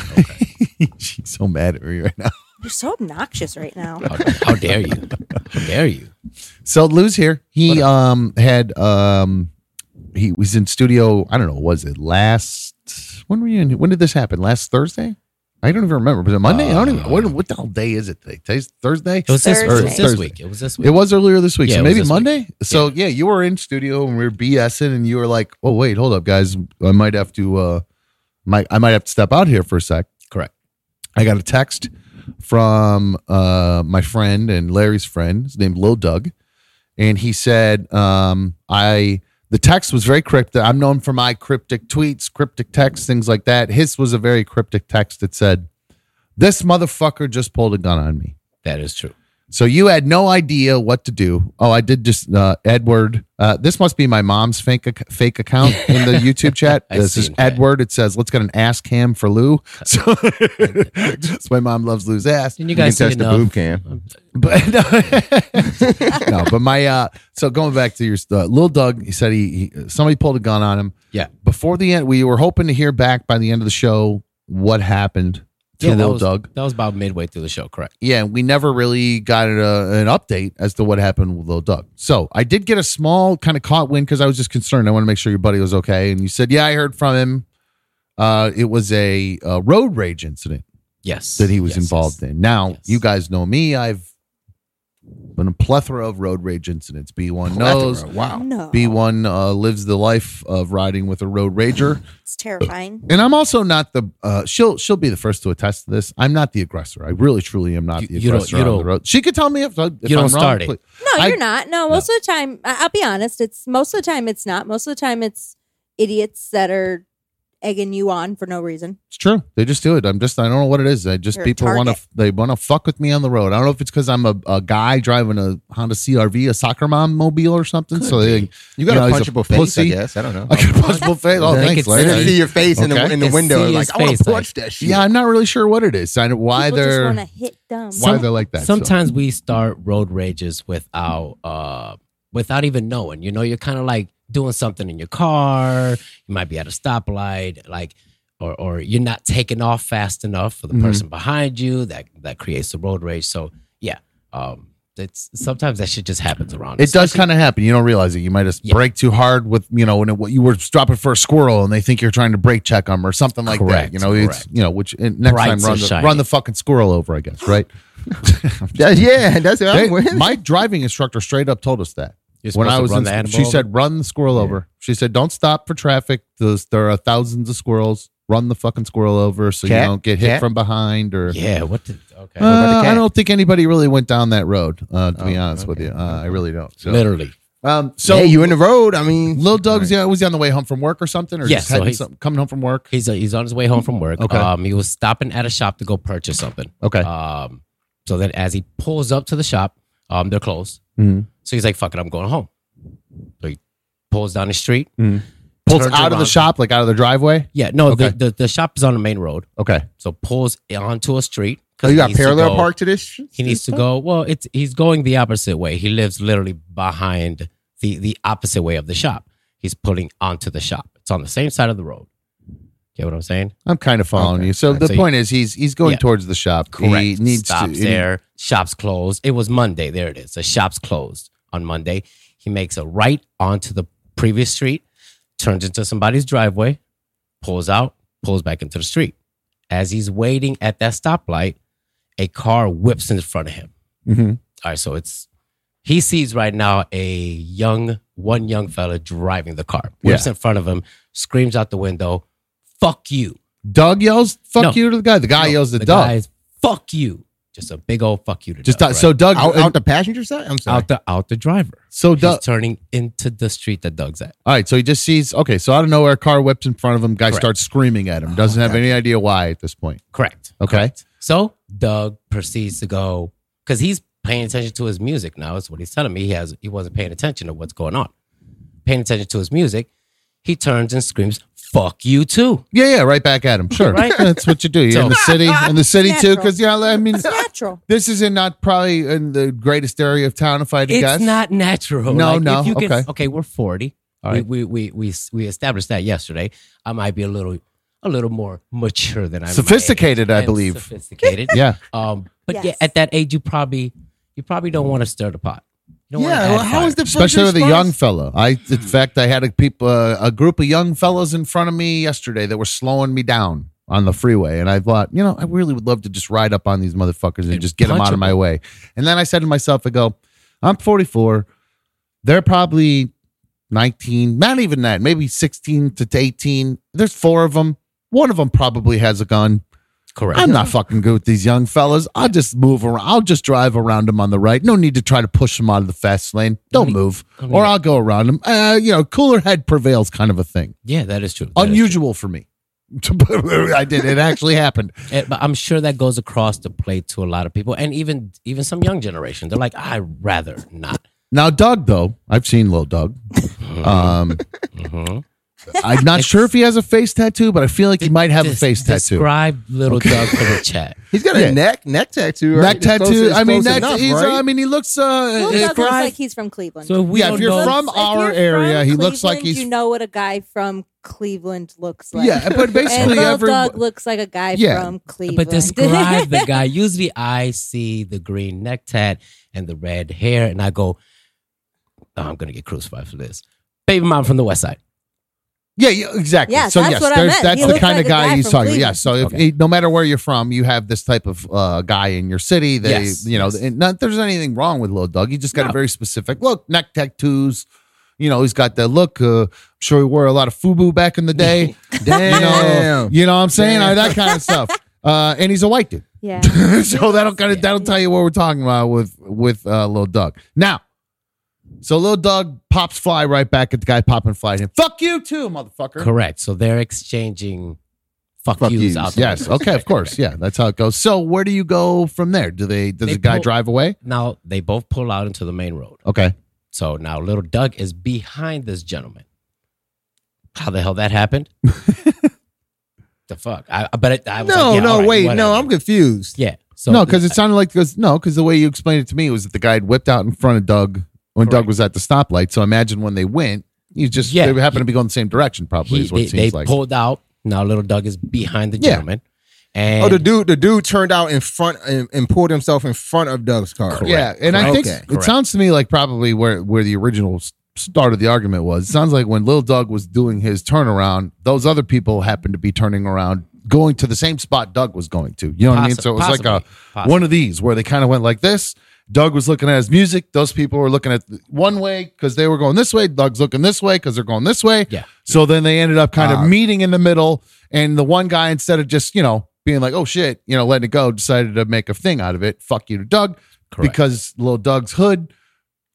A: She's so mad at me right now.
E: You're so obnoxious right now.
H: How, how dare you? How dare you?
A: So Lou's here. He um had um he was in studio. I don't know. Was it last? When were you in? When did this happen? Last Thursday? I don't even remember. Was it Monday? I don't
H: Uh,
A: even. What, what the hell day is it today? Today's Thursday.
H: It was this, it was
A: Thursday.
H: this week. It was this week.
A: It was earlier this week,
H: Yeah,
A: so
H: it was
A: maybe
H: this week.
A: Monday. So yeah. you were in studio and we were BSing, and you were like, "Oh wait, hold up, guys, I might have to, uh, might I might have to step out here for a sec." Correct. I got a text from uh, my friend and Larry's friend, his named Lil Doug, and he said, um, "I." The text was very cryptic. I'm known for my cryptic tweets, cryptic texts, things like that. His was a very cryptic text that said, "This motherfucker just pulled a gun on me."
H: That is true.
A: So you had no idea what to do. Oh, I did just uh, Edward. Uh, this must be my mom's fake ac- fake account in the YouTube chat.
H: I've
A: this is
H: seen that.
A: Edward. It says, "Let's get an ass cam for Lou." So that's why mom loves Lou's ass.
H: Didn't you
B: You can
H: guys see
B: test the
H: enough?
B: boob cam.
A: But no, but my uh, so going back to your uh, little Doug, he said he, he somebody pulled a gun on him.
H: Yeah.
A: Before the end, we were hoping to hear back by the end of the show what happened Teen
H: Yeah, that
A: Little
H: was,
A: Doug.
H: That was about midway through the show, correct?
A: Yeah, and we never really got a, an update as to what happened with Lil Doug. So I did get a small kind of caught wind because I was just concerned. I want to make sure your buddy was okay. And you said, yeah, I heard from him. Uh, it was a, uh road rage incident
H: Yes.
A: that he was
H: Yes,
A: involved
H: yes.
A: in. Now
H: Yes.
A: you guys know me. I've been a plethora of road rage incidents. B1 knows.
B: Plethora. Wow.
E: No.
A: B1 uh, lives the life of riding with a road rager.
E: It's terrifying.
A: And I'm also not the uh, she'll she'll be the first to attest to this. I'm not the aggressor. I really truly am not
H: You-
A: the
H: you don't-
A: aggressor
H: you
A: on the
H: don't-
A: road. She could tell me if, I- if
H: you
A: I'm
H: don't
A: wrong,
H: start it.
A: please.
E: No,
A: I-
E: you're not. No, most of the time, I- I'll be honest. It's most of the time it's not. Most of the time it's idiots that are egging you on for no reason.
A: It's true. They just do it. I'm just I don't know what it is. I just
E: You're a
A: people want to
E: target.
A: they want to fuck with me on the road. I don't know if it's because I'm a, a guy driving a Honda CRV, a soccer mom mobile or something. so
H: Could
A: they,
H: be.
B: You got
A: know,
B: a
A: he's a
B: punchable face, I
A: pussy.
B: guess. I don't know.
A: I got a possible face. Oh,
H: They
A: thanks,
H: could
B: I
A: Larry.
B: didn't
H: Right.
B: see your face in the
A: Okay.
B: in the
H: Can
B: window.
H: see
B: Like
H: his
B: I want
H: face,
B: to
H: like-
B: punch that shit.
A: Yeah, I'm not really sure what it is. I know why
E: People just
A: they're
E: want to hit dumb.
A: why
H: Some-
A: they're like that. so.
H: Sometimes we start road rages without uh without even knowing. You know, you're kind of like doing something in your car. You might be at a stoplight, like or or you're not taking off fast enough for the
A: Mhm.
H: person behind you. That that creates a road rage. So yeah, um, it's sometimes that shit just happens around.
A: It
H: us.
A: does kind of happen. You don't realize it. You might just
H: Yeah.
A: brake too hard with you know, and you were dropping for a squirrel, and they think you're trying to brake check them or something like
H: Correct,
A: that. You know, it's
H: correct.
A: you know, which and next
H: Brights
A: time
H: are
A: run the,
H: shiny.
A: run the fucking squirrel over, I guess, right?
B: Yeah, yeah, that's what
A: They-
B: I'm with.
A: my driving instructor straight up told us that
H: You're
A: when
H: supposed
A: I
H: to
A: was
H: run
A: in,
H: the
A: sch-
H: animal
A: she
H: over?
A: said, "Run the squirrel over." She said, "Don't stop for traffic. There's, there are thousands of squirrels. Run the fucking squirrel over so
B: Cat?
A: you don't get hit
B: Cat?
A: from behind or."
H: yeah. What? The, okay,
A: Uh,
B: about the
A: I
B: cat?
A: don't think anybody really went down that road. Uh, to be
B: Oh,
A: honest with
B: okay,
A: you, uh, I really don't. So,
H: literally.
A: um, so
B: So hey, you in the road? I mean,
A: Lil Doug's yeah, was he on the way home from work or something, or
H: Yeah,
A: just
H: so
A: heading
H: he's-
A: some, coming home from work?
H: He's uh he's on his way home from work.
A: Okay.
H: Um, he was stopping at a shop to go purchase something.
A: Okay,
H: Um, so then as he pulls up to the shop, um, they're closed.
A: Mhm.
H: So he's like, "Fuck it, I'm going home." So he pulls down the street.
A: Mhm. pulls
H: Hmm. turns
A: out of the
H: around.
A: shop, like out of the driveway.
H: Yeah, no,
A: Okay.
H: the, the the shop is on the main road,
A: Okay,
H: so pulls onto a street.
B: oh,
H: 'cause
B: you
H: he
B: got
H: needs to
B: parallel
H: go-
B: park to this?
H: He needs to go. Well, it's he's going the opposite way. He lives literally behind the the opposite way of the shop. He's pulling onto the shop. It's on the same side of the road. Get what I'm saying?
A: I'm kind of following
B: Okay.
A: you. So
H: Alright,
A: the
H: so you-
A: point is, he's he's going
H: Yeah.
A: towards the shop. He needs
H: Stops
A: to.
H: there. Shop's closed. It was Monday. There it is. The shop's closed on Monday. He makes a right onto the previous street, turns into somebody's driveway, pulls out, pulls back into the street. As he's waiting at that stoplight, a car whips in front of him.
A: Mhm.
H: All right, so it's he sees right now a young one young fella driving the car. Whips in front of him, screams out the window, "Fuck you!"
A: Doug yells "fuck
H: No.
A: you" to the guy. The guy
H: No,
A: yells to
H: the
A: Doug.
H: guy is, fuck you. Just a big old fuck you to Doug,
A: Just Doug-
H: right?
A: so Doug.
B: Out,
A: and-
B: out the passenger side? I'm sorry.
H: out the out the driver.
A: so Doug.
H: He's turning into the street that Doug's at.
A: All right, so he just sees. Okay, so out of nowhere, car whips in front of him. Guy
H: Correct.
A: starts screaming at him. Doesn't have any idea why at this point.
H: Correct.
A: Okay.
H: Correct. So Doug proceeds to go because he's paying attention to his music now. Is what he's telling me. He has he wasn't paying attention to what's going on. Paying attention to his music, he turns and screams, "Fuck you too."
A: Yeah, yeah, right back at him. Sure,
H: Right?
A: that's what you do. You're
H: So-
A: in the city, in the city too,
E: Natural.
A: because yeah, I mean,
E: It's natural.
A: this is in not probably in the greatest area of town. If I had to
H: It's
A: guess,
H: not natural.
A: No,
H: Like,
A: no,
H: If you can,
A: okay.
H: okay, we're forty.
A: All right.
H: We, we we we we established that yesterday. I might be a little a little more mature than I
A: Sophisticated, I believe.
H: Sophisticated.
A: Yeah.
H: Um, but yeah,
E: Yes.
H: at that age, you probably you probably don't want to stir the pot. You don't wanna
B: yeah,
H: add
B: well, how
H: fire.
B: is the first
A: especially with a
B: response?
A: young fellow. I, in fact, I had a people, uh, a group of young fellows in front of me yesterday that were slowing me down on the freeway, and I thought, you know, I really would love to just ride up on these motherfuckers and
H: And
A: just get them
H: punch
A: out of
H: 'em.
A: my way. And then I said to myself, I go, I'm 44. They're probably 19, not even that, maybe 16 to 18. There's four of them. One of them probably has a gun.
H: correct?
A: I'm not fucking good with these young fellas. I'll just move around. I'll just drive around them on the right. No need to try to push them out of the fast lane. Don't
H: need-
A: move.
H: don't need
A: Or
H: it.
A: I'll go around them. Uh, you know, cooler head prevails kind of a thing.
H: Yeah, that is true. That is
A: Unusual for me. I did. It actually happened.
H: true. Eh, but I'm sure that goes across the plate to a lot of people, and even even some young generation. They're like, I would rather not.
A: Now, Doug, though, I've seen little Doug. Um,
H: Mhm.
A: I'm not sure if he has a face tattoo, but I feel like he might have a
H: Des-
A: face tattoo.
H: Describe little Doug for the chat.
B: He's got
A: Yeah.
B: a neck neck tattoo. right?
A: Neck
B: It's close-
A: tattoo.
B: it's
A: I mean,
B: close
A: that's,
B: enough,
A: he's, uh,
B: right?
A: I mean, he looks. Uh,
E: Well, Doug
A: it's
E: looks
A: probably-
E: like he's from Cleveland.
H: So we
A: yeah,
H: don't
A: if you're
H: know-
A: from
E: If
A: our
E: you're
A: area,
E: from
A: he looks like
E: Cleveland,
A: he's
E: You know what a guy from Cleveland looks like.
A: Yeah, but basically
E: and
A: every-
E: Bulldog looks like a guy
A: Yeah,
E: from Cleveland.
H: But describe the guy. Usually I see the green necktie and the red hair, and I go, oh, I'm going to get crucified for this. Baby mom from the West Side.
A: Yeah, yeah exactly.
E: Yes,
A: so
E: that's
A: yes,
E: what I
A: there's-
E: meant.
A: that's
E: He
A: the
E: looks
A: kind
E: like
A: of
E: a
A: guy
E: guy
A: you
E: from
A: saw.
E: Cleveland.
A: Yeah. So if
H: Okay.
A: no matter where you're from, you have this type of uh, guy in your city. They,
H: Yes,
A: you know,
H: yes.
A: and not there's anything wrong with Lil Doug. He just got a
H: No.
A: very specific look, neck tattoos. You know, he's got that look. Uh, I'm sure he wore a lot of FUBU back in the day. You know,
B: Damn.
A: you know what I'm saying?
B: Damn.
A: that kind of stuff. Uh, and he's a white dude.
E: yeah.
A: so that'll kind of that'll tell you what we're talking about with with uh, Lil Doug. Now, so Lil Doug pops fly right back at the guy popping fly at him. Fuck you too, motherfucker.
H: Correct. So they're exchanging fuck,
B: Fuck
H: yous,
B: yous.
H: out there.
A: Yes. Okay. Of course. Yeah. That's how it goes. So where do you go from there? Do they? Does
H: They
A: the guy
H: pull-
A: drive away?
H: Now they both pull out into the main road.
A: Okay.
H: So now little Doug is behind this gentleman. How the hell that happened? the fuck? I, I- but it, I was
B: No,
H: like, yeah, all
B: no,
H: right,
B: wait, no,
H: whatever.
B: I'm confused.
H: yeah. So
A: no, because it sounded like because no, because the way you explained it to me was that the guy had whipped out in front of Doug when Doug
H: Correct.
A: was at the stoplight. So imagine when they went, you just
H: Yeah.
A: they happened to be going the same direction. Probably
H: he,
A: is what
H: they,
A: it
H: they
A: seems like.
H: pulled out. Now little Doug is behind the
A: Yeah.
H: gentleman. And
B: Oh, the dude, the dude turned out in front and, and pulled himself in front of Doug's car.
H: Correct.
A: Yeah, and I think
B: Okay.
A: it
H: Correct.
A: sounds to me like probably where where the original s- start of the argument was. It sounds like when Lil Doug was doing his turnaround, those other people happened to be turning around, going to the same spot Doug was going to. You know what I mean?
H: Possi-
A: So it was like a
H: possibly. Possibly.
A: one of these where they kind of went like this. Doug was looking at his music. Those people were looking at th- one way because they were going this way. Doug's looking this way because they're going this way.
H: Yeah. Uh,
A: So then they ended up kind
B: Ah.
A: of meeting in the middle, and the one guy instead of just you know being like oh shit you know letting it go decided to make a thing out of it. Fuck you to Doug
H: Correct.
A: because little Doug's hood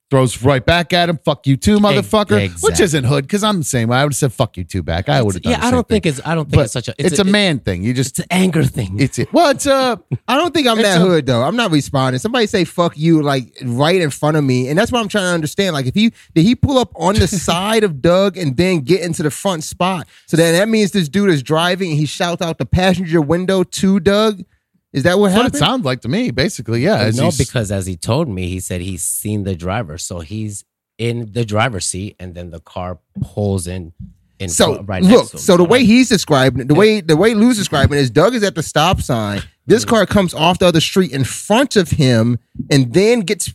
A: throws right back at him. Fuck you too, motherfucker. Which
H: exactly.
A: isn't hood because I'm the same. way. I would have said fuck you too back. I would have done.
H: Yeah,
A: the
H: I
A: same
H: don't
A: thing.
H: think it's I don't think
A: But
H: it's such a
A: It's, a man thing. You
H: it's
A: just
H: an anger thing.
A: it's it. Well, it's a
B: uh, I don't think I'm
A: It's
B: that
A: a-
B: hood though. I'm not responding. Somebody say "fuck you" like right in front of me, and that's what I'm trying to understand. Like, if he did he pull up on the side of Doug and then get into the front spot, so then that means this dude is driving and he shouts out the passenger window to Doug. Is that what
A: that's what it
B: happened?
A: sounds like to me. Basically, yeah. as
H: no,
A: he's-
H: because as he told me, he said he's seen the driver, so he's in the driver's seat, and then the car pulls in. in
B: So
H: fro- right next
B: look,
H: to him.
B: so the way
H: like,
B: he's describing it, the way the way Lou's describing it is Doug is at the stop sign. This car comes off the other street in front of him, and then gets.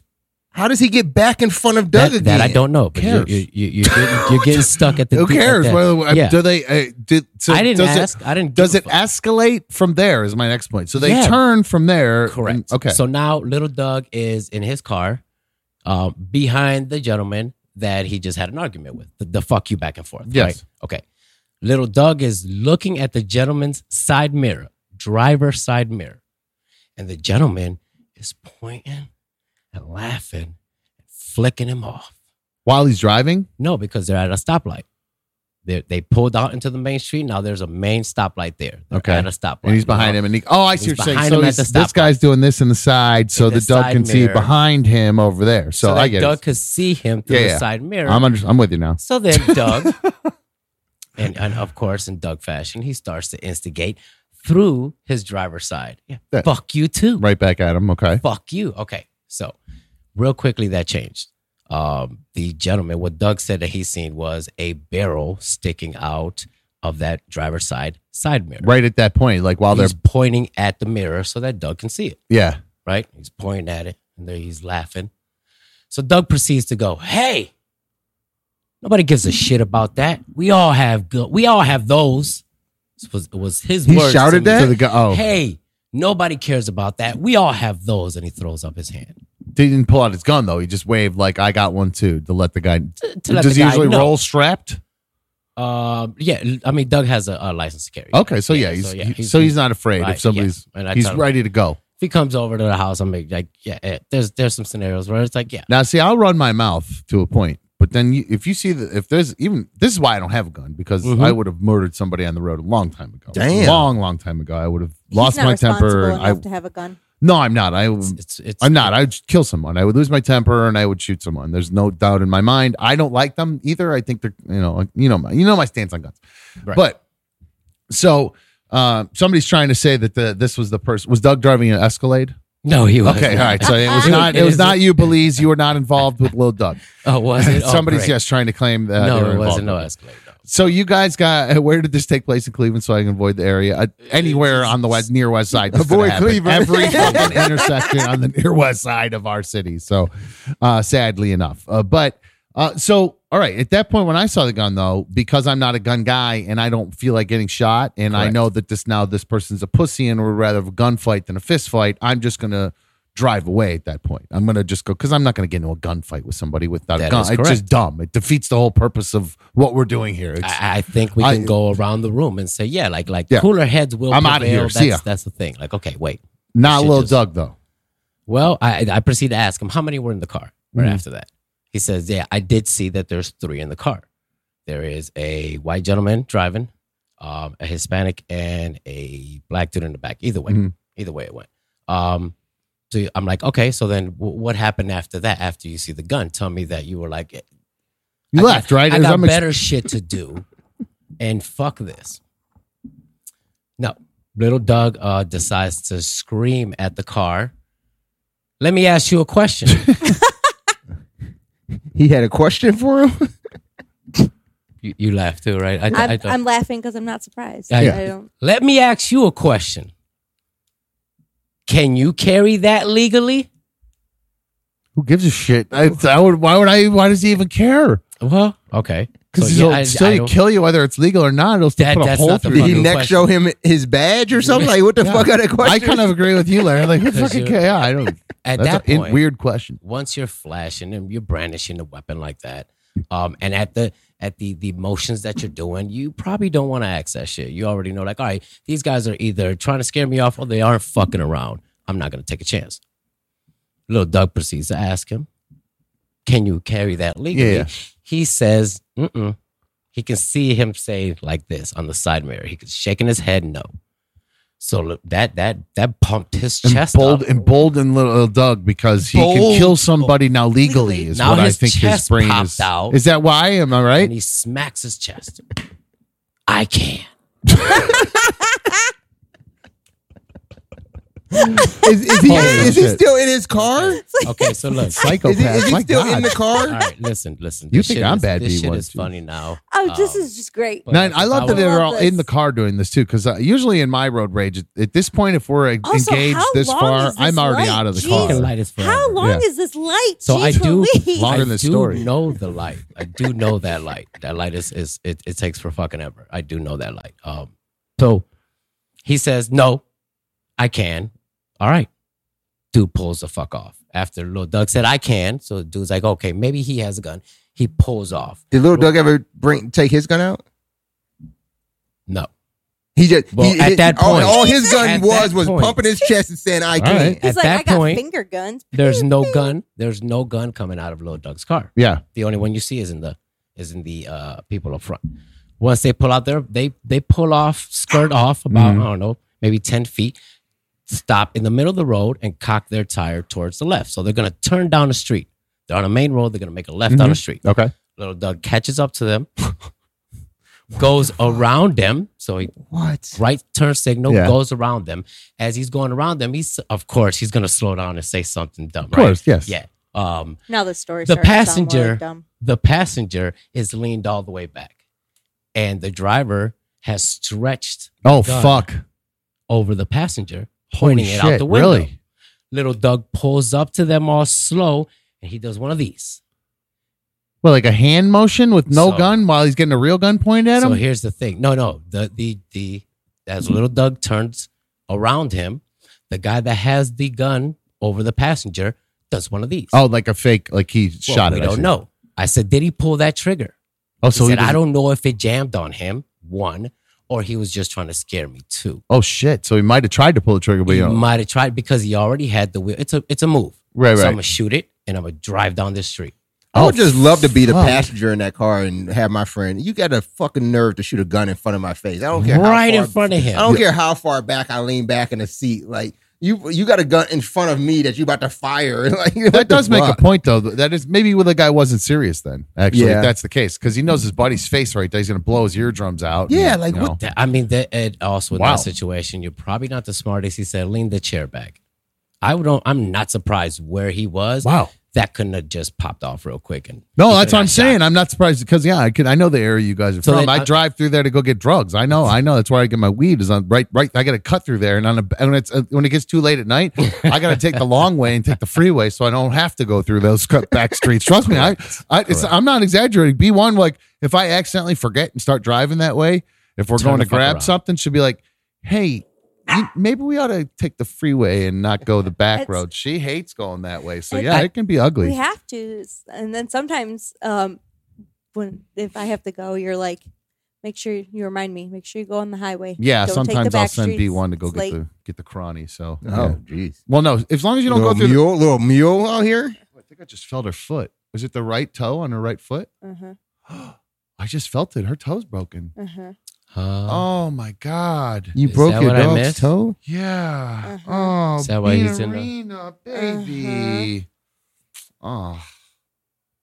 B: How does he get back in front of Doug
H: that,
B: again?
H: that I don't know, but you're,
A: cares?
H: you're, you're, you're getting, you're getting stuck at the.
A: who
H: deep- at
A: cares?
H: the-
A: Whether,
H: yeah.
A: Do they? Uh, did, so
H: I didn't
A: does
H: ask.
A: It,
H: I didn't.
A: does it
H: give a fuck.
A: escalate from there? Is my next point. So they
H: Yeah.
A: turn from there. and-
H: Correct.
A: okay.
H: So now little Doug is in his car, um, behind the gentleman that he just had an argument with. The, the fuck you back and forth.
A: Yes.
H: Right? Okay. Little Doug is looking at the gentleman's side mirror, driver's side mirror, and the gentleman is pointing and laughing, flicking him off.
A: while he's driving,
H: No, because they're at a stoplight. They they pulled out into the main street. Now there's a main stoplight there. They're
A: Okay.
H: at a stoplight.
A: and he's behind
H: Now-
A: him, and he, oh, I see
H: He's
A: what you're saying.
H: behind
A: So
H: him at
A: he's-
H: the
A: this
H: stop
A: guy's doing this in the side, so
H: In
A: the
H: the
A: Doug
H: side
A: can see
H: mirror.
A: behind him over there. So,
H: that
A: I get
H: Doug
A: it.
H: could see him through
A: Yeah,
H: the
A: yeah.
H: side mirror.
A: I'm under, I'm with you now.
H: So then Doug, and, and of course in Doug fashion, he starts to instigate through his driver's side. Yeah.
A: Yeah.
H: Fuck you too.
A: Right back at him. Okay.
H: Fuck you. Okay. So real quickly that changed. Um, the gentleman, what Doug said that he seen was a barrel sticking out of that driver's side side mirror.
A: Right at that point, like while they're
H: He's pointing at the mirror so that Doug can see it
A: yeah.
H: right? He's pointing at it and there he's laughing. So Doug proceeds to go, Hey, nobody gives a shit about that. We all have good, we all have those. This was, was his
B: He
H: words. to
B: shouted
H: me.
B: that?
A: So the guy, oh,
H: Hey, nobody cares about that. We all have those. And he throws up his hand.
A: he didn't pull out his gun though. He just waved like I got one too to let the guy.
H: To- to let
A: Does
H: the
A: he
H: guy
A: usually
H: know.
A: roll strapped?
H: Um, yeah, I mean, Doug has a, a license to carry.
A: Okay, so yeah,
H: Yeah,
A: he's,
H: so yeah,
A: he-
H: he's-
A: so he's not afraid
H: right,
A: if somebody's
H: yeah. And I
A: he's
H: tell him-
A: ready to go.
H: If he comes over to the house, I'm like, like, yeah, eh, there's there's some scenarios where it's like, yeah,
A: Now, see, I'll run my mouth to a point, but then you, if you see that if there's even this is why I don't have a gun because
H: Mhm.
A: I would have murdered somebody on the road a long time ago.
B: Damn.
A: long, long time ago, I would have lost
E: He's not
A: my temper.
E: responsible
A: and I
E: enough to have a gun.
A: no, I'm not. I
H: it's it's, it's
A: I'm not. I would kill someone. I would lose my temper and I would shoot someone. There's no doubt in my mind. I don't like them either. I think they're you know you know my, you know my stance on guns.
H: Right.
A: But so uh, somebody's trying to say that the this was the person was Doug driving an Escalade.
H: No, he was.
A: Okay, all right. So it was not it was not you, Belize. You were not involved with Lil Doug.
H: Oh, was it? Oh,
A: Somebody's
H: great.
A: yes trying to claim that they
H: no,
A: were
H: it wasn't.
A: involved.
H: No, Escalade. No.
A: So you guys got where did this take place in Cleveland? So I can avoid the area Uh, anywhere on the west near west side. this could
B: Avoid
A: happen.
B: Cleveland.
A: Every fucking intersection on the near west side of our city. So uh, sadly enough, uh, but uh, so all right. At that point, when I saw the gun though, because I'm not a gun guy and I don't feel like getting shot, and I
H: Correct.
A: know that this now this person's a pussy and would rather have a gunfight than a fist fight. I'm just gonna drive away at that point. I'm gonna just go because I'm not gonna get into a gunfight with somebody without a
H: That
A: gun.
H: is
A: It's just
H: correct.
A: dumb. It defeats the whole purpose of what we're doing here. It's,
H: I, I think we
A: I-
H: can go around the room and say, yeah, like like
A: Yeah.
H: cooler heads will.
A: I'm outta
H: prevail.
A: here. See
H: That's,
A: ya.
H: that's the thing. Like, okay, wait.
A: Not
H: Shit
A: Lil
H: just-
A: Doug though.
H: Well, I I proceed to ask him how many were in the car right
A: Mhm.
H: after that. He says, yeah, I did see that there's three in the car. There is a white gentleman driving, um, a Hispanic, and a black dude in the back. Either way,
A: Mhm.
H: either way it went. Um, so I'm like, okay, so then w- what happened after that? After you see the gun, tell me that you were like,
A: You
H: I
A: left, right?
H: I
A: As
H: got
A: I'm ex-
H: better shit to do, and fuck this. No, little Doug uh, decides to scream at the car. Let me ask you a question.
B: He had a question for him.
H: you, you laugh too, right? I, I
E: I'm,
H: don't-
E: I'm laughing because I'm not surprised.
H: Yeah.
E: I don't.
H: Let me ask you a question. Can you carry that legally?
A: Who gives a shit? I, I would. Why would I? Why does he even care?
H: Well, okay. So,
A: Because
H: yeah,
A: he'll
H: I-
A: still
H: I don't-
A: kill you whether it's legal or not. It'll still
H: That-
A: put a
H: that's
A: hole
H: not the
A: through
B: Did
A: you.
B: he
H: Fucking
B: next
H: question.
B: show him his badge or something? Like, what the
A: Yeah.
B: fuck are that
A: I
B: question?
A: kind of agree with you, Larry. Like,
H: 'Cause
A: fucking
H: you-
A: yeah, I don't.
H: at
A: that's
H: that
A: a in-
H: point,
A: weird question.
H: once you're flashing and you're brandishing a weapon like that, um, and at the at the the motions that you're doing, you probably don't want to access shit. You already know, like, all right, these guys are either trying to scare me off or they aren't fucking around. I'm not gonna take a chance. Little Doug proceeds to ask him, "Can you carry that legally?"
A: Yeah.
H: He says, "Mm." He can see him say like this on the side mirror. He was shaking his head no. So look, that that that pumped his chest
A: Embold,
H: up.
A: embolden little Doug because he
H: Bold.
A: can kill somebody now legally is
H: Now
A: what I
H: his
A: think his
H: chest
A: brain
H: popped
A: is.
H: out.
A: Is that why? Am I right?
H: and he smacks his chest. I can.
B: is, is he,
A: Holy
B: is he
A: shit.
B: still in his car?
H: Okay, so look.
B: Is he, is
A: Psychopath.
B: he
A: My
B: still in
A: God.
B: the
H: All
B: car?
H: right, listen, listen.
A: You
H: This
A: think
H: shit
A: I'm
H: is-
A: bad
H: This shit
A: B1,
H: is
A: too.
H: funny now.
I: Oh, this
H: Um,
I: is just great.
H: but
A: No, and
H: if
A: I love that
H: was-
A: they were
I: love
A: all
I: this.
A: in the car doing this too, because uh, usually in my road rage, at, at this point, if we're
I: Also,
A: engaged
I: how
A: this
I: long
A: far,
I: is this
A: I'm already
I: light?
A: out of the
I: Jesus.
H: Fucking
A: car.
H: light is
I: How
H: forever.
I: long
A: Yeah.
I: is this light?
H: So I
I: Jeez
H: do,
I: Louise.
A: Longer
H: I
A: than the
H: do
A: story.
H: know the light. I do know that light. That light is is it, it takes for fucking ever. I do know that light. Um, so he says no, I can. All right, dude pulls the fuck off after little Doug said I can. So the dude's like, okay, maybe he has a gun. He pulls off.
B: Did little Doug ever bring take his gun out?
H: No,
B: He just
H: Well,
B: he-
H: at
B: he-
H: that
B: all-
H: point-
B: all, his gun
H: At
B: was
H: that
B: was
H: point.
B: pumping his chest and saying, "I
A: All
B: can't."
A: right.
H: at
I: He's like,
H: that
I: I got
H: point,
I: finger guns.
H: There's no gun. There's no gun coming out of Lil Doug's car.
A: Yeah.
H: The only one you see is in the is in the uh, people up front. Once they pull out their they they pull off, skirt off about
B: Mm-hmm.
H: I don't know maybe ten feet, stop in the middle of the road and cock their tire towards the left. So they're gonna turn down the street. They're on a main road. They're gonna make a left
B: Mm-hmm.
H: down the street.
A: Mm-hmm. Okay.
H: Little Doug catches up to them, goes around them. So he
B: What?
H: right turn signal
A: Yeah.
H: goes around them. As he's going around them, he's of course he's gonna slow down and say something dumb.
A: Of course. Yes.
H: Yeah. Um,
E: Now the story.
H: The
E: starts to sound more like
H: passenger-
E: dumb.
H: the passenger is leaned all the way back, and the driver has stretched
A: Oh
H: Gun.
A: fuck.
H: over the passenger, pointing
A: Holy
H: it
A: shit,
H: out the window.
A: Really?
H: Little Doug pulls up to them all slow, and he does one of these.
A: Well, like a hand motion with no
H: So-
A: gun while he's getting a real gun pointed at
H: so
A: him.
H: here's the thing. No, no. The the the as little Doug turns around him, the guy that has the gun over the passenger does one of these.
A: oh, like a fake. Like he
H: Well,
A: shot
H: we
A: it. I
H: don't
A: see.
H: know. I said, did he pull that trigger?
A: Oh,
H: So
A: so
H: he
A: he
H: said, I don't
A: doesn't-
H: know if it jammed on him. One, or he was just trying to scare me. Two,
A: Oh shit. So he might have tried to pull the trigger, but
H: he
A: you know.
H: might have tried because he already had the wheel. It's a it's a move.
A: Right.
H: So I'm
A: Right.
H: gonna shoot it and I'm gonna drive down this street.
B: I would
A: Oh,
B: just love to be the
A: fuck.
B: passenger in that car and have my friend. You got a fucking nerve to shoot a gun in front of my face. I don't care.
H: right
B: how far,
H: in front of him.
B: I don't care how far back I lean back in the seat. Like you, you got a gun in front of me that you about to fire. Like what the
A: that does make
B: fuck?
A: a point though. That is maybe the guy wasn't serious then. Actually,
B: Yeah.
A: if that's the case, because he knows his buddy's face right there. He's gonna blow his eardrums out.
B: Yeah, like,
A: you
B: what
A: know.
H: That- I mean, that and also in
A: Wow.
H: that situation, you're probably not the smartest. He said, lean the chair back. I don't. I'm not surprised where he was.
A: Wow.
H: that couldn't have just popped off real quick. And
A: No,
H: he
A: that's
H: could
A: what I'm
H: have got shot.
A: saying. I'm not surprised because yeah, I could. I know the area you guys are
H: So
A: from.
H: then,
A: I
H: uh,
A: drive through there to go get drugs. I know. I know. That's where I get my weed. Is on right. Right. I got to cut through there, and on a, and when it's uh, when it gets too late at night, I got to take the long way and take the freeway, so I don't have to go through those cut back streets. Trust me, I, I it's, I'm not exaggerating. B one like if I accidentally forget and start driving that way, if we're
H: Turn
A: going
H: the
A: to
H: fuck
A: grab
H: around.
A: something, should be like, hey. you- Maybe we ought to take the freeway and not go the back
I: It's-
A: road. She hates going that way, so
I: It-
A: yeah, it can be ugly.
I: We have to, s- and then sometimes um, when if I have to go, you're like, make sure you remind me. Make sure you go on the highway. Don't take
A: Yeah,
I: the
A: sometimes I'll
I: back
A: send
I: streets.
A: B one to go
I: It's
A: get
I: late.
A: the get the crawny. So yeah.
B: Oh, jeez.
A: well, no, as long as you don't
B: little
A: go through. The,
B: mule, little mule out here.
A: I think I just felt her foot. Was it the right toe on her right foot?
I: Uh-huh,
A: I just felt it. Her toe's broken.
I: uh-huh.
H: Huh?
A: Oh my god.
B: You
H: Is
B: broke
H: that
B: your
H: what I
B: dog's
H: missed?
B: toe.
A: Yeah.
I: Uh-huh.
A: Oh,
H: Is that why he's in the-
A: Marina, baby. Oh.
B: Uh-huh.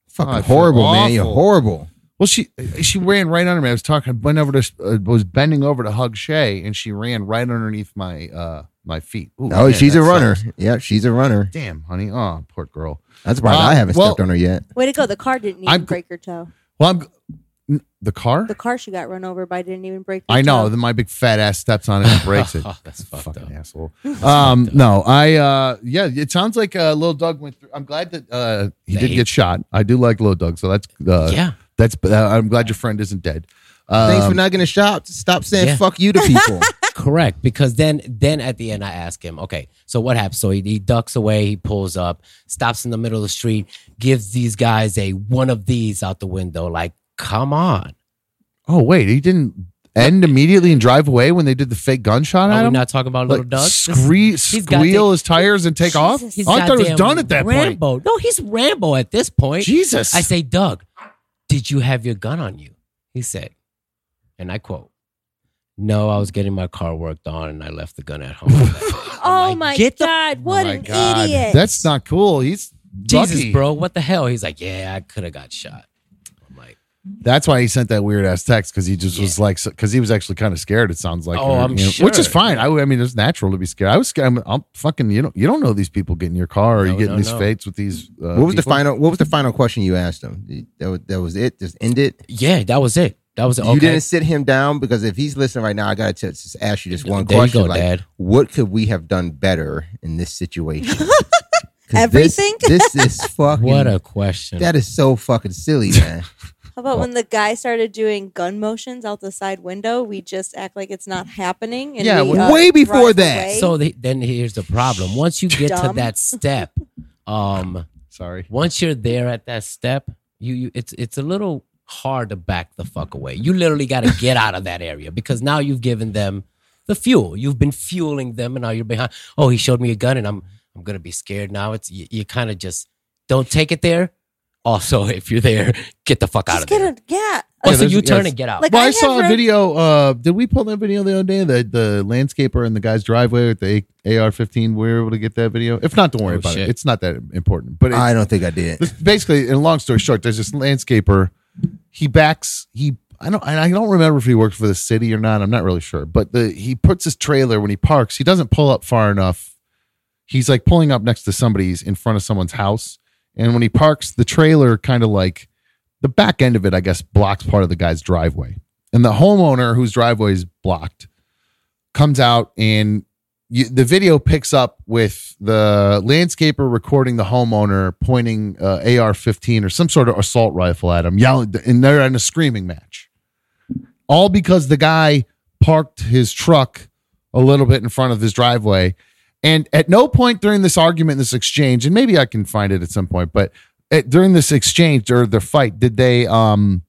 B: Fucking
A: Oh, I feel
B: horrible, man. You're
A: awful.
B: horrible.
A: Well, she she ran right under me. I was talking, went over to, uh, was bending over to hug Shay, and she ran right underneath my uh my feet. Ooh,
B: Oh,
A: man,
B: she's
A: that
B: a runner.
A: sucks.
B: Yeah, she's a runner.
A: Damn, honey. Oh, poor girl.
B: That's why
A: Uh,
B: I haven't
A: well-
B: stepped on her yet.
I: Way to go! The car didn't even
A: I'm-
I: break her toe.
A: Well, I'm n- the car.
I: The car she got run over by didn't even break. Her
A: I know
I: Toe.
A: that my big fat ass steps on it and breaks it.
H: That's fucked
A: Fucking
H: up.
A: asshole. Um, no, I uh, yeah, it sounds like uh, little Doug went through. I'm glad that uh, he did
H: They-
A: get shot. I do like little Doug, so that's uh,
H: yeah.
A: that's. Uh, I'm glad your friend isn't dead. Um,
B: Thanks for not gonna shop. Stop saying
H: uh, yeah. Oh,
B: fuck you to people.
H: Correct, because then then at the end I ask him, okay, so what happens? So he, he ducks away, he pulls up, stops in the middle of the street, gives these guys a one of these out the window, like, come on,
A: Oh wait, he didn't end immediately and drive away when they did the fake gunshot at
H: are we
A: him.
H: not talking about little
A: Like,
H: Doug?
A: scree-
H: he's goddamn-
A: squeal his tires and take off.
I: Jesus.
H: He's
A: I thought it was
H: goddamn
A: done at that point.
H: Rambo. No, he's Rambo at this point.
A: Jesus,
H: I say, Doug, did you have your gun on you? He said, and I quote, "No, I was getting my car worked on, and I left the gun at home."
I: Oh
H: I'm like,
I: my
H: get the Oh
I: god! what
A: my
I: an
A: God.
I: idiot!
A: That's not cool. He's
H: Jesus,
A: lucky.
H: bro, what the hell? He's like, yeah, I could have got shot. I'm like,
A: That's why he sent that weird ass text because he just was like, because he was actually kind of scared. It sounds like,
H: Oh,
A: or,
H: I'm
A: you know, which is
H: sure.
A: fine. I, I mean, it's natural to be scared. I was scared. I'm, I'm fucking. You know, you don't know these people get in your car or you
H: No,
A: get in
H: no,
A: these
H: no.
A: fates with these. Uh,
B: what was the
A: people.
B: final? What was the final question you asked him? That was, that was it. Just end it.
H: yeah, that was it. That was it.
B: You
H: Okay.
B: didn't sit him down because if he's listening right now, I gotta t- just ask you this one
H: there
B: question.
H: you go,
B: like,
H: Dad.
B: What could we have done better in this situation? 'Cause this-
I: Everything?
B: This, is fucking.
H: What a question.
B: that is so fucking silly, man.
I: How about when the guy started doing gun motions out the side window? We just act like it's not happening. And
A: Yeah,
I: we,
A: well,
I: uh,
B: way before
I: rushed
B: that.
I: away.
H: so the, then here's the problem. Once you get to
I: Dumb.
H: that step, um,
A: Sorry.
H: once you're there at that step, you, you it's it's a little hard to back the fuck away. You literally got to get out of that area because now you've given them the fuel. You've been fueling them, and now you're behind. Oh, he showed me a gun, and I'm I'm gonna be scared now. It's you, you kind of just don't take it there. Also, if you're there, get the fuck out
I: just
H: of there.
I: get a yeah.
H: Oh,
A: Yeah,
H: so
A: there's-
H: you turn
A: yes.
H: and get out.
I: Like
A: well, I,
I: I
A: saw
I: never-
A: a video. Uh, did we pull that video the other day? The the landscaper in the guy's driveway with the AR-15. We were able to get that video. If not, don't worry
H: Oh,
A: about
H: shit.
A: it. It's not that important. But it's,
B: I don't think I did.
A: This, basically, in long story short, there's this landscaper. He backs. He I don't and I don't remember if he worked for the city or not. I'm not really sure. But the he puts his trailer when he parks. He doesn't pull up far enough. He's like pulling up next to somebody's in front of someone's house, and when he parks, the trailer kind of like the back end of it, I guess, blocks part of the guy's driveway. And the homeowner whose driveway is blocked comes out and you, the video picks up with the landscaper recording the homeowner pointing uh, AR-15 or some sort of assault rifle at him, yelling, and they're in a screaming match. All because the guy parked his truck a little bit in front of his driveway, and at no point during this argument, this exchange, and maybe I can find it at some point, but at, during this exchange or the fight, did they um?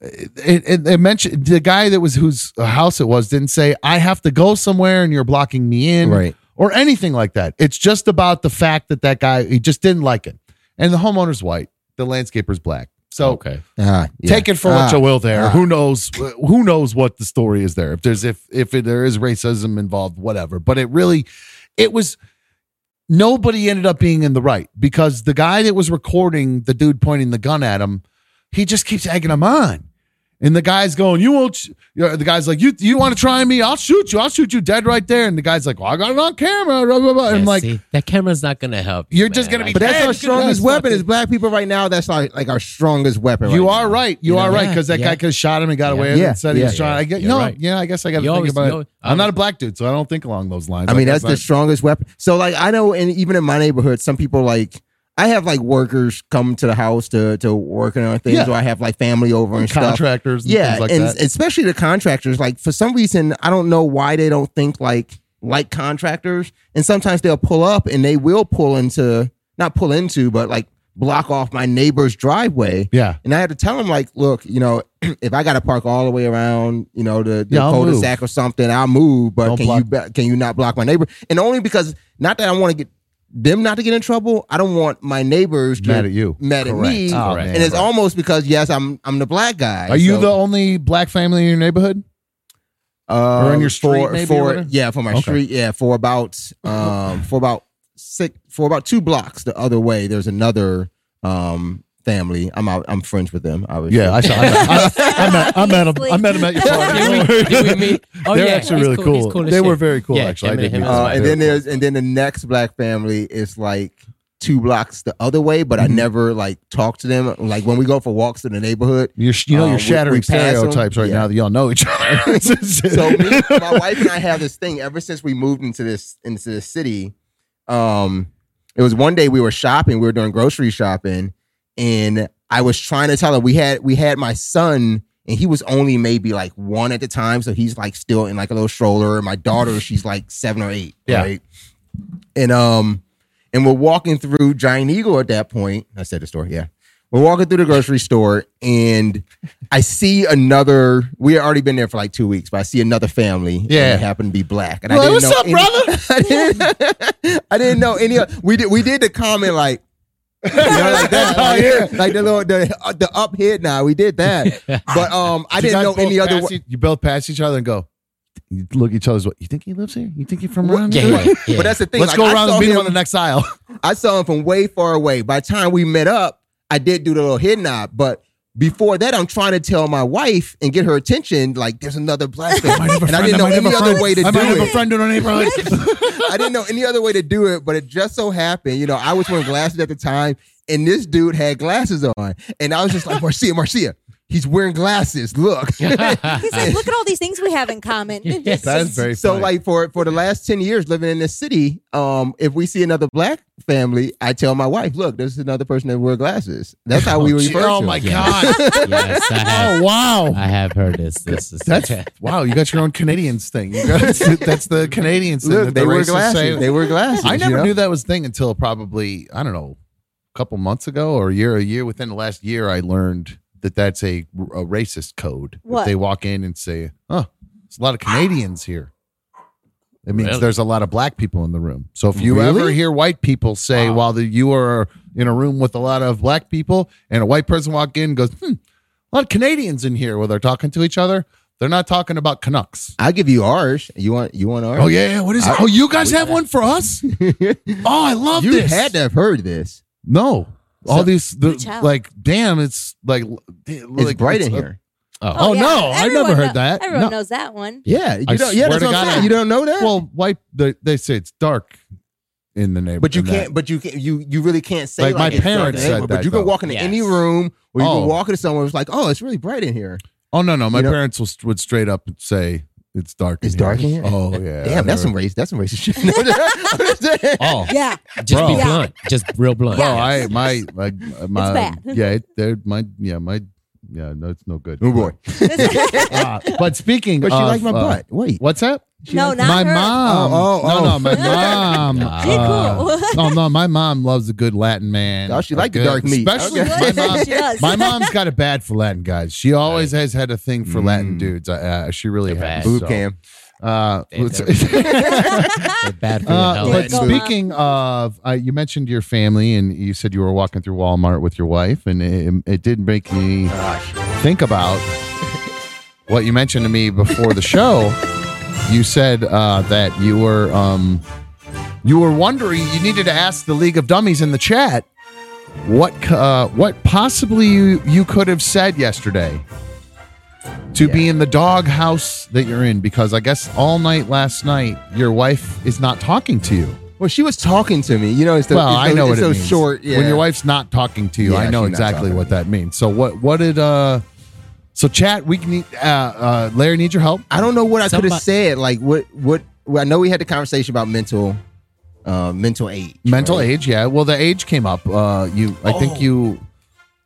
A: it, it, it mentioned the guy that was whose house it was didn't say I have to go somewhere and you're blocking me in
B: Right.
A: or anything like that. It's just about the fact that that guy he just didn't like it, and the homeowner's white, the landscaper's black. So
B: Ah, yeah.
A: take it for
B: Ah,
A: what you will. There,
B: Ah.
A: who knows? Who knows what the story is there? If there's if if it, there is racism involved, whatever. But it really, it was nobody ended up being in the right because the guy that was recording the dude pointing the gun at him, he just keeps egging him on. And the guy's going, "You won't." Sh-. you know, The guy's like, "You you want to try me? I'll shoot you. I'll shoot you dead right there." And the guy's like, "Well, I got it on camera." Blah, blah, blah. And I'm
H: Yeah,
A: like,
H: see, that camera's not gonna help.
A: You're just gonna be
B: But that's
A: Hey,
B: our
A: you could've
B: strongest
A: done
B: weapon
A: something.
B: is black people right now. That's like like our strongest weapon.
A: "You
B: right
A: are right. You,
H: You know,
A: are right."
H: yeah,
A: Because that
H: yeah.
A: guy could have shot him and got away with it.
B: Yeah,
A: and Said he
B: yeah,
A: was trying.
H: yeah.
A: I guess
H: You're
A: no.
H: right.
A: Yeah, I guess I got to
H: You
A: think
H: always-
A: about
H: you
A: it.
H: always-
A: I'm not a black dude, so I don't think along those lines.
B: now. I mean, that's
A: guess
B: the strongest weapon. So like I know, and even in my neighborhood, some people like I have like workers come to the house to to work on things,
A: Yeah.
B: or I have like family over and stuff.
A: contractors. And
B: yeah,
A: things like
B: and
A: that.
B: especially the contractors. Like for some reason, I don't know why they don't think like like contractors. And sometimes they'll pull up and they will pull into not pull into, but like block off my neighbor's driveway.
A: yeah.
B: And I had to tell him like, look, you know, if I got to park all the way around, you know, the, the
A: Yeah, I'll
B: cul-de-sac or something, I'll move. But
A: Don't
B: can you ba- can you not block my neighbor? And only because not that I want to get them not to get in trouble. I don't want my neighbors to
A: Mad at you.
B: mad at
A: Correct.
B: me.
A: Oh,
H: Correct.
A: man.
B: And it's almost because yes, I'm I'm the black guy.
A: Are you
B: so-
A: the only black family in your neighborhood?
B: um,
A: Or on your street,
B: for,
A: maybe, or
B: for-
A: whatever?
B: yeah for my
A: Okay.
B: street yeah for about um for about six for about two blocks the other way there's another um family i'm out i'm friends with them obviously
A: Yeah, I saw. I met, I, met, I met him. I met him at your party.
H: Did we- did we meet? Oh,
A: They're
H: yeah,
A: actually
H: he's
A: really
H: cool,
A: cool.
H: he's cool as
A: they
H: shit.
A: were very cool.
H: Yeah,
A: actually,
H: him
A: I did
H: and-
A: meet
H: him
A: them.
B: uh,
H: That's
B: and
A: They
B: then
A: were cool.
B: there's and then the next black family is like two blocks the other way but i
A: Mm-hmm.
B: never like talk to them like when we go for walks in the neighborhood
A: You're, you know,
B: Uh,
A: you're
B: we-
A: shattering
B: we pass 'em.
A: stereotypes right
B: Yeah.
A: now that y'all know each other.
B: so me, my wife and I have this thing ever since we moved into this into this city. Um, it was one day we were shopping, we were doing grocery shopping, and I was trying to tell her we had we had my son, and he was only maybe like one at the time, so he's like still in like a little stroller. And my daughter, she's like seven or eight,
A: Yeah.
B: right? And um, and we're walking through Giant Eagle at that point. I said the store, yeah. We're walking through the grocery store, and I see another. We had already been there for like two weeks, but I see another family. and
A: Yeah.
B: they happen to be black. And I
A: Like,
B: didn't
A: "What's
B: know
A: up,
B: any-
A: brother?"
B: I didn't, I didn't know any. of- We did. We did the comment like. you know, like that,
A: Oh,
B: like,
A: yeah.
B: like the little the, uh, the up hit. Now we did that, but um, I
A: You
B: didn't
A: guys
B: know
A: both
B: any other.
A: pass
B: wa-
A: each- You both pass each other and go. You look each other's. What you think he lives here? You think he's from
B: What-
A: around?
H: Yeah,
A: here?
H: yeah, yeah.
B: But that's the thing.
A: Let's
B: like,
A: go
B: I
A: around
B: saw
A: and beat him
B: him-
A: on the next aisle.
B: I saw him from way far away. By the time we met up, I did do the little head nod, but before that, I'm trying to tell my wife and get her attention. Like, there's another black man, and I didn't know any other way to do
A: I might have a
B: it.
A: friend in our neighborhood.
B: I didn't know any other way to do it, but it just so happened, you know, I was wearing glasses at the time, and this dude had glasses on, and I was just like, Marcia, Marcia, he's wearing glasses. Look,
I: He's like, look at all these things we have in common. And
H: Yes.
I: just-
A: that is very
B: so
A: funny.
B: like for for the last 10 years living in this city um if we see another black family i tell my wife look there's another person that wear glasses that's how we
A: Oh,
B: refer
A: oh
B: to
A: my
B: it.
A: god!
H: yes, I have.
A: oh wow!
H: I have heard this. This is
A: That's wow. You got your own Canadians thing. You got, that's the Canadians thing.
B: look
A: that the
B: they wear
A: racists
B: glasses
A: say.
B: they wear glasses
A: I
B: you
A: never
B: know?
A: knew that was a thing until probably I don't know, a couple months ago or a year, a year within the last year. I learned that that's a, a racist code. If
I: What?
A: they walk in and say, "Oh, there's a lot of Canadians here." It means
H: Really?
A: there's a lot of black people in the room. So if you ever
B: Really?
A: hear white people say,
H: Wow.
A: while the, you are in a room with a lot of black people, and a white person walk in and goes, "Hmm, a lot of Canadians in here," where they're talking to each other, they're not talking about Canucks.
B: i'll give you ours you want you want ours
A: Oh yeah, yeah, what is it?
B: I-
A: Oh, you guys have one for us?
B: yeah
A: Oh, I love
B: you
A: this.
B: had to have heard this
A: No. All these,
I: Reach
A: the,
I: out.
A: like, damn, it's like, it's
B: it's bright in
A: uh,
B: here
A: Oh, no, I
I: Everyone
A: never heard
I: kno-
A: that.
I: Everyone
A: Uh, No.
I: knows that one.
B: yeah you
A: I
B: don't yeah
A: swear
B: that's
A: to
B: what I'm
A: God, I-
B: saying. you don't know that
A: Well, white, they, they say it's dark in the neighborhood.
B: but you can't. But you can. You you really can't say
A: Like,
B: like,
A: my
B: it's dark
A: parents
B: in the
A: said
B: neighborhood, But
A: that,
B: you can
A: though.
B: walk into any
H: Yes.
B: room, or you
A: Oh.
B: can walk into someone who's like, "Oh, it's really bright in here."
A: Oh, no, no. My
B: You know-
A: parents will, would straight up say, it's dark.
B: It's
A: in
B: dark in here?
A: Oh, yeah.
B: Damn, that's some race. That's some racist shit. No, I'm just saying.
A: Oh,
I: Yeah.
H: just
A: Bro.
H: be blunt, just real blunt.
A: bro, I, my, my, my,
I: bad.
A: yeah, it, they're, my, yeah, my, yeah, no, it's no good.
B: Oh boy.
A: Uh, but speaking
B: But she
A: of,
B: liked my
A: uh,
B: butt. Wait.
A: What's that?
I: No, not
A: my
I: her.
A: mom.
B: Oh, oh,
A: No,
B: oh.
A: no, my mom.
H: Ah.
A: uh, no, no, my mom loves a good Latin man.
B: Oh, she
A: A
B: like the
A: good-
B: dark meat.
A: Especially
B: Okay.
A: my mom.
I: she does.
A: My mom's got a bad for Latin guys. She always has had a thing for Latin
B: Mm.
A: dudes. Uh, Uh, she really
H: They're bad.
A: has.
B: Boob
A: so,
B: cam.
A: Uh,
H: They're- They're bad for your
A: uh,
H: health.
A: but
I: Go on.
A: speaking of, uh, you mentioned your family, and you said you were walking through Walmart with your wife, and it, it did make me think about what you mentioned to me before the show. You said uh, that you were um, you were wondering. You needed to ask the League of Dummies in the chat what c- uh, what possibly you, you could have said yesterday to be in the doghouse that you're in because I guess all night last night your wife is not talking to you.
B: Well, she was talking to me. You know, it's the,
A: well,
B: it's
A: I
B: so-
A: know
B: it's
A: what it
B: so
A: means.
B: short. Yeah.
A: When your wife's not talking to you,
B: Yeah,
A: I know
B: she's not
A: exactly
B: talking
A: what
B: to
A: that means. So what what did uh so chat we need uh, uh Larry needs your help.
B: I don't know what I could have
H: Somebody-
B: said. Like what what well, I know we had the conversation about mental uh mental age.
A: Mental
B: right? Oh.
A: age, yeah. Well, the age came up. Uh you I think you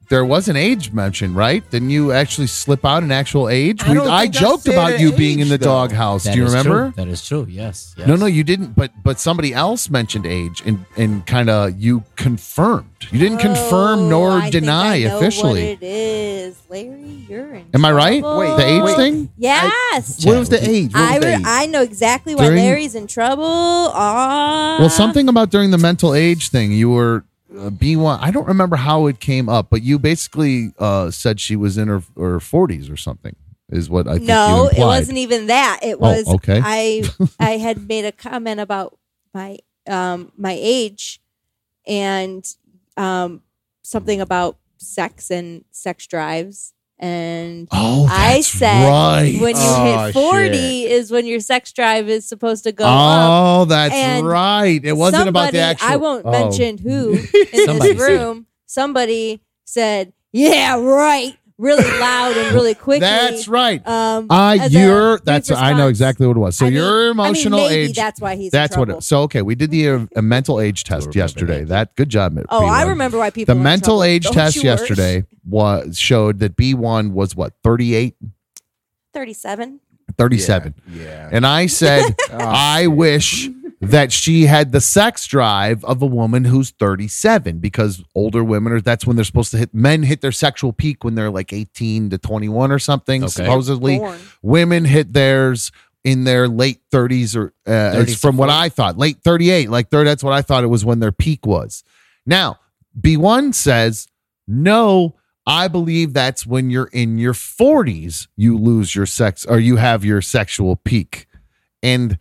A: there was an age mentioned, right? Didn't you actually slip out an actual age?
B: I don't think I
A: joked
B: said
A: about
B: an
A: you being
B: age,
A: in the
B: though.
A: doghouse.
H: That
A: Do you
H: is true.
A: remember?
H: That is true. Yes. yes.
A: No, no, you didn't. But but somebody else mentioned age, and and kind of you confirmed. You didn't confirm nor
E: Oh, I think I
A: deny
E: know what
A: officially.
E: it is Larry. You're in.
A: Am I right?
E: trouble.
A: the age
B: wait.
A: thing.
E: Yes.
B: What was the age? What was
E: I,
B: the
E: re-
B: age?
E: I know exactly why
A: During-
E: Larry's in trouble. Ah.
A: Well, something about during the mental age thing. You were uh, B one. I don't remember how it came up, but you basically uh, said she was in her her forties or something. Is what I think you
E: No,
A: implied. Oh,
E: it wasn't even that. It was
A: okay.
E: I I had made a comment about my um my age and um something about sex and sex drives and
A: Oh,
E: I
A: that's
E: said
A: right.
E: when you
B: Oh,
E: hit 40
B: shit.
E: is when your sex drive is supposed to go up.
A: oh, that's
E: and
A: right. It wasn't about the
E: Somebody-
A: actual.
E: I won't
A: oh.
E: mention who in
H: Somebody
E: this
H: said-
E: room. Somebody said, "Yeah, right." Really loud and really quickly.
A: That's right.
E: Um,
A: Uh,
E: as a
A: you're
E: brief
A: that's I know
E: response.
A: exactly what it was. So
E: I mean-
A: your
E: I mean,
A: emotional
E: maybe
A: age.
E: That's why he's. in
A: That's what.
E: trouble.
A: It, so okay, we did the uh, a mental age test
H: remember
A: yesterday.
H: that.
A: That good job.
E: Oh, I
A: B1.
E: remember why people.
A: The
E: are in
A: mental
E: trouble.
A: age
E: Don't
A: test
E: you worry.
A: yesterday was showed that B one was what 38,
E: Thirty-seven.
A: 37.
B: Yeah.
A: and I said
E: Oh,
A: I wish that she had the sex drive of a woman who's thirty seven because older women are that's when they're supposed to hit men hit their sexual peak when they're like eighteen to twenty one or something
H: Okay.
A: supposedly
E: Born.
A: women hit theirs in their late 30s or uh,
H: 30s
A: it's from
H: to
A: what
H: 40s.
A: I thought late 38 like third that's what I thought it was when their peak was now B1 says no I believe that's when you're in your 40s you lose your sex or you have your sexual peak and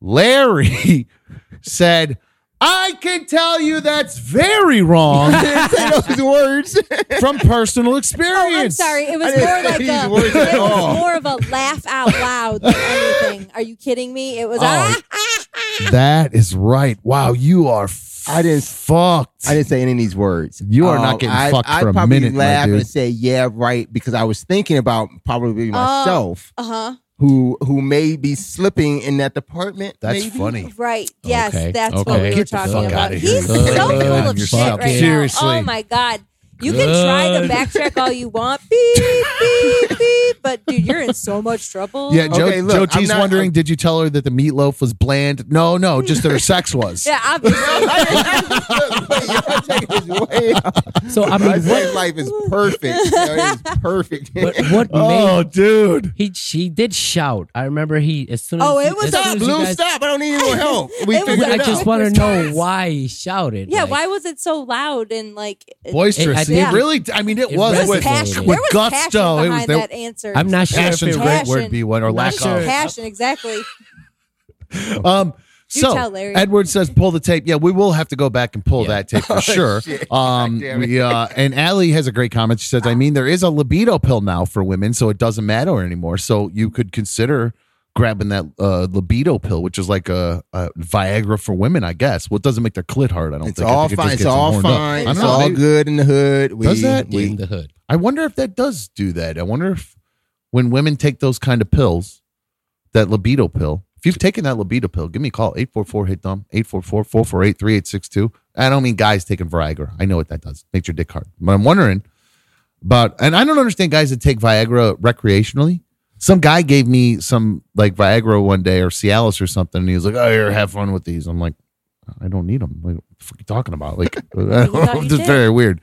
A: Larry said I can tell you that's very wrong
B: say those words.
A: from personal experience.
E: Oh, I'm sorry. It was
B: didn't
E: more
B: say
E: like
B: these
E: a.
B: words at
E: It
B: all.
E: was more of a laugh out loud than anything. Are you kidding me? It was.
A: Oh.
E: Ah, ah, ah.
A: That is right. Wow, you are. I
B: I didn't-
A: fucked.
B: I didn't say any of these words. Oh,
A: You are not getting
B: I,
A: fucked
B: I
A: for a
B: probably
A: minute, my
B: laugh
A: dude.
B: and say, "Yeah, right," because I was thinking about
H: Oh.
B: probably myself,
E: Uh huh.
B: who who may be slipping in that department.
A: That's
B: maybe.
A: funny.
E: Right. Yes.
H: Okay.
E: That's what
H: Okay.
E: we were
H: Get
A: the
E: talking
A: fuck
E: about.
A: outta here.
E: He's
H: Good
E: so
H: man
E: full of shit
A: yourself.
E: right now.
A: Seriously.
E: Oh my god. You can try to
H: Good.
E: backtrack all you want, beep, beep, beep, but dude, you're in so much trouble.
A: Yeah, Joe,
B: Okay, look,
A: Joe
B: I'm
A: G's
B: not-
A: wondering,
B: I'm-
A: did you tell her that the meatloaf was bland? No, no, just that her sex was.
E: Yeah, obviously.
H: So I
B: My
H: mean, what,
B: life is perfect. You know, it is perfect.
H: what, what
A: Oh,
H: made
A: dude.
H: he? She did shout. I remember he as soon as
E: Oh,
H: he-
E: it was
H: as soon
E: up.
H: as you
B: Blue,
H: guys-
B: stop! I don't need any more help. We
E: It was-
B: figured
H: I
B: it
H: just
B: out.
H: want to know why he shouted.
E: Yeah,
H: like-
E: why was it so loud and like it-
A: Boisterous.
H: It- I
A: It,
H: think-
A: really, I mean, it,
H: It
A: was.
E: There was
H: with-
E: passion.
H: with
E: There was
A: gusto.
E: passion
A: It was-
E: behind
A: there-
E: that answer.
H: I'm not sure. If
A: Passion's
H: it,
A: a great
E: Passion.
A: word, B1, or lack
H: sure.
A: of.
E: passion. Exactly.
A: Um,
E: You
A: so
E: tell Larry.
A: Edward says, "Pull the tape." Yeah, we will have to go back and pull
H: Yeah.
A: that tape for sure.
B: Oh, shit.
A: Um,
B: God damn it.
A: we, uh, and Allie has a great comment. She says, "I mean, there is a libido pill now for women, so it doesn't matter anymore. So you could consider grabbing that uh, libido pill, which is like a, a Viagra for women, I guess. Well, it doesn't make their clit hard. I don't
B: It's
A: think. I
B: all
A: think it just
B: fine. It's
A: gets them
B: all
A: horned up.
B: fine.
A: I
B: It's
A: don't know.
B: all
A: Maybe-
B: good in the hood. We,
A: Does that?
H: in
B: We,
H: the hood.
A: I wonder if that does do that. I wonder if when women take those kind of pills, that libido pill, if you've taken that libido pill, give me a call 844 hit dumb 844 448 3862. I don't mean guys taking Viagra. I know what that does. Makes your dick hard. But I'm wondering about, and I don't understand guys that take Viagra recreationally. Some guy gave me some like Viagra one day or Cialis or something, and he was like, "Oh, here, have fun with these." I'm like, "I don't need them." Like, what the fuck are you talking about? Like, I don't
E: thought
A: know.
E: you
A: This is
E: did.
A: very weird.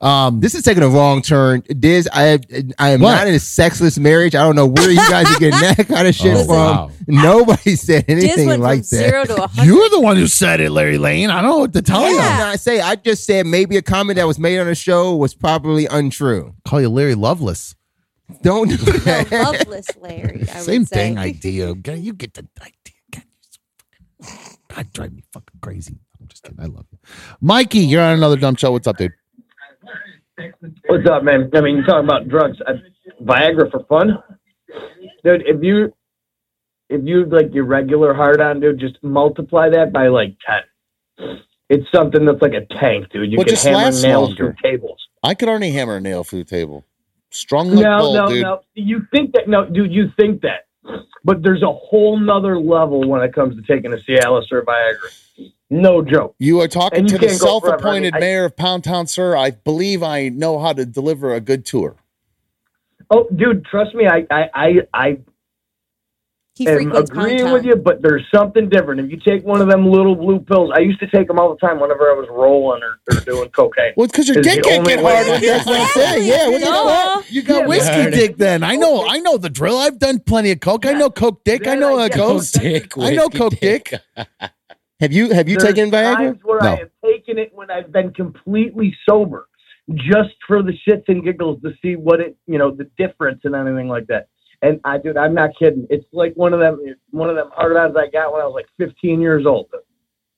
A: Um,
B: This is taking a wrong turn. This I I am
A: What?
B: not in a sexless marriage. I don't know where you guys are getting that kind of shit
H: Oh,
B: from.
H: wow.
B: Nobody said
E: Diz
B: anything
E: went
B: like
E: from
B: that.
E: zero to a hundred.
A: You're the one who said it, Larry Lane. I don't know what to tell
B: I
A: you.
B: did not say. I just said maybe a comment that was made on the show was probably untrue.
A: Call you Larry Loveless.
B: Don't do that.
E: No, loveless Larry. I
A: Same
E: would say.
A: thing idea. Okay, You get the idea. God, you're so fucking- God, drive me fucking crazy. I'm just kidding. I love you. Mikey, you're on another dumb show. What's up, dude?
J: What's up, man? I mean, you talking about drugs? I, Viagra for fun, dude. If you if you like your regular hard on, dude, just multiply that by like ten. It's something that's like a tank, dude. You
A: Well,
J: can
A: just
J: hammer
A: lasts
J: nails
A: longer.
J: through tables.
A: I could already hammer a nail through the table. Strong like
J: no,
A: bull,
J: no,
A: dude.
J: no. You think that? No, dude, you think that. But there's a whole nother level when it comes to taking a Cialis or a Viagra. No joke.
A: You are talking
J: And you
A: to the
J: can't go forever. I mean,
A: self-appointed
J: I-
A: mayor of Pound Town, sir. I believe I know how to deliver a good tour.
J: Oh, dude, trust me. I, I, I, I
E: He
J: am
E: frequents Pound
J: agreeing
E: Town.
J: with you, but there's something different. If you take one of them little blue pills, I used to take them all the time whenever I was rolling or, or doing cocaine.
A: Well, because your
J: It's
A: dick
J: the
A: can't
J: only
A: get
J: way
A: hard
J: to-
A: when you're not there. Yeah, what the
E: Oh.
A: fuck? You got
J: Yeah,
A: whiskey
J: man.
A: dick then. I know, I know the drill. I've done plenty of coke. I know coke dick. I know a ghost. I know coke dick.
J: Have you have
A: you taken Viagra?
J: Times where I
A: No.
J: have taken it when I've been completely sober, just for the shits and giggles to see what it you know the difference and anything like that. And I dude, I'm not kidding. It's like one of them one of them hard ons I got when I was like 15 years old.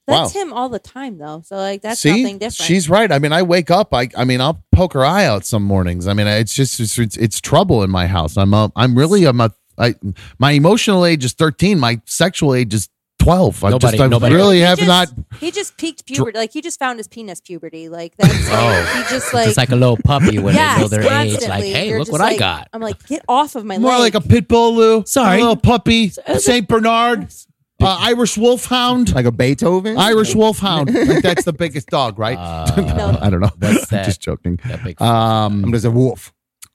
E: That's
A: Wow.
E: him all the time, though. So like that's
A: See,
E: nothing different.
A: she's right. I mean, I wake up. I, I mean, I'll poke her eye out some mornings. I mean, it's just it's it's, it's trouble in my house. I'm a, I'm really I'm a I my emotional age is 13. My sexual age is 12. I
H: Nobody-
A: just I
H: nobody-
A: really
H: He
A: have
E: just-
A: not.
E: He just peaked puberty. Like he just found his penis puberty. Like that's
H: Oh.
E: he just
H: It's
E: like
H: just like a little puppy when
E: Yes,
H: they know their age. Like,
E: constantly.
H: hey,
E: You're
H: look
E: just
H: what I
E: like-
H: got.
E: I'm like, get off of my
A: More
E: leg.
A: like a pit bull, Lou.
H: Sorry.
A: a little puppy, Saint Bernard, uh, Irish Wolfhound,
B: like a Beethoven.
A: Irish Wolfhound. Like, that's the biggest dog, right?
E: No.
A: I don't know.
H: Uh, What's that?
A: I'm just joking.
H: That big
A: Um,
B: I'm just a wolf.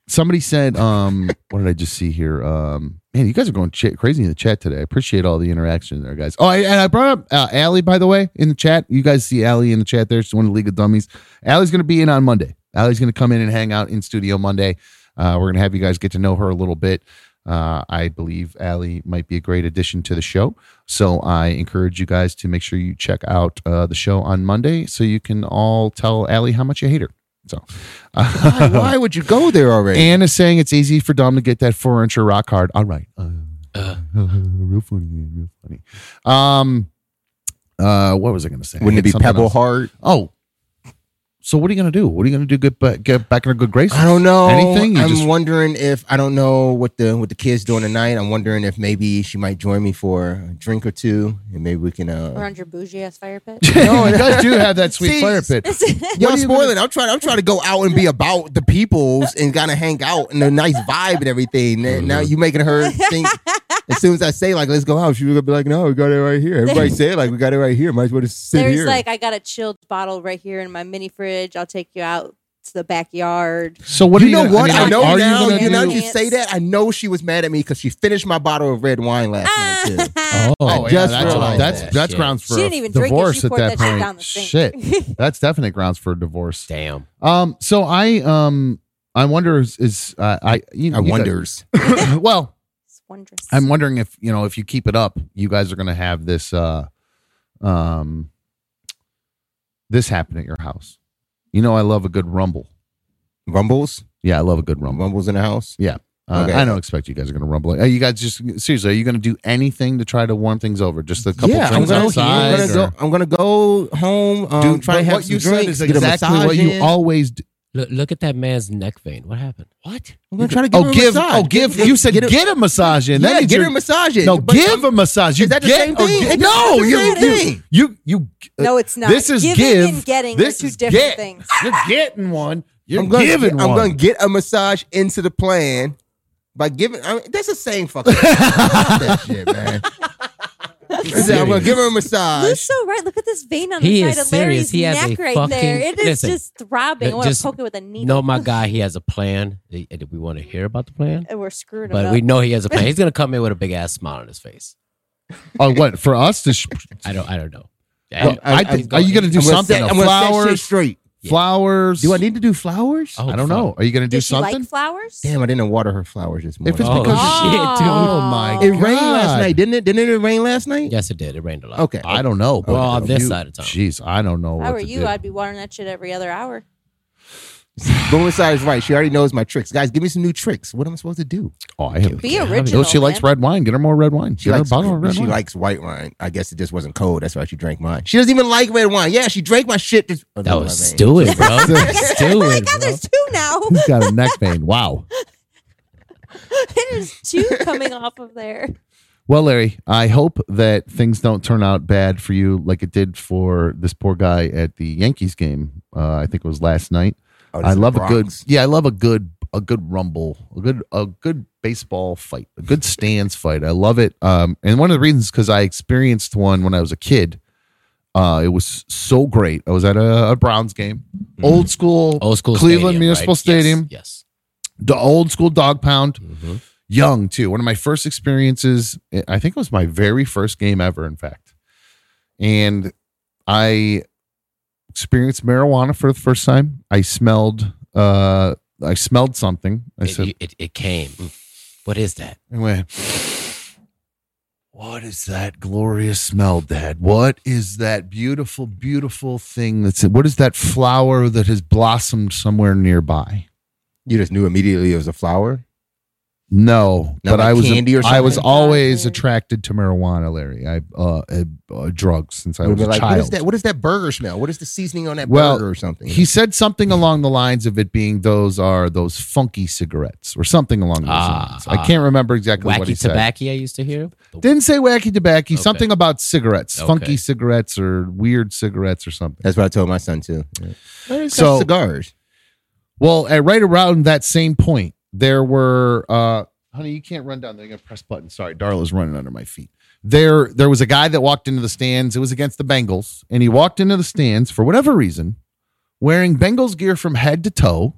A: somebody said, um, what did I just see here? Um, man, you guys are going ch- crazy in the chat today. I appreciate all the interaction there, guys. Oh, I, and I brought up uh, Allie, by the way, in the chat. You guys see Allie in the chat there. She's one of the League of Dummies. Allie's going to be in on Monday. Allie's going to come in and hang out in studio Monday. Uh, we're going to have you guys get to know her a little bit. Uh, I believe Allie might be a great addition to the show. So I encourage you guys to make sure you check out uh, the show on Monday so you can all tell Allie how much you hate her. So,
B: Why, why would you go there already?
A: Anne is saying it's easy for Dom to get that four inch or rock hard. All right. Uh, real funny, Ann, real funny. Um, uh, what was I going to say? I
B: Wouldn't it
A: had
B: be
A: something
B: Pebble
A: else.
B: Heart?
A: Oh, so what are you going to do? What are you going to do? Get back, get back in a good grace?
B: I don't know.
A: Anything? You
B: Oh, I'm
A: just-
B: wondering if I don't know what the what the kids doing tonight. I'm wondering if maybe she might join me for a drink or two, and maybe we can.
E: We're
B: Uh,
E: on your bougie ass fire pit.
A: no, you guys do have that sweet
B: See,
A: fire pit.
B: yo, I'm spoiling. I'm trying. I'm trying to go out and be about the peoples and kind of hang out and a nice vibe and everything. And now you making her think. As soon as I say like, let's go out, she's gonna be like, no, we got it right here. Everybody say it like we got it right here. Might as well just sit
E: There's
B: here.
E: like I got a chilled bottle right here in my mini fridge. I'll take you out to the backyard.
A: So what
B: you
A: are you
B: know
A: gonna-
B: what?
A: I, mean,
B: I, know
A: are
B: now.
A: you
B: You,
A: going to
B: know,
A: do?
B: you say that. I know she was mad at me because she finished my bottle of red wine last night too.
H: Oh,
A: Oh, yeah,
B: just
A: that's,
B: realized
A: that's,
H: that
A: that's
H: shit.
A: grounds for
E: She
A: a
E: didn't even drink it. She
A: divorce
E: poured
A: at that,
E: that shit
A: point.
E: down the sink.
A: Shit, that's definite grounds for a divorce.
H: Damn.
A: Um, so I um, I wonder is, is uh, I you know
B: I
A: you guys-
B: wonders.
A: well,
E: It's wondrous.
A: I'm wondering if you know if you keep it up, you guys are going to have this uh um this happen at your house. You know, I love a good rumble.
B: Rumbles,
A: Yeah, I love a good rumble.
B: rumbles in the house.
A: Uh,
B: Okay.
A: I don't expect you guys are going to rumble. Are you guys just seriously? Are you going to do anything to try to warm things over? Just a couple
B: yeah, I'm
A: drinks
B: gonna,
A: outside.
B: I'm, gonna
A: or-
B: go, I'm gonna go home. Um,
A: Dude,
B: try to
A: but
B: have
A: what
B: some
A: you
B: drinks,
A: said is
B: get a
A: exactly
B: massage
A: what you
B: in.
A: always do.
H: Look, look at that man's neck vein. What happened? What?
B: I'm gonna try to give her
A: Oh,
B: a
A: give!
B: massage.
A: Oh, give! You said
B: get,
A: get
B: a-
A: a, massage in.
B: yeah,
A: That means
B: get her
A: you're-
B: a massage. in.
A: No,
B: But
A: give a massage. You
B: Is that the
A: get
B: same
A: or
B: thing?
A: get-
B: It's
A: no,
B: the
A: you,
B: same
A: you,
B: thing.
A: you you
E: no, it's not.
A: uh, This is
E: giving
A: give.
E: and getting
A: this
E: are two
A: is
E: different
A: get.
E: things.
A: You're getting one. You're
B: I'm gonna,
A: giving
B: get,
A: one.
B: I'm gonna get a massage into the plan by giving. I mean, that's the same fucking. that shit, man. I said, I'm gonna give her a
A: uh,
E: Lou's
B: massage.
E: so right. Look at this vein on
H: He
E: the
H: is
E: side of Larry's
H: serious. He has a
E: neck right
H: fucking-
E: there. It is
H: Listen,
E: just throbbing. I
H: uh,
E: want
H: just-
E: to poke it with a needle.
H: No, my guy, he has a plan. Eh, eh, We want to hear about the plan,
E: And we're screwing him
H: but
E: up.
H: we know he has a plan. He's gonna come in with a big ass smile on his face.
A: Oh, what for us to? Sh-
H: I don't. I don't know. I
A: well,
H: don't-
A: I, think, are you gonna do
B: I'm gonna
A: something?
B: set-
A: A
B: I'm gonna set shit
A: flowers,
B: straight.
A: flowers.
B: Do I need to do flowers?
H: Oh,
A: I don't
H: fuck.
A: know. Are you gonna do
E: Does she
A: something?
E: like flowers?
B: Damn, I didn't water her flowers this morning.
A: it's
H: Oh,
A: because
H: shit, dude.
A: Oh my
B: it rained last
A: God.
B: night, didn't it? Didn't it rain last night?
H: Yes, it did. It rained a lot.
B: Okay.
A: I don't know.
H: We're all
A: but
H: on this
A: you-
H: side of town.
A: Jeez, I don't know.
E: If I
A: what
E: were
A: to
E: you,
A: do.
E: I'd be watering that shit every other hour.
B: Woman side is right. She already knows my tricks. Guys, give me some new tricks. What am I supposed to do?
A: Oh, I have.
I: Be
A: You know,
I: original.
A: she likes
I: man.
A: red wine. Get her more red wine.
B: She,
A: Get her a
B: likes,
A: bottle of red
B: she
A: wine.
B: likes white wine. I guess it just wasn't cold. That's why she drank mine. She doesn't even like red wine. Yeah, she drank my shit. Just, oh,
H: That
B: no,
H: was
B: my veins.
H: stupid, bro.
I: oh my
H: stupid,
I: God,
H: bro.
I: there's two now.
A: He's got a neck vein. Wow.
I: there's two coming off of there.
A: Well, Larry, I hope that things don't turn out bad for you like it did for this poor guy at the Yankees game. Uh, I think it was last night.
B: Oh, this
A: I
B: is
A: love a good
B: Bronx.
A: yeah, I love a good a good rumble, a good a good baseball fight, a good stands fight. I love it. Um, and one of the reasons because I experienced one when I was a kid. Uh, it was so great. I was at a, a Browns game,
B: Mm-hmm.
A: old school,
H: Old school
A: Cleveland
H: stadium,
A: Municipal
H: right? Yes,
A: Stadium,
H: Yes.
A: the old school dog pound
H: Mhm.
A: young too. One of my first experiences, I think it was my very first game ever, in fact. And I experienced marijuana for the first time. I smelled uh I smelled something. I
H: It,
A: said
H: it, it came. Mm. What is that?
A: I went, What is that glorious smell, Dad? What is that beautiful, beautiful thing that's what is that flower that has blossomed somewhere nearby?
B: You just knew immediately it was a flower.
A: No,
B: Not
A: but
B: like
A: I was
B: candy or
A: I was
B: something?
A: always attracted to marijuana, Larry. I uh, uh, uh drugs since I
B: Would've
A: was
B: been like,
A: a child.
B: what is that? What is that burger smell? What is the seasoning on that
A: Well,
B: burger or something?
A: He said something along the lines of it being those are those funky cigarettes or something along those
H: Ah,
A: lines.
H: ah.
A: I can't remember exactly what he
H: Wacky
A: said.
H: tobacco. I used to hear.
A: Didn't say wacky tobacco.
H: Okay.
A: Something about cigarettes,
H: Okay.
A: funky cigarettes or weird cigarettes or something.
B: That's what I told my son too. Yeah.
A: So-
B: cigars.
A: Well, at right around that same point, there were uh honey, you can't run down there. You gotta press button. Sorry, Darla's running under my feet. There there was a guy that walked into the stands. It was against the Bengals, and he walked into the stands for whatever reason, wearing Bengals gear from head to toe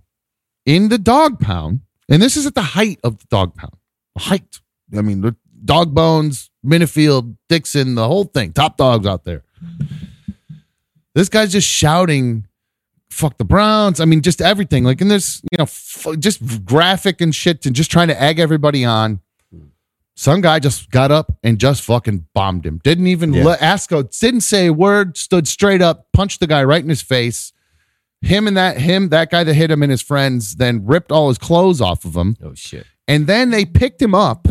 A: in the dog pound. And this is at the height of the dog pound. The height. I mean, the dog bones, Minifield, Dixon, the whole thing. Top dogs out there. This guy's just shouting fuck the Browns. I mean, just everything. Like, and there's, you know, f- just graphic and shit and just trying to egg everybody on. Some guy just got up and just fucking bombed him. Didn't even
B: Yeah.
A: let ask, a- didn't say a word, stood straight up, punched the guy right in his face. Him and that, him, that guy that hit him and his friends then ripped all his clothes off of him.
H: Oh shit.
A: And then they picked him up.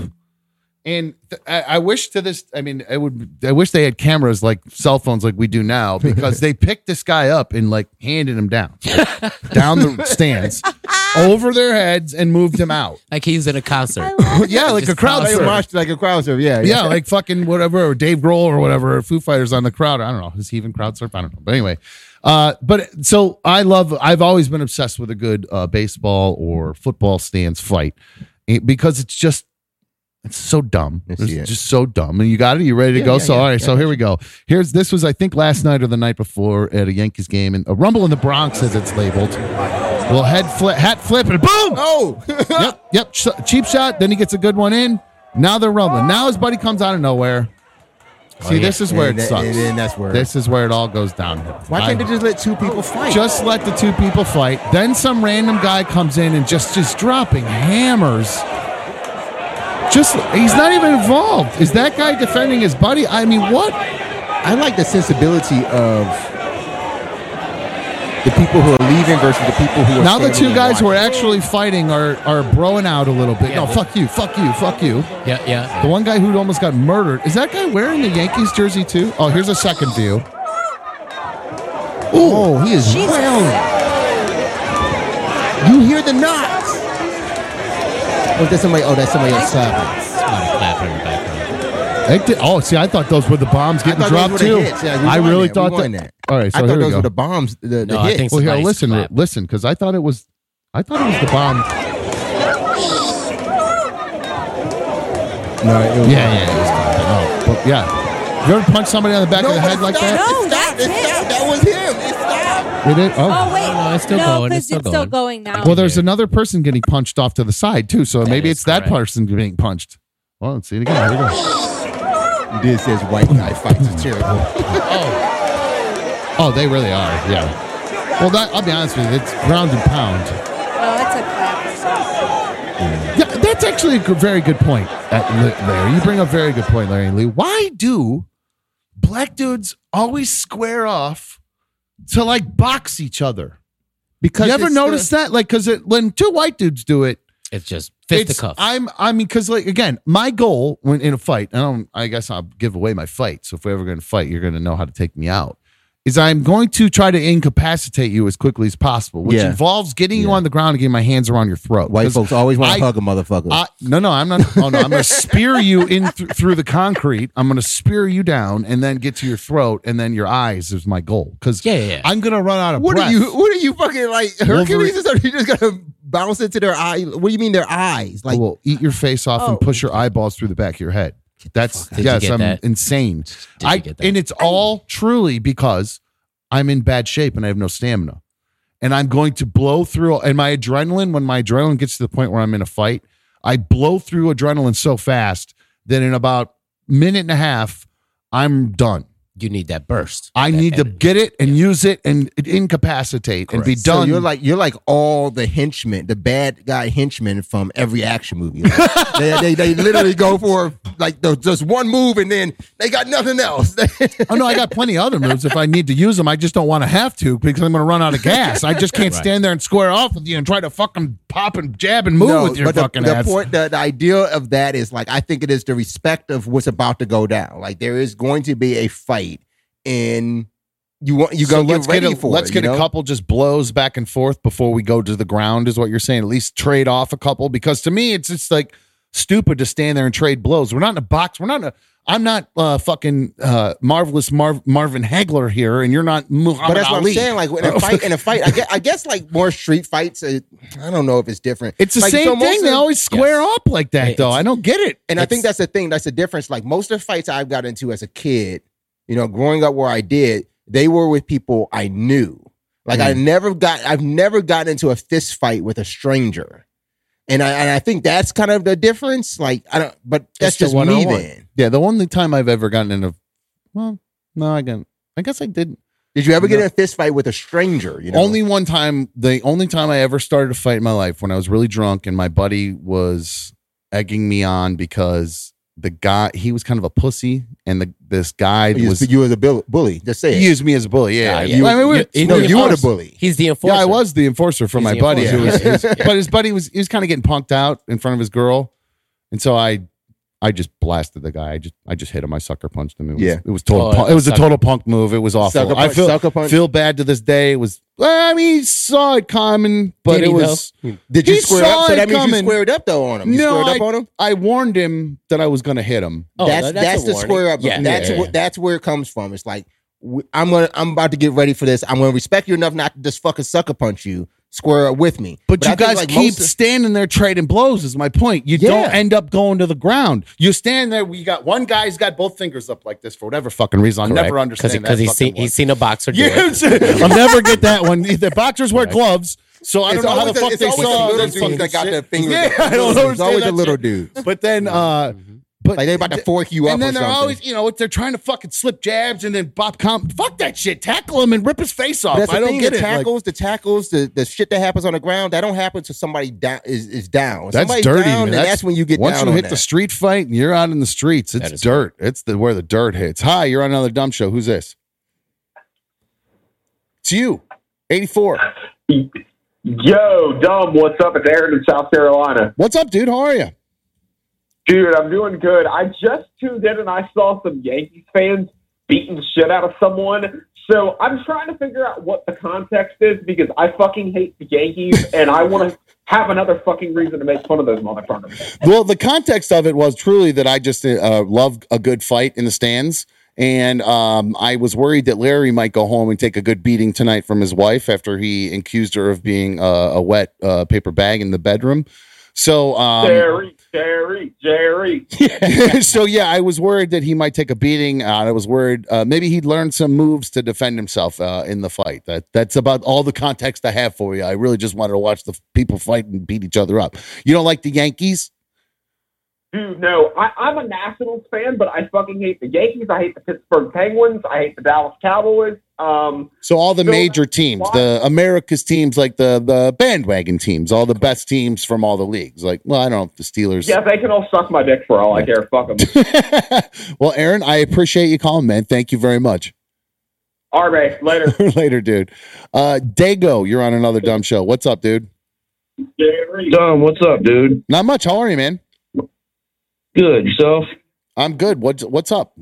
A: And th- I, I wish to this, I mean, I would, I wish they had cameras like cell phones like we do now because they picked this guy up and like handed him down, like, down the stands, over their heads and moved him out.
H: Like he's in a concert.
A: yeah, like a
H: Just follow
A: crowd
B: Like a,
H: Sure.
A: surf.
B: monster- like a crowd surf, yeah,
A: Yeah, like fucking whatever, or Dave Grohl or whatever, or Foo Fighters on the crowd. I don't know. Is he even crowd surf? I don't know. But anyway, uh, but so I love, I've always been obsessed with a good uh, baseball or football stands fight eh, because it's just, it's so dumb.
B: I
A: It's
B: see it.
A: just so dumb. And you got it? You ready to
B: Yeah,
A: go?
B: yeah,
A: so,
B: yeah.
A: all right.
B: Yeah.
A: So here we go. Here's, this was, I think, last night or the night before at a Yankees game and a Rumble in the Bronx, as it's labeled. Well, head flip, hat flip, and boom!
B: Oh,
A: yep, yep. Ch- cheap shot. Then he gets a good one in. Now they're rumbling. Now his buddy comes out of nowhere. See, this is
B: Oh,
A: where
B: And
A: it
B: that-
A: sucks.
B: and then that's where-
A: this is where it all goes down.
B: why can't they just let two people fight?
A: Um, just let the two people fight? Then some random guy comes in and just just dropping hammers. Just he's not even involved. Is that guy defending his buddy? I mean, what?
B: I like the sensibility of the people who are leaving versus the people who are
A: Now the
B: standing
A: two
B: and
A: guys who are
B: watching.
A: actually fighting are are broing out a little bit. No, fuck you, fuck you, fuck you.
H: Yeah, yeah.
A: The one guy who almost got murdered. Is that guy wearing the Yankees jersey too? Oh, here's a second view.
B: Oh, he is round. You hear the knocks. Oh, that's somebody. Oh, that's somebody else slapping.
H: It's not a clap in the background.
A: They did- oh, see, I thought those were the bombs
B: I
A: getting
B: thought
A: dropped
B: those were
A: too.
B: the hits. Yeah, we
A: I
B: won
A: really
B: that. We
A: thought
B: won
A: that.
B: that.
A: All right, so
B: I thought
A: here
B: those
A: we go.
B: were the bombs. The, the
H: No, I
B: hits.
H: think
A: well, here,
H: Somebody's
A: listen,
H: clap.
A: listen, because I thought it was, I thought it was the bomb.
B: no, it was
A: Yeah, yeah, it was the bomb. Oh, but yeah. You ever punch somebody on the back of the head like that?
I: No, that's him.
B: That was him. It stopped.
A: It is. Oh.
I: Oh wait,
H: No, no, it's still
I: no,
H: going,
I: 'cause
H: it's still going.
I: now.
A: Well, there's
H: Yeah.
A: another person getting punched off to the side too, so
H: That
A: maybe
H: is
A: it's that
H: correct.
A: person being punched. Well, let's see it again. Here we go.
B: This is white guy fights. It's terrible.
A: Oh, they really are. Yeah. Well, that, I'll be honest with you, it's ground and pound.
E: Oh,
I: No, it's a clap. Or something.
A: Yeah, that's actually a good- very good point, uh, L- Larry. You bring up a very good point, Larry and Lee. Why do black dudes always square off to like box each other?
B: because
A: you ever
B: it's
A: notice that? Like, because when two white dudes do it,
H: It's just
A: it's,
H: fisticuffs.
A: I'm, I mean, because like again, my goal when in a fight, I don't, I guess I'll give away my fight. So if we're ever going to fight, you're going to know how to take me out. Is I'm going to try to incapacitate you as quickly as possible, which
B: Yeah.
A: involves getting you
B: Yeah.
A: on the ground and getting my hands around your throat.
B: White
A: 'Cause
B: folks always want
A: I-
B: to hug a motherfucker.
A: I, no, no, I'm not. Oh no, I'm gonna spear you in th- through the concrete. I'm gonna spear you down and then get to your throat and then your eyes is my goal because
H: yeah, yeah, yeah.
A: I'm gonna run out of
B: what
A: breath.
B: are you? What are you fucking like? Hercules
A: Wolverine-
B: or something? You just gonna bounce into their eye? What do you mean their eyes? Like
A: I will eat your face off
B: Oh.
A: and push your eyeballs through the back of your head. That's
H: fuck out. Did you
A: yes,
H: get
A: I'm
H: that?
A: insane.
H: Did you
A: I
H: get that?
A: and it's all truly because I'm in bad shape and I have no stamina, and I'm going to blow through. And my adrenaline, when my adrenaline gets to the point where I'm in a fight, I blow through adrenaline so fast that in about minute and a half, I'm done.
H: you need that burst.
A: I
H: that
A: need to
H: energy.
A: get it and use it and incapacitate and be
B: So
A: done.
B: you're like you're like all the henchmen, the bad guy henchmen from every action movie. Like, they, they they literally go for like the, just one move and then they got nothing else.
A: oh no, I got plenty of other moves if I need to use them. I just don't want to have to because I'm going to run out of gas. I just can't
H: Right.
A: stand there and square off with you and try to fucking pop and jab and move
B: No,
A: with your
B: but the-
A: fucking
B: the,
A: ass.
B: point- the, the idea of that is like I think it is the respect of what's about to go down. Like there is going to be a fight, and you want you
A: So
B: go get ready
A: get a,
B: for.
A: let's
B: it,
A: get
B: you know?
A: a couple just blows back and forth before we go to the ground is what you're saying. At least trade off a couple because to me it's just like stupid to stand there and trade blows. We're not in a box. We're not in a. I'm not uh, fucking uh, marvelous Marv- Marvin Hagler here, and you're not Muhammad
B: But that's what
A: Ali.
B: I'm saying. Like in a fight, in a fight, I guess, I guess like more street fights. uh, I don't know if it's different.
A: It's the
B: Like,
A: same
B: so most
A: thing.
B: of-
A: They always square up like that,
H: It's-
A: though. I don't get it.
B: And I think that's the thing. That's the difference. Like most of the fights I've got into as a kid, you know, growing up where I did, they were with people I knew. Like I
A: Mm.
B: never got, I've never gotten into a fist fight with a stranger. And I and I think that's kind of the difference. Like I don't, but that's
A: It's the
B: just
A: one-on-one.
B: me then.
A: Yeah, the only time I've ever gotten in a well, no, I got I guess I did.
B: Did you ever get in
A: No.
B: a fist fight with a stranger? You know,
A: Only one time, the only time I ever started a fight in my life when I was really drunk and my buddy was egging me on because the guy he was kind of a pussy and the this guy
B: you was,
A: was
B: you was a bu- bully. Just say it.
A: he used me as a bully. Yeah,
H: Yeah,
A: You,
H: yeah.
A: I mean, we-
H: You- you-
B: no,
H: he
B: you were the
H: was-
B: bully.
H: He's the
A: yeah,
H: enforcer.
A: I was the enforcer for
H: He's
A: my
H: the
A: buddy.
H: enforcer.
A: Who was,
B: Yeah.
A: who was- but his buddy was he was kind of getting punked out in front of his girl, and so I, I just blasted the guy. I just I just hit him. I sucker punched him. It was,
B: Yeah.
A: it was total.
H: Oh,
A: punk, it was a
H: sucker-
A: total punk move. It was awful.
B: Sucker
A: I
B: punch,
A: feel
B: sucker punch.
A: feel bad to this day. It was. well, I mean, he saw it coming, but
H: Did
A: it
H: he,
A: was.
H: though?
B: Did you
A: he
B: square
A: saw
B: up? So
A: it
B: that means you
A: coming.
B: squared up though on him. You
A: No,
B: squared up on him.
A: I warned him that I was going to hit him.
H: Oh,
B: that's
H: no,
B: that's,
H: a
B: the
H: warning.
B: square up.
H: Yeah,
B: that's
H: yeah,
B: what that's where it comes from. It's like w- I'm gonna I'm about to get ready for this. I'm gonna respect you enough not to just fucking sucker punch you. Square up with me.
A: But,
B: I
A: you
B: think,
A: guys
B: like,
A: keep
B: most of-
A: standing there trading blows. Is my point. You
B: Yeah.
A: don't end up going to the ground. You stand there. We got one guy's got both fingers up like this for whatever fucking reason. I'll never understand that
H: because he's
A: fucking
H: seen
A: one.
H: he's seen a boxer do
A: Yeah,
H: it.
A: I'll never get that one. The boxers wear gloves, so I don't
B: It's
A: know how
B: always
A: the
B: a-
A: fuck
B: it's
A: they
B: always
A: saw
B: the little
A: that fucking
B: dudes that got
A: shit.
B: their fingers.
A: Yeah,
B: up.
A: I don't
B: It's always the
A: understand
B: little
A: that
B: dudes.
A: shit. But then, uh, but
B: Like they about to fork you up.
A: and
B: or
A: then they're
B: something.
A: always, you know, they're trying to fucking slip jabs and then bop comp. Fuck that shit. Tackle him and rip his face
B: But
A: off.
B: that's the
A: I don't
B: thing,
A: get
B: the
A: it. Like,
B: Tackles, the tackles, the, the shit that happens on the ground, that don't happen to somebody down is, is down. When
A: that's
B: somebody's
A: dirty.
B: down,
A: man.
B: then That's, when you get
A: once
B: down
A: you
B: on
A: hit
B: that.
A: the street fight and you're out in the streets.
H: That is
A: It's dirt. It's the where the dirt hits. Hi, you're on another dumb show. Who's this? It's you, eighty four.
G: Yo, Dom, what's up? It's Aaron in South Carolina.
A: What's up, dude? How are you?
G: Dude, I'm doing good. I just tuned in and I saw some Yankees fans beating the shit out of someone. So I'm trying to figure out what the context is because I fucking hate the Yankees and I want to have another fucking reason to make fun of those motherfuckers.
A: well, the context of it was truly that I just uh, love a good fight in the stands. And um, I was worried that Larry might go home and take a good beating tonight from his wife after he accused her of being uh, a wet uh, paper bag in the bedroom. So, um,
G: Jerry, Jerry, Jerry.
A: so yeah, I was worried that he might take a beating. Uh, I was worried uh, maybe he'd learn some moves to defend himself uh, in the fight. That that's about all the context I have for you. I really just wanted to watch the people fight and beat each other up. You don't like the Yankees?
G: Dude, no, I, I'm a Nationals fan, but I fucking hate the Yankees. I hate the Pittsburgh Penguins. I hate the Dallas Cowboys. Um,
A: So all the
G: So
A: major
G: that's
A: teams,
G: why-
A: the America's teams, like the the bandwagon teams, all the best teams from all the leagues. Like, well, I don't know if the Steelers.
G: yeah, they can all suck my dick for all I care. Fuck them.
A: well, Aaron, I appreciate you calling, man. Thank you very much.
K: All right, later.
A: Later, dude. Uh, Dago, you're on another dumb show. What's up, dude?
L: Dom, what's up, dude?
A: Not much. How are you, man?
L: Good. Yourself?
A: I'm good. What's What's up?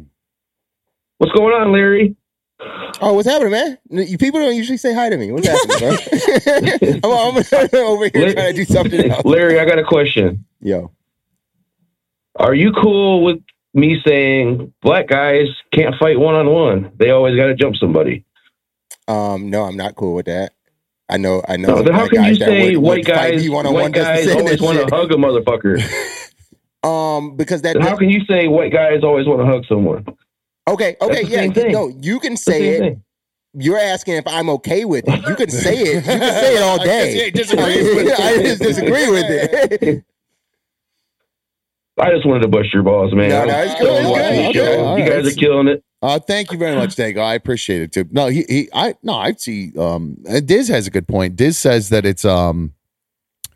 L: What's going on, Larry?
A: Oh, what's happening, man? You people don't usually say hi to me. What's happening, bro? I'm, I'm over here trying to do something else.
L: Larry, I got a question.
A: Yo,
L: Are you cool with me saying black guys can't fight one on one? They always got to jump somebody.
A: um, no, I'm not cool with that. I know, I know.
L: No, then how
A: black
L: can you
A: guys that
L: say
A: would- would
L: white
A: fight
L: guys,
A: me one-on-one
L: white
A: just to
L: guys
A: say
L: always
A: that
L: want
A: shit?
L: to hug a motherfucker?
A: Um, because that
L: Then how can you say white guys always want to hug someone?
A: Okay,
L: That's
A: okay,
L: the
A: yeah.
L: same thing.
A: No, you can
L: the
A: say it.
L: same thing.
A: You're asking if I'm okay with it. You can say it. You can say it all
L: I guess
A: day.
L: he disagrees with it.
A: I just disagree with it.
L: I just wanted to bust your balls, man.
A: No,
L: I
A: no,
L: was
A: it's good,
L: killing
A: it's
L: watching
A: good,
L: the
A: okay,
L: show.
A: all
L: You
A: right.
L: guys are killing it.
A: Uh, thank you very much, Dago. I appreciate it too. No, he, he I no, I see. Um, uh, Diz has a good point. Diz says that it's um,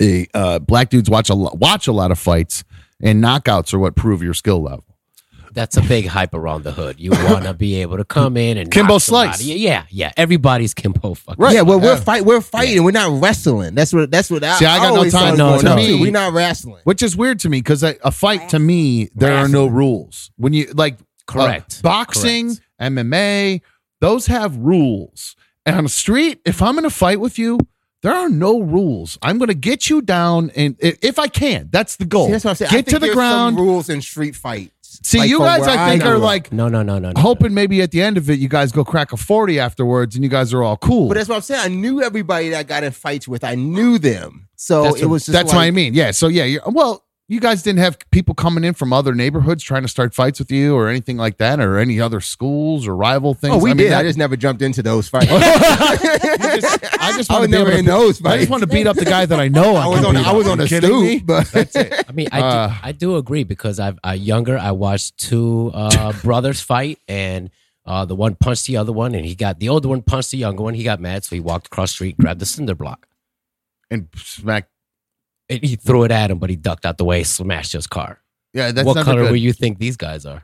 A: a, uh, black dudes watch a lo- watch a lot of fights, and knockouts are what prove your skill level.
H: That's a big hype around the hood. You want to be able to come in and
A: Kimbo
H: knock somebody-
A: Slice.
H: Yeah, yeah. Everybody's Kimbo fucking.
B: Uh, Yeah, well, we're fight, we're fighting. We're not wrestling. That's what. That's what.
A: See, I got no
B: always
A: time
B: thought
A: for
B: was
A: no.
B: going on, too.
A: Me-
B: We're not wrestling.
A: Which is weird to me because a a fight to me, there are no rules. When you like uh,
H: Correct.
A: boxing,
H: Correct.
A: MMA, those have rules. And on the street, if I'm in a fight with you, there are no rules. I'm going to get you down, and i- if I can, that's the goal.
B: See, that's what I'm saying. I
A: Get to
B: think
A: the
B: there's some
A: ground.
B: rules in street fights.
A: See,
B: Like,
A: you
B: from
A: guys,
B: where
A: I think,
B: grew
A: are
B: up.
A: like
H: No, no, no, no. no.
A: hoping maybe at the end of it, you guys go crack a forty afterwards, and you guys are all cool.
B: But that's what I'm saying. I knew everybody that I got in fights with. I knew them. So
A: that's
B: it
A: what-
B: was just
A: that's
B: like,
A: what I mean. Yeah. So yeah, you're, well, you guys didn't have people coming in from other neighborhoods trying to start fights with you or anything like that, or any other schools or rival things.
B: Oh, we
A: I mean,
B: did.
A: that-
B: I just never jumped into those fights.
A: I just
B: I was
A: want to be
B: never
A: able to,
B: in those
A: I just
B: fights.
A: want to beat up the guy that I know. I,
B: I was
A: can
B: on.
A: beat
B: I
A: up.
B: was on
A: You
B: the
A: kidding me?
B: stoop, but
H: I mean, I,
A: Uh.
H: do, I do agree because I've I younger. I watched two uh, brothers fight, and uh, the one punched the other one, and he got the older one punched the younger one. He got mad, so he walked across the street, grabbed the cinder block,
A: And smack.
H: and he threw it at him, but he ducked out the way, smashed his car.
A: Yeah, that's
H: what
A: never
H: color
A: good.
H: will you think these guys are?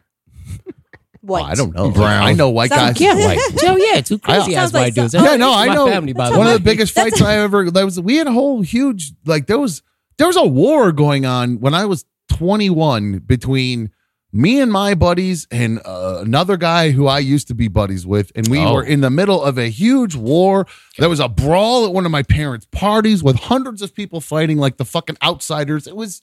J: White.
A: Oh, I don't know.
B: Brown.
A: I know white
J: Sounds
A: guys.
J: Yeah.
H: White. Joe, yeah, two crazy
J: Sounds
H: ass
J: like
H: white dudes.
J: some-
A: Yeah, no, I
H: my
A: know.
H: Family, by the
A: one
H: way.
A: of the biggest fights I ever that was we had a whole huge like there was there was a war going on when I was 21 between me and my buddies and uh, another guy who I used to be buddies with and we
H: Oh.
A: were in the middle of a huge war. There was a brawl at one of my parents' parties with hundreds of people fighting like the fucking outsiders. It was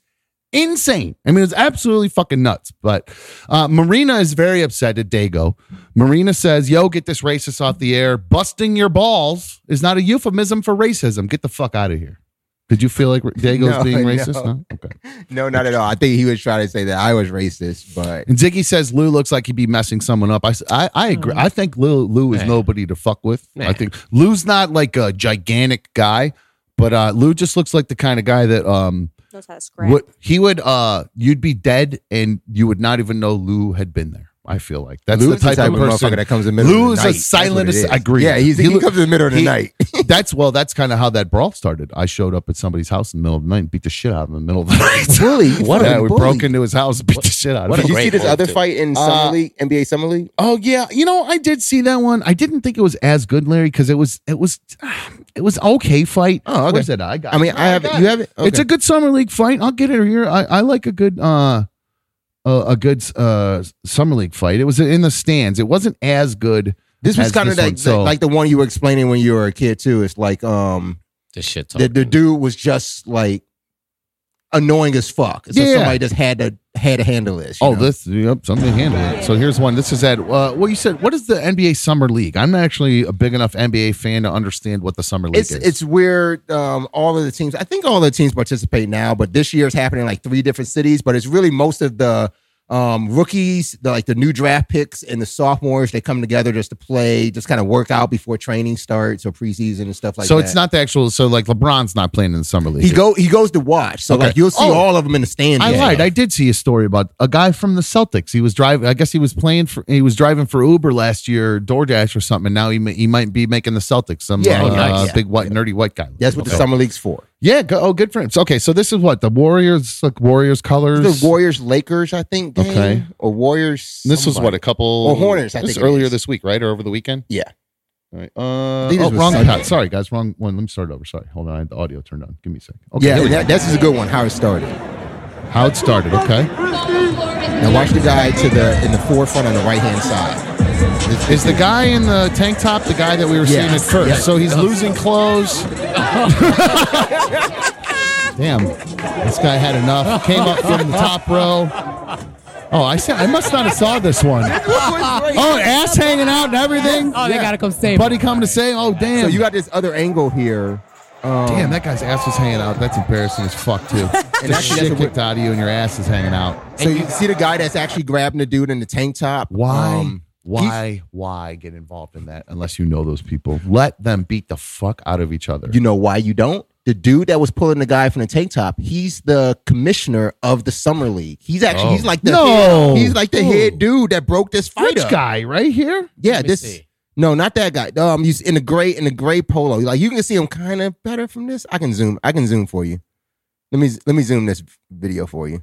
A: insane. I mean, it's absolutely fucking nuts. But uh, Marina is very upset at Dago. Marina says, "Yo, get this racist off the air. Busting your balls is not a euphemism for racism. Get the fuck out of here." Did you feel like Dago's
B: No,
A: being
B: no.
A: racist? No? Okay.
B: no, not at all. I think he was trying to say that I was racist, but
A: And Ziggy says Lou looks like he'd be messing someone up. I s- I, I agree. I think Lou Lou is
H: Yeah.
A: nobody to fuck with. I
H: Yeah.
A: think Lou's not like a gigantic guy, but uh, Lou just looks like the kind of guy that um
J: Knows how to scrap.
A: What he would uh you'd be dead and you would not even know Lou had been there. I feel like that's
B: Lou
A: the
B: is the
A: type,
B: type
A: of
B: of
A: person
B: motherfucker that comes in the middle
A: Lou
B: of
A: is
B: the
A: a
B: night. That's
A: silent.
B: what it
A: ass-
B: is.
A: I agree.
B: Yeah, he's- he comes in the middle of the night.
A: that's well. That's kind of how that brawl started. I showed up at somebody's house in the middle of the night, and beat the shit out of him in the middle of the night.
B: bully.
A: What?
B: What
A: Yeah,
B: a
A: we
B: bully.
A: broke into his house, and beat the shit out of
H: what a
A: him.
H: great bully, too.
B: fight in
A: Uh,
B: league, NBA summer league?
A: Oh yeah, you know I did see that one. I didn't think it was as good, Larry, because it was it was it was okay fight.
B: Oh, okay.
A: Where's that? I got.
B: I mean, I have
A: got
B: You have it.
A: It's a good summer league fight. I'll get it here. I, I like a good uh a, a good uh summer league fight. It was in the stands. It wasn't as good.
B: This was
A: as
B: kind of
A: this
B: like
A: one, so-
B: like the one you were explaining when you were a kid too. It's like
A: Mm.
B: um
H: The shit
B: the, the dude was just like annoying as fuck. So
A: Yeah.
B: somebody just had to had to handle this. you
A: Oh,
B: know?
A: this yep, something handled it. So here's one. This is at uh, well, you said what is the NBA summer league? I'm not actually a big enough NBA fan to understand what the summer league
B: it's
A: is.
B: it's weird. Um, all of the teams, I think all the teams participate now, but this year it's happening in like three different cities. But it's really most of the um, rookies, the, like the new draft picks and the sophomores, they come together just to play, just kind of work out before training starts or preseason and stuff like
A: so
B: that.
A: it's not the actual. So like LeBron's not playing in the summer league.
B: he go he goes to watch, so
A: Okay.
B: like you'll see
A: Oh.
B: all of them in the stands.
A: I
B: and
A: lied.
B: stuff.
A: I did see a story about a guy from the Celtics. He was driving. I guess he was playing for. He was driving for Uber last year, DoorDash or something. And now he may, he might be making the Celtics some
B: Yeah,
A: uh,
B: oh, nice.
A: big white nerdy white guy.
B: That's what the
A: Okay.
B: summer league's for.
A: Yeah. Go, oh, good for him. So, okay, so this is what the Warriors like Warriors colors.
B: The Warriors Lakers, I think. Game,
A: Okay.
B: or Warriors.
A: this was
B: somebody.
A: what a couple
B: Or Hornets, I
A: this
B: think it
A: earlier
B: is.
A: this week, right, or over the weekend.
B: Yeah.
I: All right. Uh,
A: think this
I: oh,
A: was
I: wrong
A: Sunday.
I: path. Sorry, guys. Wrong one. Let me start over. Sorry. Hold on. I had the audio turned on. Give me a second. Okay.
B: yeah,
I: there we
B: that,
I: go.
B: this is a good one. How it started.
I: How it started. Okay.
B: Now watch the guy to the in the forefront on the right hand side.
I: Is the guy in the tank top the guy that we were seeing at
B: Yes.
I: first?
B: Yes.
I: So he's losing clothes. Damn, this guy had enough. Came up from the top row. Oh, I said I must not have saw this one. Oh, ass hanging out and everything.
H: Oh, they gotta come save
I: Buddy,
H: him.
I: come to save. Oh, damn.
B: So you got this other angle here. Um,
I: damn, that guy's ass was hanging out. That's embarrassing as fuck too. and that
B: actually, that's
I: shit
B: a-
I: kicked out of you, and your ass is hanging out.
B: So you see the guy that's actually grabbing the dude in the tank top.
I: Why?
B: Um,
I: why? Why get involved in that unless you know those people? Let them beat the fuck out of each other.
B: you know why you don't? The dude that was pulling the guy from the tank top, he's the commissioner of the summer league. He's actually
I: Oh.
B: he's like the
I: No.
B: head, he's like the head dude that broke this fight
I: Rich
B: up.
I: guy right here.
B: Yeah,
H: Let me
B: this
H: see.
B: no, not that guy. Um, he's in the gray in the gray polo. Like you can see him kind of better from this. I can zoom. I can zoom for you. Let me let me zoom this video for you,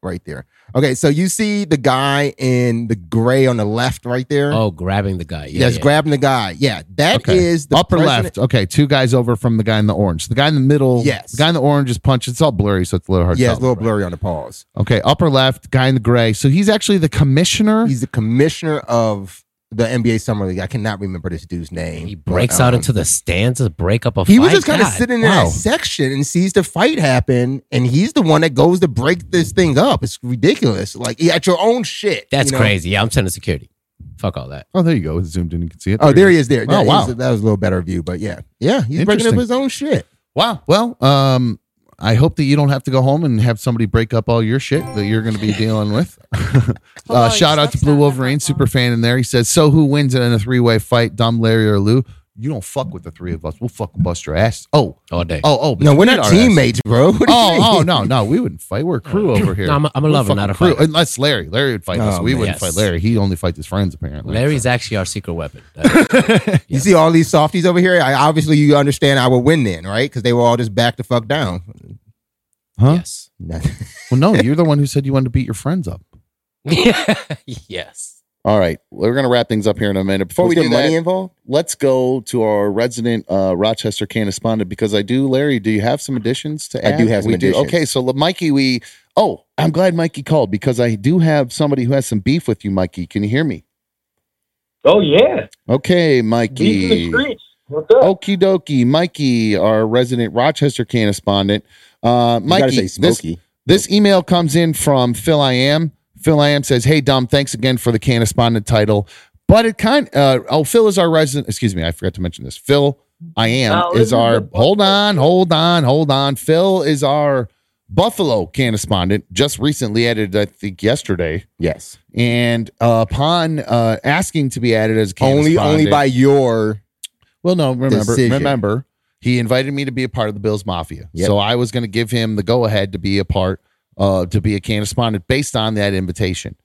B: right there. Okay, so you see the guy in the gray on the left, right there.
H: Oh, grabbing the guy. Yeah,
B: yes,
H: yeah.
B: grabbing the guy. Yeah, that is
I: Okay.
B: the
I: upper
B: president-
I: left. Okay, two guys over from the guy in the orange. The guy in the middle.
B: Yes.
I: The guy in the orange is punched. It's all blurry, so it's a little hard.
B: Yeah,
I: to
B: it's a
I: tell.
B: little blurry on the pause.
I: Okay, upper left. Guy in the gray. So he's actually the commissioner.
B: He's the commissioner of the NBA Summer League. I cannot remember this dude's name. um,
H: He breaks out into the stands to break up a fight.
B: He was just kind of
H: God,
B: sitting in
H: wow.
B: that section and sees the fight happen, and he's the one that goes to break this thing up. It's ridiculous. Like at your own shit.
H: That's
B: you know? Oh,
H: crazy. Yeah, I'm sending security. Fuck all that.
I: oh, there you go. It's zoomed in. You can see it.
B: Oh, there he is. There.
I: Oh,
B: that,
I: wow.
B: was, that was a little better view, but yeah, yeah, he's breaking up
I: Interesting.
B: his own shit.
I: Wow. Well, um, I hope that you don't have to go home and have somebody break up all your shit that you're going to be dealing with.
M: Hello,
I: uh,
M: your
I: shout out to
M: stuff's
I: Blue
M: not that
I: Wolverine, super fan in there. He says, "So who wins in a three way fight? Dom, Larry, or Lou? You don't fuck with the three of us. We'll fucking bust your ass. Oh,
H: All day.
I: oh, oh.
B: No, we're
I: between
B: not
I: our asses.
B: teammates, bro. What do you mean? Uh,
I: Oh, oh no, no, we wouldn't fight. We're a crew over here.
H: No, I'm a- I'm a
I: We're
H: lover,
I: fucking
H: not a
I: crew.
H: fighter.
I: Unless Larry, Larry would fight us.
B: Oh,
I: We
B: man.
I: wouldn't
H: Yes.
I: fight Larry. He only fights his friends apparently.
H: Larry's actually our secret weapon. That-
B: You see all these softies over here. I obviously you understand I would win then, right? Because they were all just back the fuck down.
I: Huh?
H: yes.
I: Well, no, you're the one who said you wanted to beat your friends up.
H: yes.
A: All right, we're gonna wrap things up here in a minute. Before
B: Was
A: we
B: there
A: do
B: money
A: that,
B: involved?
A: let's go to our resident uh, Rochester correspondent because I do, Larry. Do you have some additions to
B: I
A: add?
B: do have some
A: we
B: additions.
A: Okay, so look, Mikey, we. Oh, I'm glad Mikey called because I do have somebody who has some beef with you, Mikey. Can you hear me?
G: Oh yeah,
A: Okay,
G: these are the
A: Mikey.
G: streets. What's up?
A: Okie dokie, Mikey, our resident Rochester correspondent. Uh,
B: You gotta
A: Mikey,
B: say
A: this,
B: Smokey.
A: this email comes in from Phil I Am. Phil I Am says, Hey, Dom, thanks again for the correspondent title. But it kind uh, oh, Phil is our resident. Excuse me, I forgot to mention this. Phil I Am
G: No, Oh, this
A: is
G: is
A: our,
G: the-
A: hold on, hold on, hold on. Phil is our Buffalo correspondent, just recently added, I think, yesterday.
B: Yes.
A: And uh, upon uh, asking to be added as a
B: Only only
A: correspondent-
B: by your
A: well, no, remember,
B: Decision.
A: remember, he invited me to be a part of the Bills Mafia,
B: Yep.
A: so I was going to give him the go ahead to be a part, uh, to be a correspondent based on that invitation.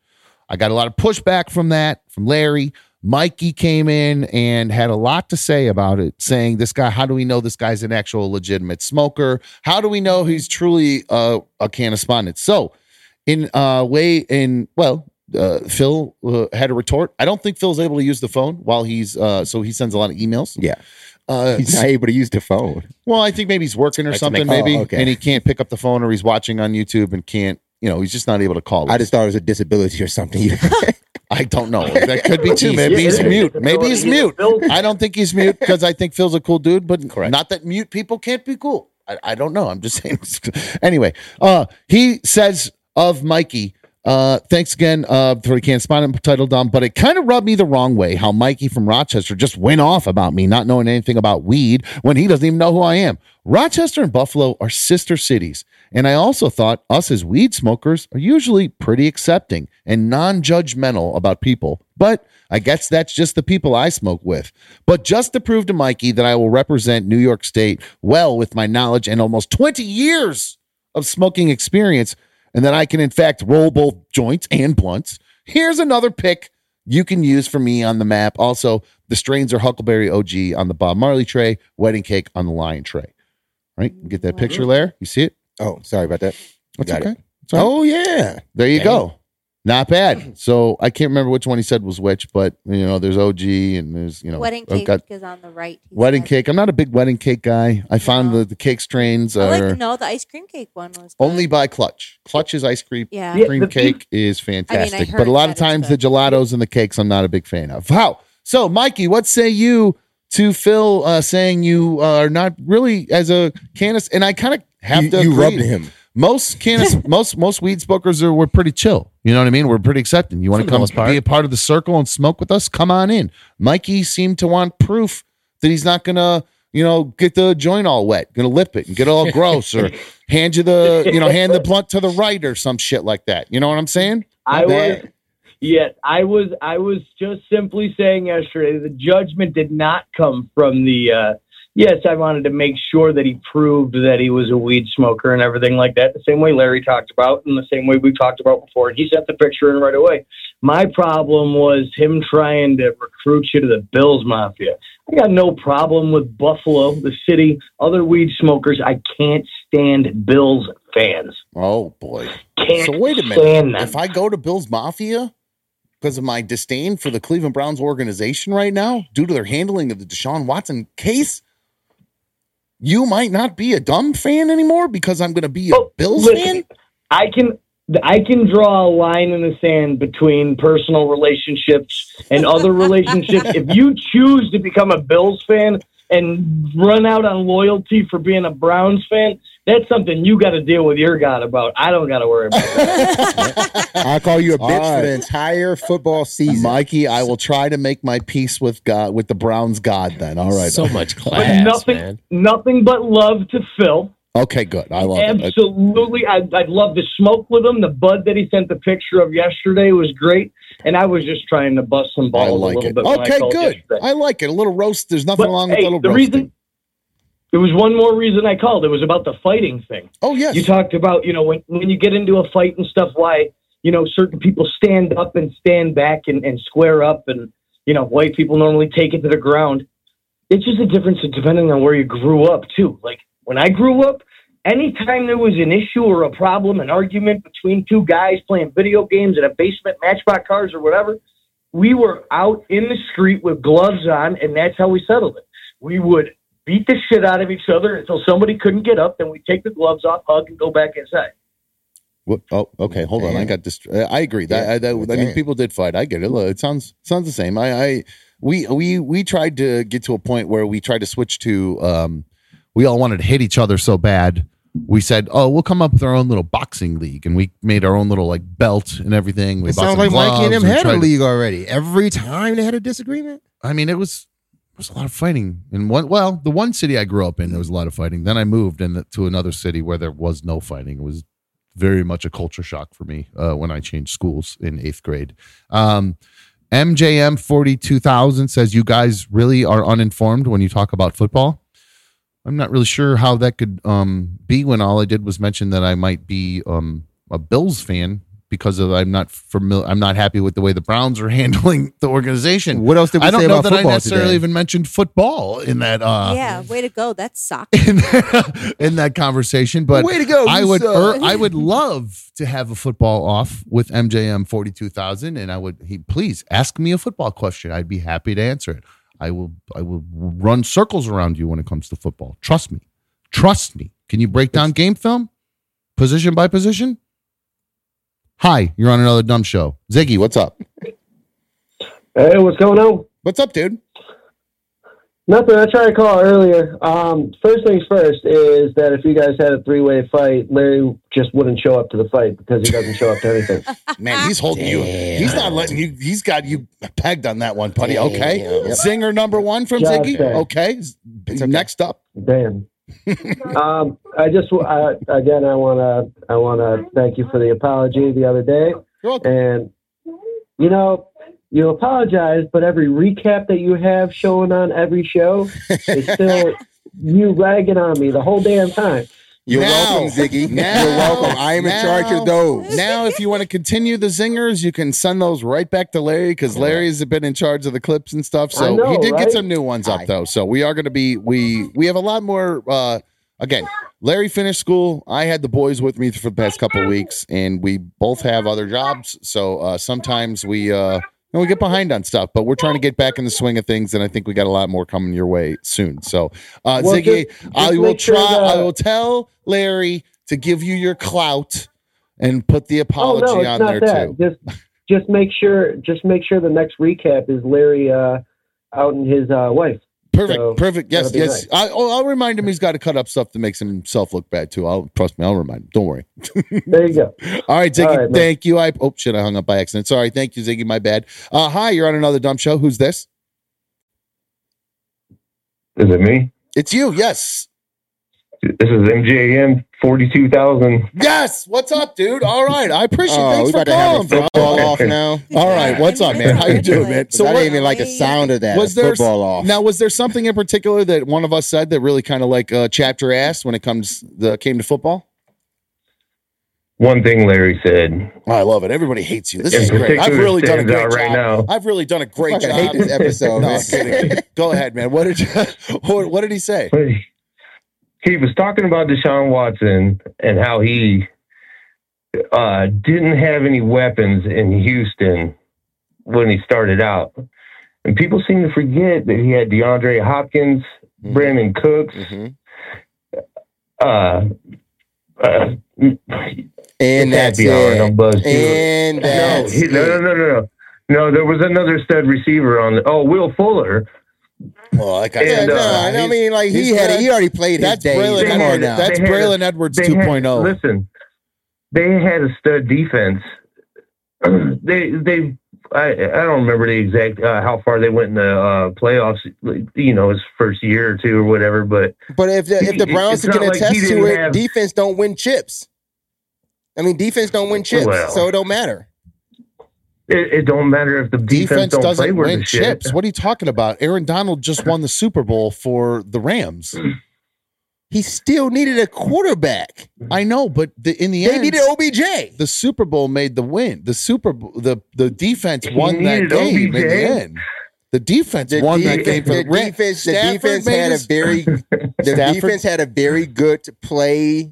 A: I got a lot of pushback from that, from Larry. Mikey came in and had a lot to say about it, saying, This guy, how do we know this guy's an actual legitimate smoker? How do we know he's truly uh, a correspondent? So, in uh, way, in, well, uh, Phil uh, had a retort. I don't think Phil's able to use the phone while he's, uh, so he sends a lot of emails.
B: Yeah.
A: Uh,
B: He's not able to use the phone.
A: well, I think maybe he's working or
B: Like to
A: something,
B: make- oh,
A: maybe,
B: okay.
A: and he can't pick up the phone, or he's watching on YouTube and can't. You know, he's just not able to call.
B: I
A: us.
B: just thought it was a disability or something.
A: I don't know. That could be too.
B: He's-
A: Maybe
B: yeah,
A: he's
B: yeah.
A: mute. Maybe he's
G: He's a
A: mute.
G: builder.
A: I don't think he's mute because I think Phil's a cool dude, but
B: Correct.
A: not that mute people can't be cool. I, I don't know. I'm just saying. anyway, uh, he says of Mikey. Uh, thanks again uh, for the correspondent title, Dom. But it kind of rubbed me the wrong way how Mikey from Rochester just went off about me not knowing anything about weed when he doesn't even know who I am. Rochester and Buffalo are sister cities. And I also thought us as weed smokers are usually pretty accepting and non judgmental about people. But I guess that's just the people I smoke with. But just to prove to Mikey that I will represent New York State well with my knowledge and almost 20 years of smoking experience, and that I can, in fact, roll both joints and blunts, here's another pick you can use for me on the map. Also, the strains are Huckleberry OG on the Bob Marley tray, Wedding Cake on the Lion tray. Right? You Get that picture there? You see it?
B: oh, sorry about that.
A: That's
B: Got it.
A: okay. It's all right.
B: Oh, yeah.
A: There you
H: Damn.
A: go. Not bad. So I can't remember which one he said was which, but you know, there's OG and there's you know
I: Wedding
A: I've
I: cake
A: got-
I: is on the right. he
A: wedding
I: said.
A: cake. I'm not a big wedding cake guy. I found the, the cake strains
I: I
A: are
I: like no, the ice cream cake one was.
A: only by Clutch. Clutch's ice cream
I: Yeah. Yeah,
A: cream
I: the-
A: cake is fantastic, but
I: heard
A: a lot of
I: that it's
A: times the gelatos and the cakes I'm not a big fan of. Wow. So Mikey, what say you to Phil uh, saying you are not really as a cannabis? And I kind of have
K: You-
A: to
K: you
A: agree.
K: rubbed him.
A: Most cannabis, most most weed smokers are we're pretty chill. You know what I mean? We're pretty accepting. You want to
K: For the
A: come
K: most part.
A: be a part of the circle and smoke with us? Come on in. Mikey seemed to want proof that he's not gonna, you know, get the joint all wet, gonna lip it and get all gross, or hand you the, you know, hand the blunt to the right or some shit like that. You know what I'm saying?
J: I
A: Not
J: was,
A: bad.
J: yeah, I was, I was just simply saying yesterday the judgment did not come from the. Uh, yes, I wanted to make sure that he proved that he was a weed smoker and everything like that. The same way Larry talked about, and the same way we talked about before. And he sent the picture in right away. My problem was him trying to recruit you to the Bills Mafia. I got no problem with Buffalo, the city, other weed smokers. I can't stand Bills fans.
A: Oh boy!
J: Can't
A: so wait a
J: stand
A: minute.
J: them.
A: If I go to Bill's Mafia because of my disdain for the Cleveland Browns organization right now, due to their handling of the Deshaun Watson case, you might not be a dumb fan anymore because I'm going to be a Bills fan.
J: Oh, Listen, I can I can draw a line in the sand between personal relationships and other relationships. if you choose to become a Bills fan and run out on loyalty for being a Browns fan, that's something you got to deal with your God about. I don't got to worry about. That.
A: I call you a
J: bitch for the
A: entire football season, Mikey. I will try to make my peace with God, with the Browns God. Then, all right.
H: So much
J: but nothing, nothing but love to Phil.
A: Okay, good. I love it.
J: Absolutely, I'd, I'd love to smoke with him. The bud that he sent the picture of yesterday was great, and I was just trying to bust some balls a little bit. when I
A: Okay,
J: called
A: good.
J: yesterday.
A: I like it. A little roast. There's nothing
J: But,
A: wrong with
J: hey,
A: a little
J: the
A: roast.
J: reason there was one more reason I called. It was about the fighting thing.
A: Oh yes,
J: you talked about you know when when you get into a fight and stuff, why you know certain people stand up and stand back and, and square up, and you know white people normally take it to the ground. It's just a difference depending on where you grew up too. Like when I grew up, anytime there was an issue or a problem, an argument between two guys playing video games in a basement, matchbox cars or whatever, we were out in the street with gloves on, and that's how we settled it. We would beat the shit out of each other until somebody couldn't get up, then we'd take the gloves off, hug, and go back inside.
A: What, oh, okay. Hold on. I got dist- uh, I agree. That, I, that I mean,
K: damn.
A: people did fight. I get it. Look, it sounds sounds the same. I, I we we we tried to get to a point where we tried to switch to. Um, we all wanted to hit each other so bad. We said, "Oh, we'll come up with our own little boxing league," and we made our own little like belt and everything. We
B: It
A: bought
B: sounds
A: some
B: like Mikey and
A: gloves.
B: him
A: We
B: had a
A: tried to-
B: league already. Every time they had a disagreement.
A: I mean, it was there was a lot of fighting in one. Well, the one city I grew up in, there was a lot of fighting. Then I moved and to another city where there was no fighting. It was very much a culture shock for me uh, when I changed schools in eighth grade. Um, MJM forty two thousand says you guys really are uninformed when you talk about football. I'm not really sure how that could um, be when all I did was mention that I might be um, a Bills fan because of I'm not familiar. I'm not happy with the way the Browns are handling the organization.
B: What else did we
A: I don't
B: say
A: know
B: about
A: that I
B: football
A: necessarily
B: today?
A: even mentioned football in that uh,
I: yeah, way to go. That's soccer.
A: in that conversation. But
B: Way to go,
A: I
B: you
A: would
B: suck.
A: er, I would love to have a football off with MJM forty two thousand, and I would he please ask me a football question. I'd be happy to answer it. I will I will run circles around you when it comes to football. Trust me, trust me. Can you break down game film, position by position? Hi, you're on another dumb show. Ziggy, what's up?
N: Hey, what's going on?
A: What's up, dude?
N: Nothing. I tried to call earlier. Um, first things first is that if you guys had a three-way fight, Larry just wouldn't show up to the fight because he doesn't show up to anything.
A: Man, he's holding you. He's not letting you. He's got you pegged on that one, buddy. Okay.
N: Damn.
A: Zinger number one from
N: Just
A: Ziggy.
N: saying.
A: Okay. Next up.
N: Damn. um, I just w- I, again I want to I want to thank you for the apology the other day, and you know you apologize, but every recap that you have showing on every show is still you ragging on me the whole damn time.
O: You're welcome, Ziggy. You're welcome. I am in charge of those.
A: Now, if you want to continue the zingers, you can send those right back to Larry because Larry's been in charge of the clips and stuff.
K: I
A: So
K: know,
A: he did
K: right?
A: get some new ones up though. So we are going to be we we have a lot more uh again, Larry finished school. I had the boys with me for the past couple of weeks, and we both have other jobs. So uh, sometimes we uh, and we get behind on stuff, but we're trying to get back in the swing of things, and I think we got a lot more coming your way soon. So, uh,
K: Well,
A: Ziggy,
K: just- just
A: I will
K: make sure
A: try.
K: that-
A: I will tell Larry to give you your clout and put the apology
N: oh, no, it's
A: on
N: not
A: there
N: that.
A: too.
N: Just just make sure just make sure the next recap is Larry uh, out and his uh, wife.
A: Perfect,
N: So
A: perfect. Yes,
N: that'll be
A: yes.
N: nice.
A: I, oh, I'll remind him he's got to cut up stuff that makes himself look bad too. I'll trust me. I'll remind him. Don't worry.
N: there you go.
A: All right, Ziggy.
N: All right, man.
A: thank you. I oh shit, I hung up by accident. Sorry. Thank you, Ziggy. My bad. Uh, hi, you're on another dumb show. Who's this?
L: Is it me?
A: It's you. Yes.
L: This is MJM 42,000.
A: Yes. What's up, dude? All right. I appreciate.
O: Oh,
A: Thanks
O: we
A: for
O: about to have a
A: calling, bro.
O: football off now.
A: All right. What's up, man? How you doing, man?
O: So I
A: what-
O: didn't even like the sound of that.
A: was
O: Was
A: there
O: football off?
A: now? Was there something in particular that one of us said that really kind of like uh, chapter ass when it comes the came to football?
L: One thing Larry said.
A: I love it. Everybody hates you. This
L: In
A: is great. I've
L: particular,
A: really done a
L: stands
A: great
L: out
A: job.
L: right now.
A: I've really done a great
O: Fucking
A: job.
O: hate this episode,
A: No,
O: man.
A: I'm kidding. Go ahead, man. What did you, what, what did he say?
L: He was talking about Deshaun Watson and how he uh, didn't have any weapons in Houston when he started out. And people seem to forget that he had DeAndre Hopkins,
O: Mm-hmm.
L: Brandon Cooks, uh, uh,
O: and
L: that's
O: it. And
L: no,
O: that's
L: he, no, no, no, no, no. No, there was another stud receiver on. The, oh, Will Fuller. uh,
A: Well, like
O: Yeah, no, I know, I mean, like, he had it- he already played his
A: That's
O: days.
A: Braylon,
O: Come on now.
A: That's
L: They had
A: Braylon
L: a-
A: Edwards oh.
L: they had-
A: 2.0.
L: Listen, they had a stud defense. they they I, I don't remember the exact uh, how far they went in the uh, playoffs. like, You know, his first year or two or whatever. But
O: But if the, if the
L: He-
O: Browns
L: it's
O: can
L: not like he
O: attest to
L: didn't
O: it,
L: have-
O: defense don't win chips. I mean, defense don't win chips,
L: Well.
O: so it don't matter.
L: it, it don't matter if the defense,
A: Defense
L: don't play
A: doesn't
L: worth
A: win
L: a shit.
A: chips. What are you talking about? Aaron Donald just won the Super Bowl for the Rams.
O: He still needed a quarterback.
A: I know, but the, in the
O: They
A: end,
O: needed OBJ.
A: The Super Bowl made the win. The Super Bowl, the the defense won that
O: needed
A: game in the
O: OBJ.
A: end. The defense
O: The,
A: won
O: defense,
A: that game. for
O: the
A: Ra-
O: defense, the
A: Stafford
O: defense
A: made
O: had a
A: his-
O: very the
A: Stafford-
O: defense had a very good play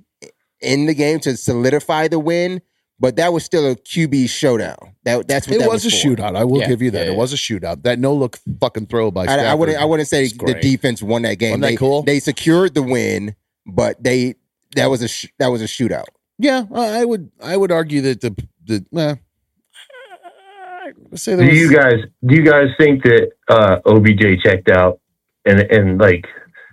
O: in the game to solidify the win, but that was still a QB showdown. That that's what
A: It
O: that
A: was, a
O: for.
A: shootout. I will
O: Yeah.
A: give you that. It was a shootout. That no look fucking throw by.
O: I, I
A: Stafford
O: wouldn't. I wouldn't say
A: was
O: the
A: great.
O: defense won that game.
A: Wasn't that
O: they,
A: cool?
O: They secured the win, but they that was a sh- that was a shootout.
A: Yeah, I I would. I would argue that the the. eh. Let's say
L: Do
A: there was,
L: you guys do you guys think that uh, OBJ checked out and and like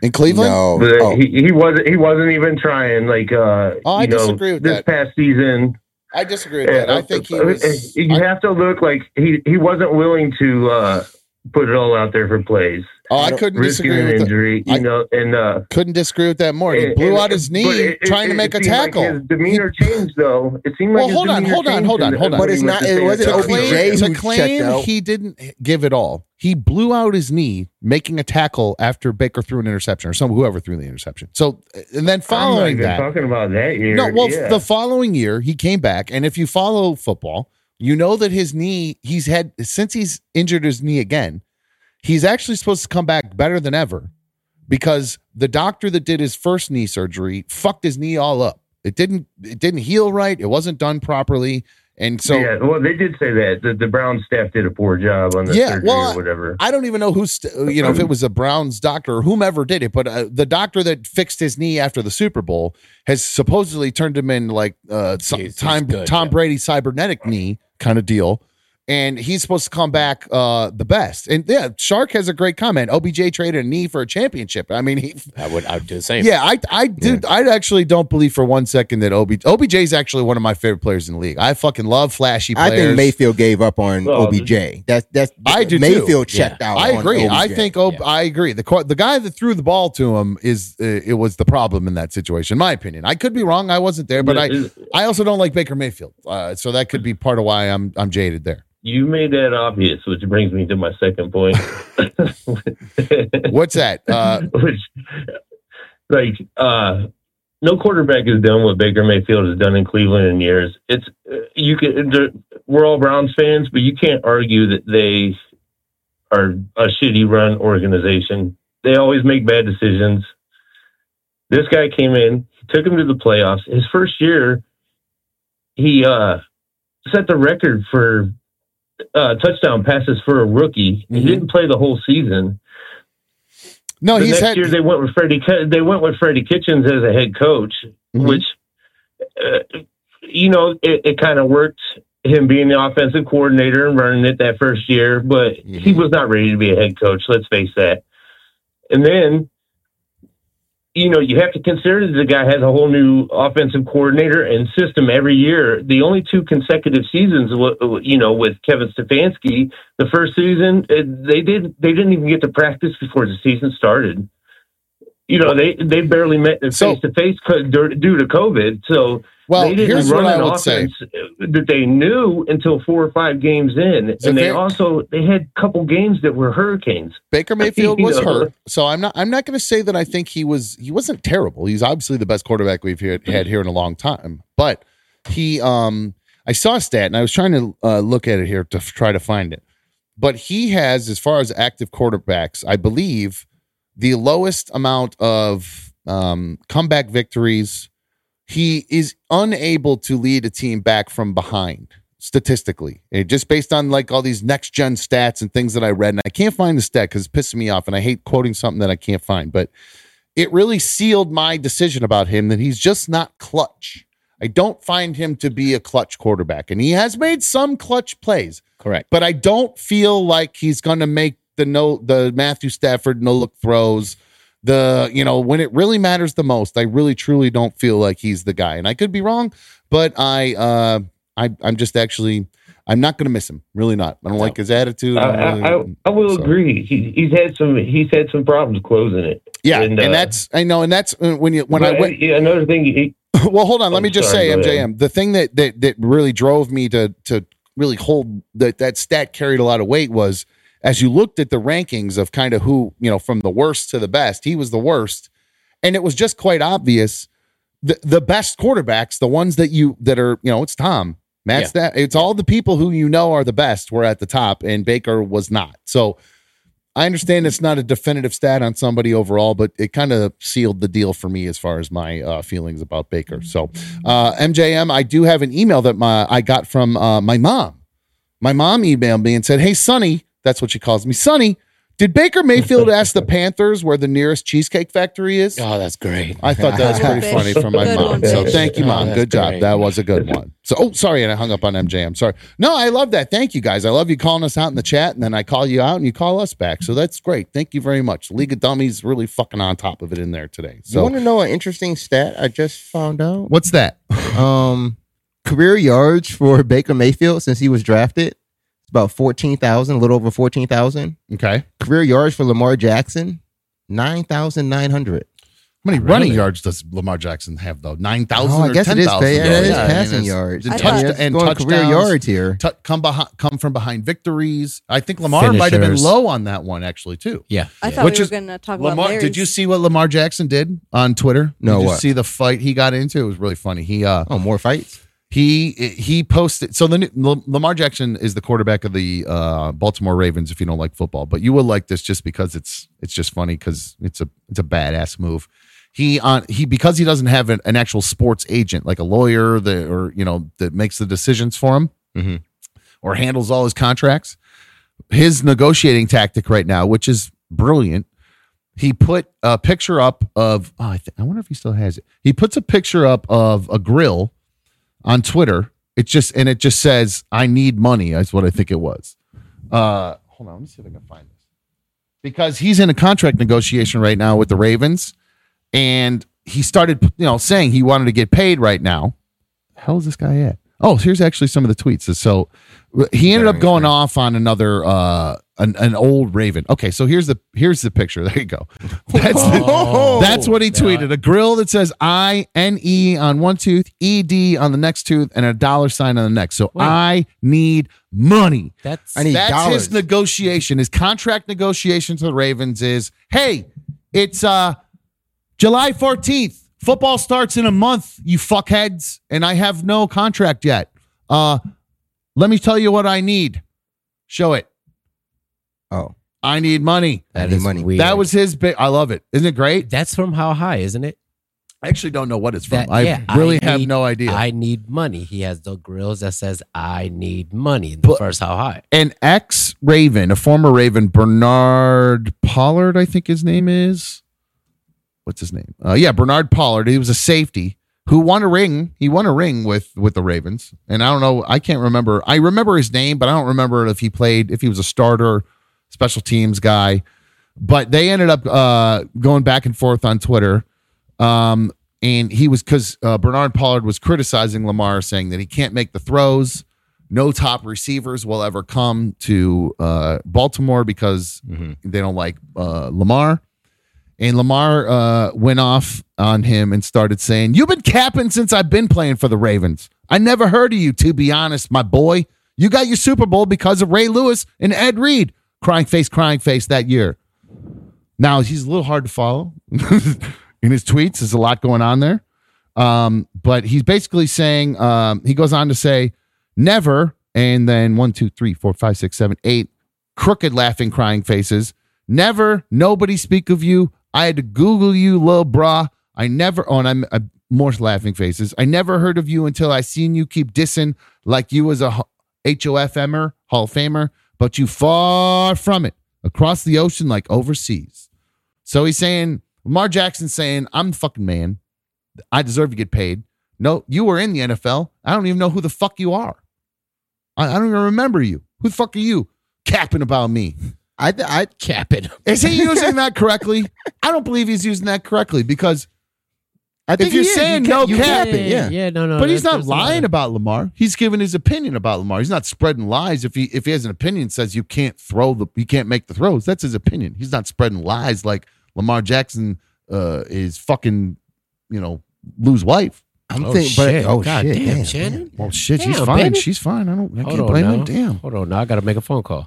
A: in Cleveland?
O: No.
L: But he, he wasn't he wasn't even trying like uh
A: Oh, I
L: you know,
A: disagree with
L: this
A: that.
L: past season
A: I disagree with
L: uh,
A: that. I think he was.
L: you have to look like he he wasn't willing to uh put it all out there for plays
A: Oh, I couldn't
L: risking
A: disagree
L: an
A: with that.
L: injury you know and uh
A: Couldn't disagree with that more. He
L: and-
A: blew
L: and-
A: out his
L: but
A: knee
L: it- it-
A: trying to
L: it
A: make a
L: seemed like
A: tackle.
L: his demeanor changed though it seemed like
A: Well,
L: his
A: hold on,
L: demeanor
A: hold on,
L: changed
A: hold on,
L: in the-
A: hold on.
L: when he went to face
A: to
O: who
A: claim, to
L: off.
A: claim
O: checked out.
A: he didn't give it all. He blew out his knee making a tackle after Baker threw an interception or some whoever threw the interception. So and then
L: I'm not
A: following
L: even
A: that,
L: talking about that year
A: no, well,
L: yeah.
A: the following year he came back, and if you follow football, you know that his knee he's had since he's injured his knee again, he's actually supposed to come back better than ever because the doctor that did his first knee surgery fucked his knee all up. It didn't it didn't heal right. It wasn't done properly. And so
L: yeah, well, they did say that the, the Brown staff did a poor job on the
A: Yeah,
L: surgery
A: well,
L: or whatever.
A: I don't even know who's, st- uh, you know, if it was a Browns doctor or whomever did it, but uh, the doctor that fixed his knee after the Super Bowl has supposedly turned him in like uh, some time,
K: good,
A: Tom Brady cybernetic knee kind of deal. And he's supposed to come back uh, the best. And yeah, Shark has a great comment. OBJ traded a knee for a championship. I mean, he,
K: I would. I would do the same.
A: yeah, I, I do. I actually don't believe for one second that OB, OBJ is actually one of my favorite players in the league. I fucking love flashy
O: I
A: players.
O: think Mayfield gave up on
A: Well,
O: OBJ. That's that's
A: I do. too.
O: Mayfield checked out.
A: I
O: on
A: agree. I
O: OBJ.
A: think. Ob- I agree. The qu- the guy that threw the ball to him is uh, it was the problem in that situation. in My opinion. I could be wrong. I wasn't there, but I I also don't like Baker Mayfield. Uh, so that could be part of why I'm I'm jaded there.
P: You made that obvious, which brings me to my second point.
A: What's that? Uh,
P: which, like, uh, no quarterback has done what Baker Mayfield has done in Cleveland in years. It's uh, you can. there- We're all Browns fans, but you can't argue that they are a shitty run organization. They always make bad decisions.
L: This guy came in, took him to the playoffs. His first year, he uh, set the record for uh, touchdown passes for a rookie. He didn't play the whole season.
A: No,
L: the
A: he's
L: next
A: had-
L: year they went with Freddie. Ki- They went with Freddie Kitchens as a head coach,
A: Mm-hmm.
L: which uh, you know it, it kind of worked. Him being the offensive coordinator and running it that first year, but he
A: Mm-hmm.
L: was not ready to be a head coach. Let's face that. And then, you know, you have to consider that the guy has a whole new offensive coordinator and system every year. The only two consecutive seasons, wa- wa- you know, with Kevin Stefanski, the first season eh, they did they didn't even get to practice before the season started. You know, they they barely met face to face due to COVID. So
A: Well,
L: they didn't
A: here's
L: run
A: what I
L: an
A: would say.
L: offense eh, that they knew until four or five games in,
A: So
L: and they
A: Vic-
L: also they had a couple games that were hurricanes.
A: Baker Mayfield
L: You
A: was
L: know?
A: hurt, so I'm not. I'm not going to say that I think he was. He wasn't terrible. He's obviously the best quarterback we've had, had here in a long time. But he, um, I saw a stat, and I was trying to uh, look at it here to f- try to find it. But he has, as far as active quarterbacks, I believe, the lowest amount of um, comeback victories. He is unable to lead a team back from behind statistically, Eh, just based on like all these next gen stats and things that I read. And I can't find the stat because it's pissing me off, and I hate quoting something that I can't find. But it really sealed my decision about him that he's just not clutch. I don't find him to be a clutch quarterback, and he has made some clutch plays.
H: Correct.
A: But I don't feel like he's going to make the no the Matthew Stafford no look throws. The you know when it really matters the most, I really truly don't feel like he's the guy, and I could be wrong, but I uh I I'm just actually I'm not going to miss him, really not. I don't like his attitude.
L: I,
A: I don't
L: I, I,
A: really-
L: I will agree. He, he's had some he's had some problems closing it.
A: yeah,
L: And,
A: and,
L: uh,
A: that's I know, and that's uh, when you when I
L: but,
A: went.
L: yeah, another thing. he-
A: well, hold on. Let me just
L: sorry,
A: say,
L: go ahead.
A: MJM, the thing that that that really drove me to to really hold that that stat carried a lot of weight was as you looked at the rankings of kind of who you know from the worst to the best, he was the worst, and it was just quite obvious. The, the best quarterbacks, the ones that you that are you know, it's Tom, Matt's that it's all the people who you know are the best were at the top, and Baker was not. So I understand it's not a definitive stat on somebody overall, but it kind of sealed the deal for me as far as my uh, feelings about Baker. So, uh, MJM, I do have an email that my I got from uh, my mom. My mom emailed me and said, "Hey, Sonny, that's what she calls me, Sonny." Did Baker Mayfield ask the Panthers where the nearest Cheesecake Factory is?
H: Oh, that's great.
A: I thought that was
H: Good
A: pretty
H: one,
A: funny
H: Bish.
A: from my
H: Good
A: mom.
H: one,
A: so
H: Bish.
A: thank you,
H: Oh,
A: mom.
H: that's
A: good job.
H: great.
A: That was a good one. So, oh, sorry, and I hung up on MJ. I'm sorry. No, I love that. Thank you guys. I love you calling us out in the chat, and then I call you out, and you call us back. So that's great. Thank you very much. League of Dummies really fucking on top of it in there today.
Q: you
A: So
Q: want to know an interesting stat I just found out?
A: what's that?
B: Um, career yards for Baker Mayfield since he was drafted. It's about 14,000, a little over 14,000.
A: Okay.
B: Career yards for Lamar Jackson, 9,900.
A: How many running yards does Lamar Jackson have though? Nine thousand.
B: Oh, I guess it is pa- yeah, it is passing yards.
A: And,
B: I thought-
A: touchdown-
B: it's
A: and
B: going
A: touchdowns
B: career yards here.
A: tou- come behind, come from behind victories. I think Lamar might have been
H: Finishers.
A: low on that one actually too.
H: Yeah.
J: I thought we were going to talk
A: Lamar,
J: about Larry's.
A: did you see what Lamar Jackson did on Twitter?
B: No,
A: did you
B: what?
A: see the fight he got into? It was really funny. He uh
B: Oh, more fights.
A: he he posted so the new, Lam- Lamar Jackson is the quarterback of the uh, Baltimore Ravens. If you don't like football, but you will like this just because it's it's just funny because it's a it's a badass move. He on he because he doesn't have an, an actual sports agent like a lawyer that or you know that makes the decisions for him
B: Mm-hmm.
A: or handles all his contracts. His negotiating tactic right now, which is brilliant, he put a picture up of. Oh, I, th- I wonder if he still has it. He puts a picture up of a grill on Twitter. It just and it just says, "I need money." Is what I think it was. Uh, hold on, let me see if I can find this because he's in a contract negotiation right now with the Ravens, and he started, you know, saying he wanted to get paid right now. Hell is this guy at? Oh, here's actually some of the tweets. So he ended up going off on another uh an, an old Raven. Okay, so here's the here's the picture. There you go. That's the-
R: Oh.
A: that's what he tweeted. A grill that says I N E on one tooth, E D on the next tooth, and a dollar sign on the next. So I need money.
H: That's
B: I need
A: that's
B: dollars.
A: his negotiation. His contract negotiation to the Ravens is, hey, it's uh July 14th. Football starts in a month, you fuckheads, and I have no contract yet. Uh let me tell you what I need. Show it.
B: Oh.
A: I need money.
H: That is money.
A: That was his big I love it. Isn't it great?
H: That's from How High, isn't it?
A: I actually don't know what it's from.
H: That-
A: I
H: yeah,
A: really
H: I
A: have
H: need-
A: no idea.
H: I need money. He has the grills that says I need money in the first how high.
A: an ex Raven, a former Raven, Bernard Pollard, I think his name is. What's his name? Uh, yeah, Bernard Pollard. He was a safety who won a ring. He won a ring with with the Ravens, and I don't know. I can't remember. I remember his name, but I don't remember if he played, if he was a starter, special teams guy. But they ended up uh, going back and forth on Twitter. Um, and he was because uh, Bernard Pollard was criticizing Lamar, saying that he can't make the throws. No top receivers will ever come to uh, Baltimore because they don't like uh, Lamar. And Lamar uh, went off on him and started saying, You've been capping since I've been playing for the Ravens. I never heard of you, to be honest, my boy. You got your Super Bowl because of Ray Lewis and Ed Reed. Crying face, crying face that year. Now he's a little hard to follow in his tweets. There's a lot going on there, um, but he's basically saying um, he goes on to say never, and then one, two, three, four, five, six, seven, eight crooked, laughing, crying faces. Never, nobody speak of you. I had to Google you, lil brah. I never. Oh, and I'm uh, more laughing faces. I never heard of you until I seen you keep dissing like you was a ho- HOFMer, Hall of Famer, but you far from it. Across the ocean, like overseas. So he's saying, Lamar Jackson's saying, I'm the fucking man. I deserve to get paid. No, you were in the NFL. I don't even know who the fuck you are. I, I don't even remember you. Who the fuck are you capping about me?
S: I, I
H: cap it.
A: Is he using that correctly? I don't believe he's using that correctly because
S: I
A: if you're saying no capping, yeah,
H: no, no.
A: but he's
H: that-
A: not
H: there's a lot
A: lying about Lamar. He's giving his opinion about Lamar. He's not spreading lies. If he if he has an opinion that says you can't throw the you can't make the throws, that's his opinion. He's not spreading lies like Lamar Jackson uh, is fucking you know lose wife.
H: I'm Oh, thinking- but- shit. oh, God shit, damn, damn, Shannon. damn.
A: Well, shit, she's
H: Damn,
A: fine.
H: baby.
A: She's fine. I don't. I
H: Hold
A: can't
H: on
A: blame
H: now.
A: him. Damn.
H: Hold on, now I got to make a phone call.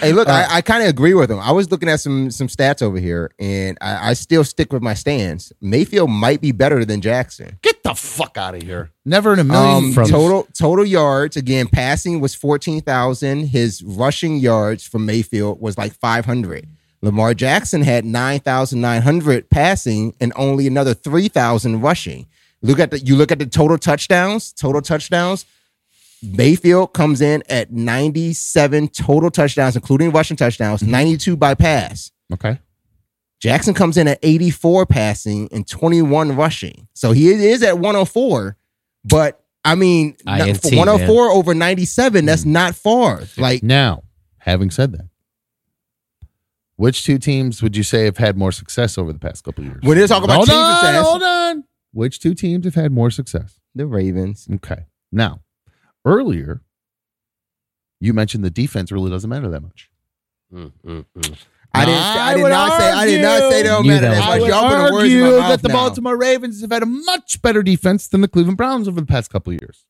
S: Hey,
B: look, I, I kind of agree with him. I was looking at some some stats over here, and I, I still stick with my stance. Mayfield might be better than Jackson.
A: Get the fuck out of here. Never in a million
B: Um,
A: from-
B: total total yards. Again, passing was fourteen thousand. His rushing yards from Mayfield was like five hundred. Lamar Jackson had nine thousand nine hundred passing and only another three thousand rushing. Look at the you look at the total touchdowns. Total touchdowns. Mayfield comes in at 97 total touchdowns, including rushing touchdowns, 92 by pass.
A: Okay.
B: Jackson comes in at 84 passing and 21 rushing. So he is at 104, but I mean, not-
A: INT,
B: for 104 over 97, that's
A: Hmm.
B: not far. Like
A: now, having said that, which two teams would you say have had more success over the past couple of years?
B: When they talk about
A: hold
B: team
A: on,
B: success-
A: hold on. Which two teams have had more success?
B: The Ravens.
A: Okay. Now, earlier, you mentioned the defense really doesn't matter that much.
H: Mm,
B: I didn't. I did not say. I did not say they don't matter that
A: I
B: much.
A: would
B: Y'all putting words in
A: argue
B: my mouth
A: that the
B: now.
A: Baltimore Ravens have had a much better defense than the Cleveland Browns over the past couple of years.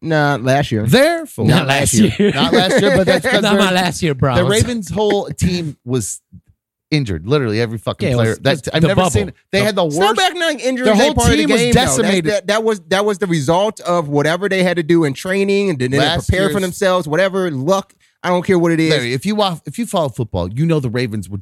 B: Nah, last year.
A: Therefore,
H: Not last year.
A: not last year, but that's because
H: Not
A: they're-
H: my last year,
A: The
H: Browns.
A: Ravens' whole team was injured. Literally every fucking
H: Yeah, it
A: player.
H: was-
A: That's,
H: it's
A: I've
H: the
A: never
H: bubble.
A: seen. They
H: The-
A: had the worst.
B: Snowback nine injuries.
A: Their whole
B: ain't part
A: team
B: of the
A: was
B: game, though. That's-
A: decimated.
B: That, that was that was the result of whatever they had to do in training and didn't
A: Last
B: prepare for
A: year's-
B: themselves. Whatever luck. I don't care what it is.
A: Larry, if you wa- if you follow football, you know the Ravens were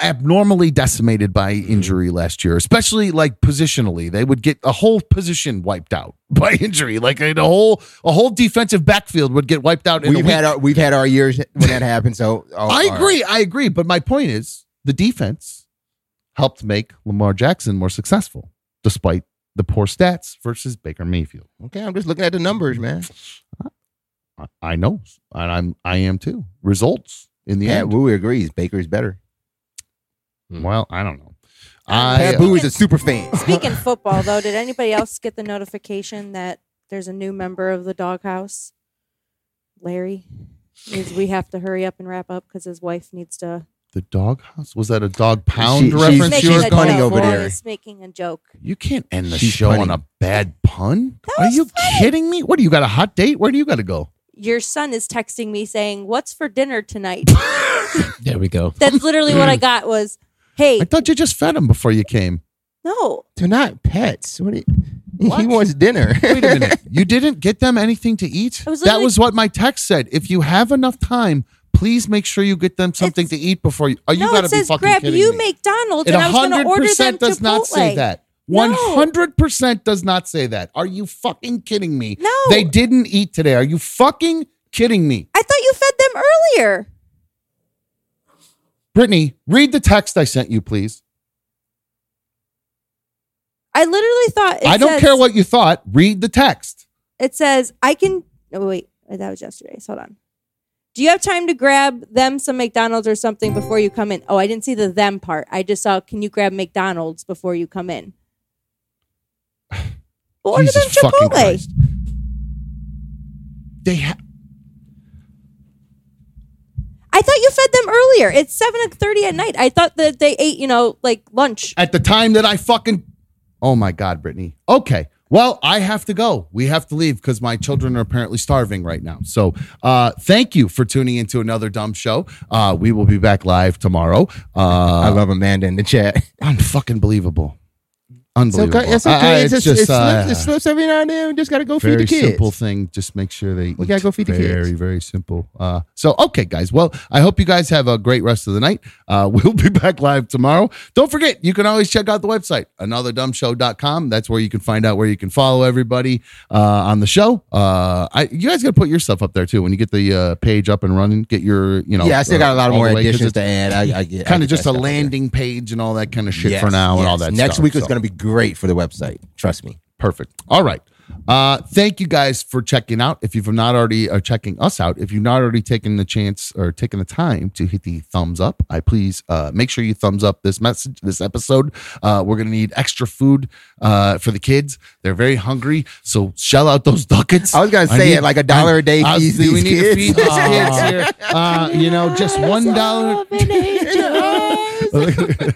A: abnormally decimated by
B: Mm-hmm.
A: injury last year, especially like positionally. They would get a whole position wiped out by injury. Like a whole a whole defensive backfield would get wiped out. In a
B: we've
A: week.
B: had our we've had our years when that happened. So oh,
A: I
B: all
A: agree. I agree. But my point is the defense helped make Lamar Jackson more successful despite the poor stats versus Baker Mayfield.
B: right. Okay, I'm just looking at the numbers, man.
A: I, I know. And I'm I am too. Results in the
B: Pat
A: end.
B: Bowie agrees. Baker's better.
A: Well, I don't know. I,
B: Pat Bowie is a super fan.
E: Speaking football, though, did anybody else get the notification that there's a new member of the doghouse? Larry, is we have to hurry up and wrap up because his wife needs to.
A: The doghouse? Was that a dog pound
B: she's
A: reference?
B: making
A: you were
B: a
A: going
B: joke.
A: over
B: Boy,
A: there.
E: He's making a joke.
A: You can't end the
B: She's
A: show
B: punning.
A: on a bad pun. Are you kidding me? What do you got a hot date? Where do you got to go?
E: Your son is texting me saying, "What's for dinner tonight?"
A: There we go.
E: That's literally what I got. Was hey,
A: I thought you just fed him before you came.
E: no,
B: They're not pets. What? Are you, He wants dinner.
A: Wait a minute. You didn't get them anything to eat?
E: I was
A: that
E: literally-
A: was what my text said. If you have enough time, please make sure you get them something to eat before you. Oh, you
E: no,
A: gotta
E: it says
A: be fucking
E: grab
A: kidding
E: you
A: me.
E: McDonald's,
A: It
E: and I was going to order
A: 100%
E: them
A: does not say
E: Chipotle.
A: that.
E: No.
A: 100% does not say that. Are you fucking kidding me?
E: No.
A: They didn't eat today. Are you fucking kidding me?
E: I thought you fed them earlier.
A: Brittany, read the text I sent you, please.
E: I literally thought. It
A: I don't
E: says-
A: care what you thought. Read the text.
E: It says I can. Oh wait, that was yesterday. Hold on. Do you have time to grab them some McDonald's or something before you come in? Oh, I didn't see the them part. I just saw. Can you grab McDonald's before you come in? Well, order
A: Jesus
E: them
A: fucking
E: Chipotle.
A: Christ. They ha-
E: I thought you fed them earlier. It's seven thirty at night. I thought that they ate, you know, like lunch.
A: At the time that I fucking. Oh my God, Brittany. Okay. Well, I have to go. We have to leave because my children are apparently starving right now. So, uh, thank you for tuning into another dumb show. Uh, we will be back live tomorrow. Uh, I
B: love Amanda in the chat.
A: Unbelievable.
B: It's
A: Unbelievable.
B: okay. It's
A: I- I-
B: okay. It
A: it's
B: just,
A: just,
B: it, slips,
A: uh,
B: it slips every now and then. We just gotta go feed
A: very
B: the kids.
A: simple thing. Just make sure they
B: We gotta
A: eat.
B: go feed the kids.
A: Very, very simple. Uh, so, okay, guys. Well, I hope you guys have a great rest of the night. Uh, we'll be back live tomorrow. Don't forget, you can always check out the website, anotherdumbshow.com. That's where you can find out where you can follow everybody uh, on the show. Uh, I, you guys got to put your stuff up there too. When you get the uh, page up and running, get your, you know.
B: yeah, I still got a lot
A: uh, all
B: more
A: the way, 'cause
B: additions
A: it's-
B: to add. I, I get I
A: kind
B: get
A: of just
B: that
A: a
B: stuff.
A: landing page and all that kind of shit for
B: Yes,
A: now and all
B: yes.
A: that
B: Next
A: stuff,
B: week is
A: so.
B: going to be great for the website. Trust me.
A: Perfect. All right. Uh, thank you guys for checking out. If you've not already are checking us out, if you've not already taken the chance or taken the time to hit the thumbs up, I please uh, make sure you thumbs up this message, this episode. Uh, we're gonna need extra food uh, for the kids. They're very hungry, so shell out those ducats.
B: I was gonna say it, like a dollar a day
A: I-
B: feeds
A: we
B: these
A: need to
B: kids.
A: feed these kids here. Uh, you know, just one dollar.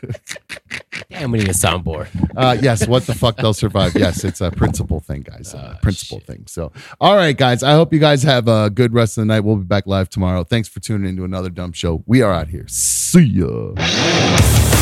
I: Damn, we need a soundboard.
A: uh, yes, what the fuck they'll survive. Yes, it's a principle thing, guys.
I: Ah,
A: Uh, principle thing. So, all right, guys. I hope you guys have a good rest of the night. We'll be back live tomorrow. Thanks for tuning in to another dumb show. We are out here. See ya.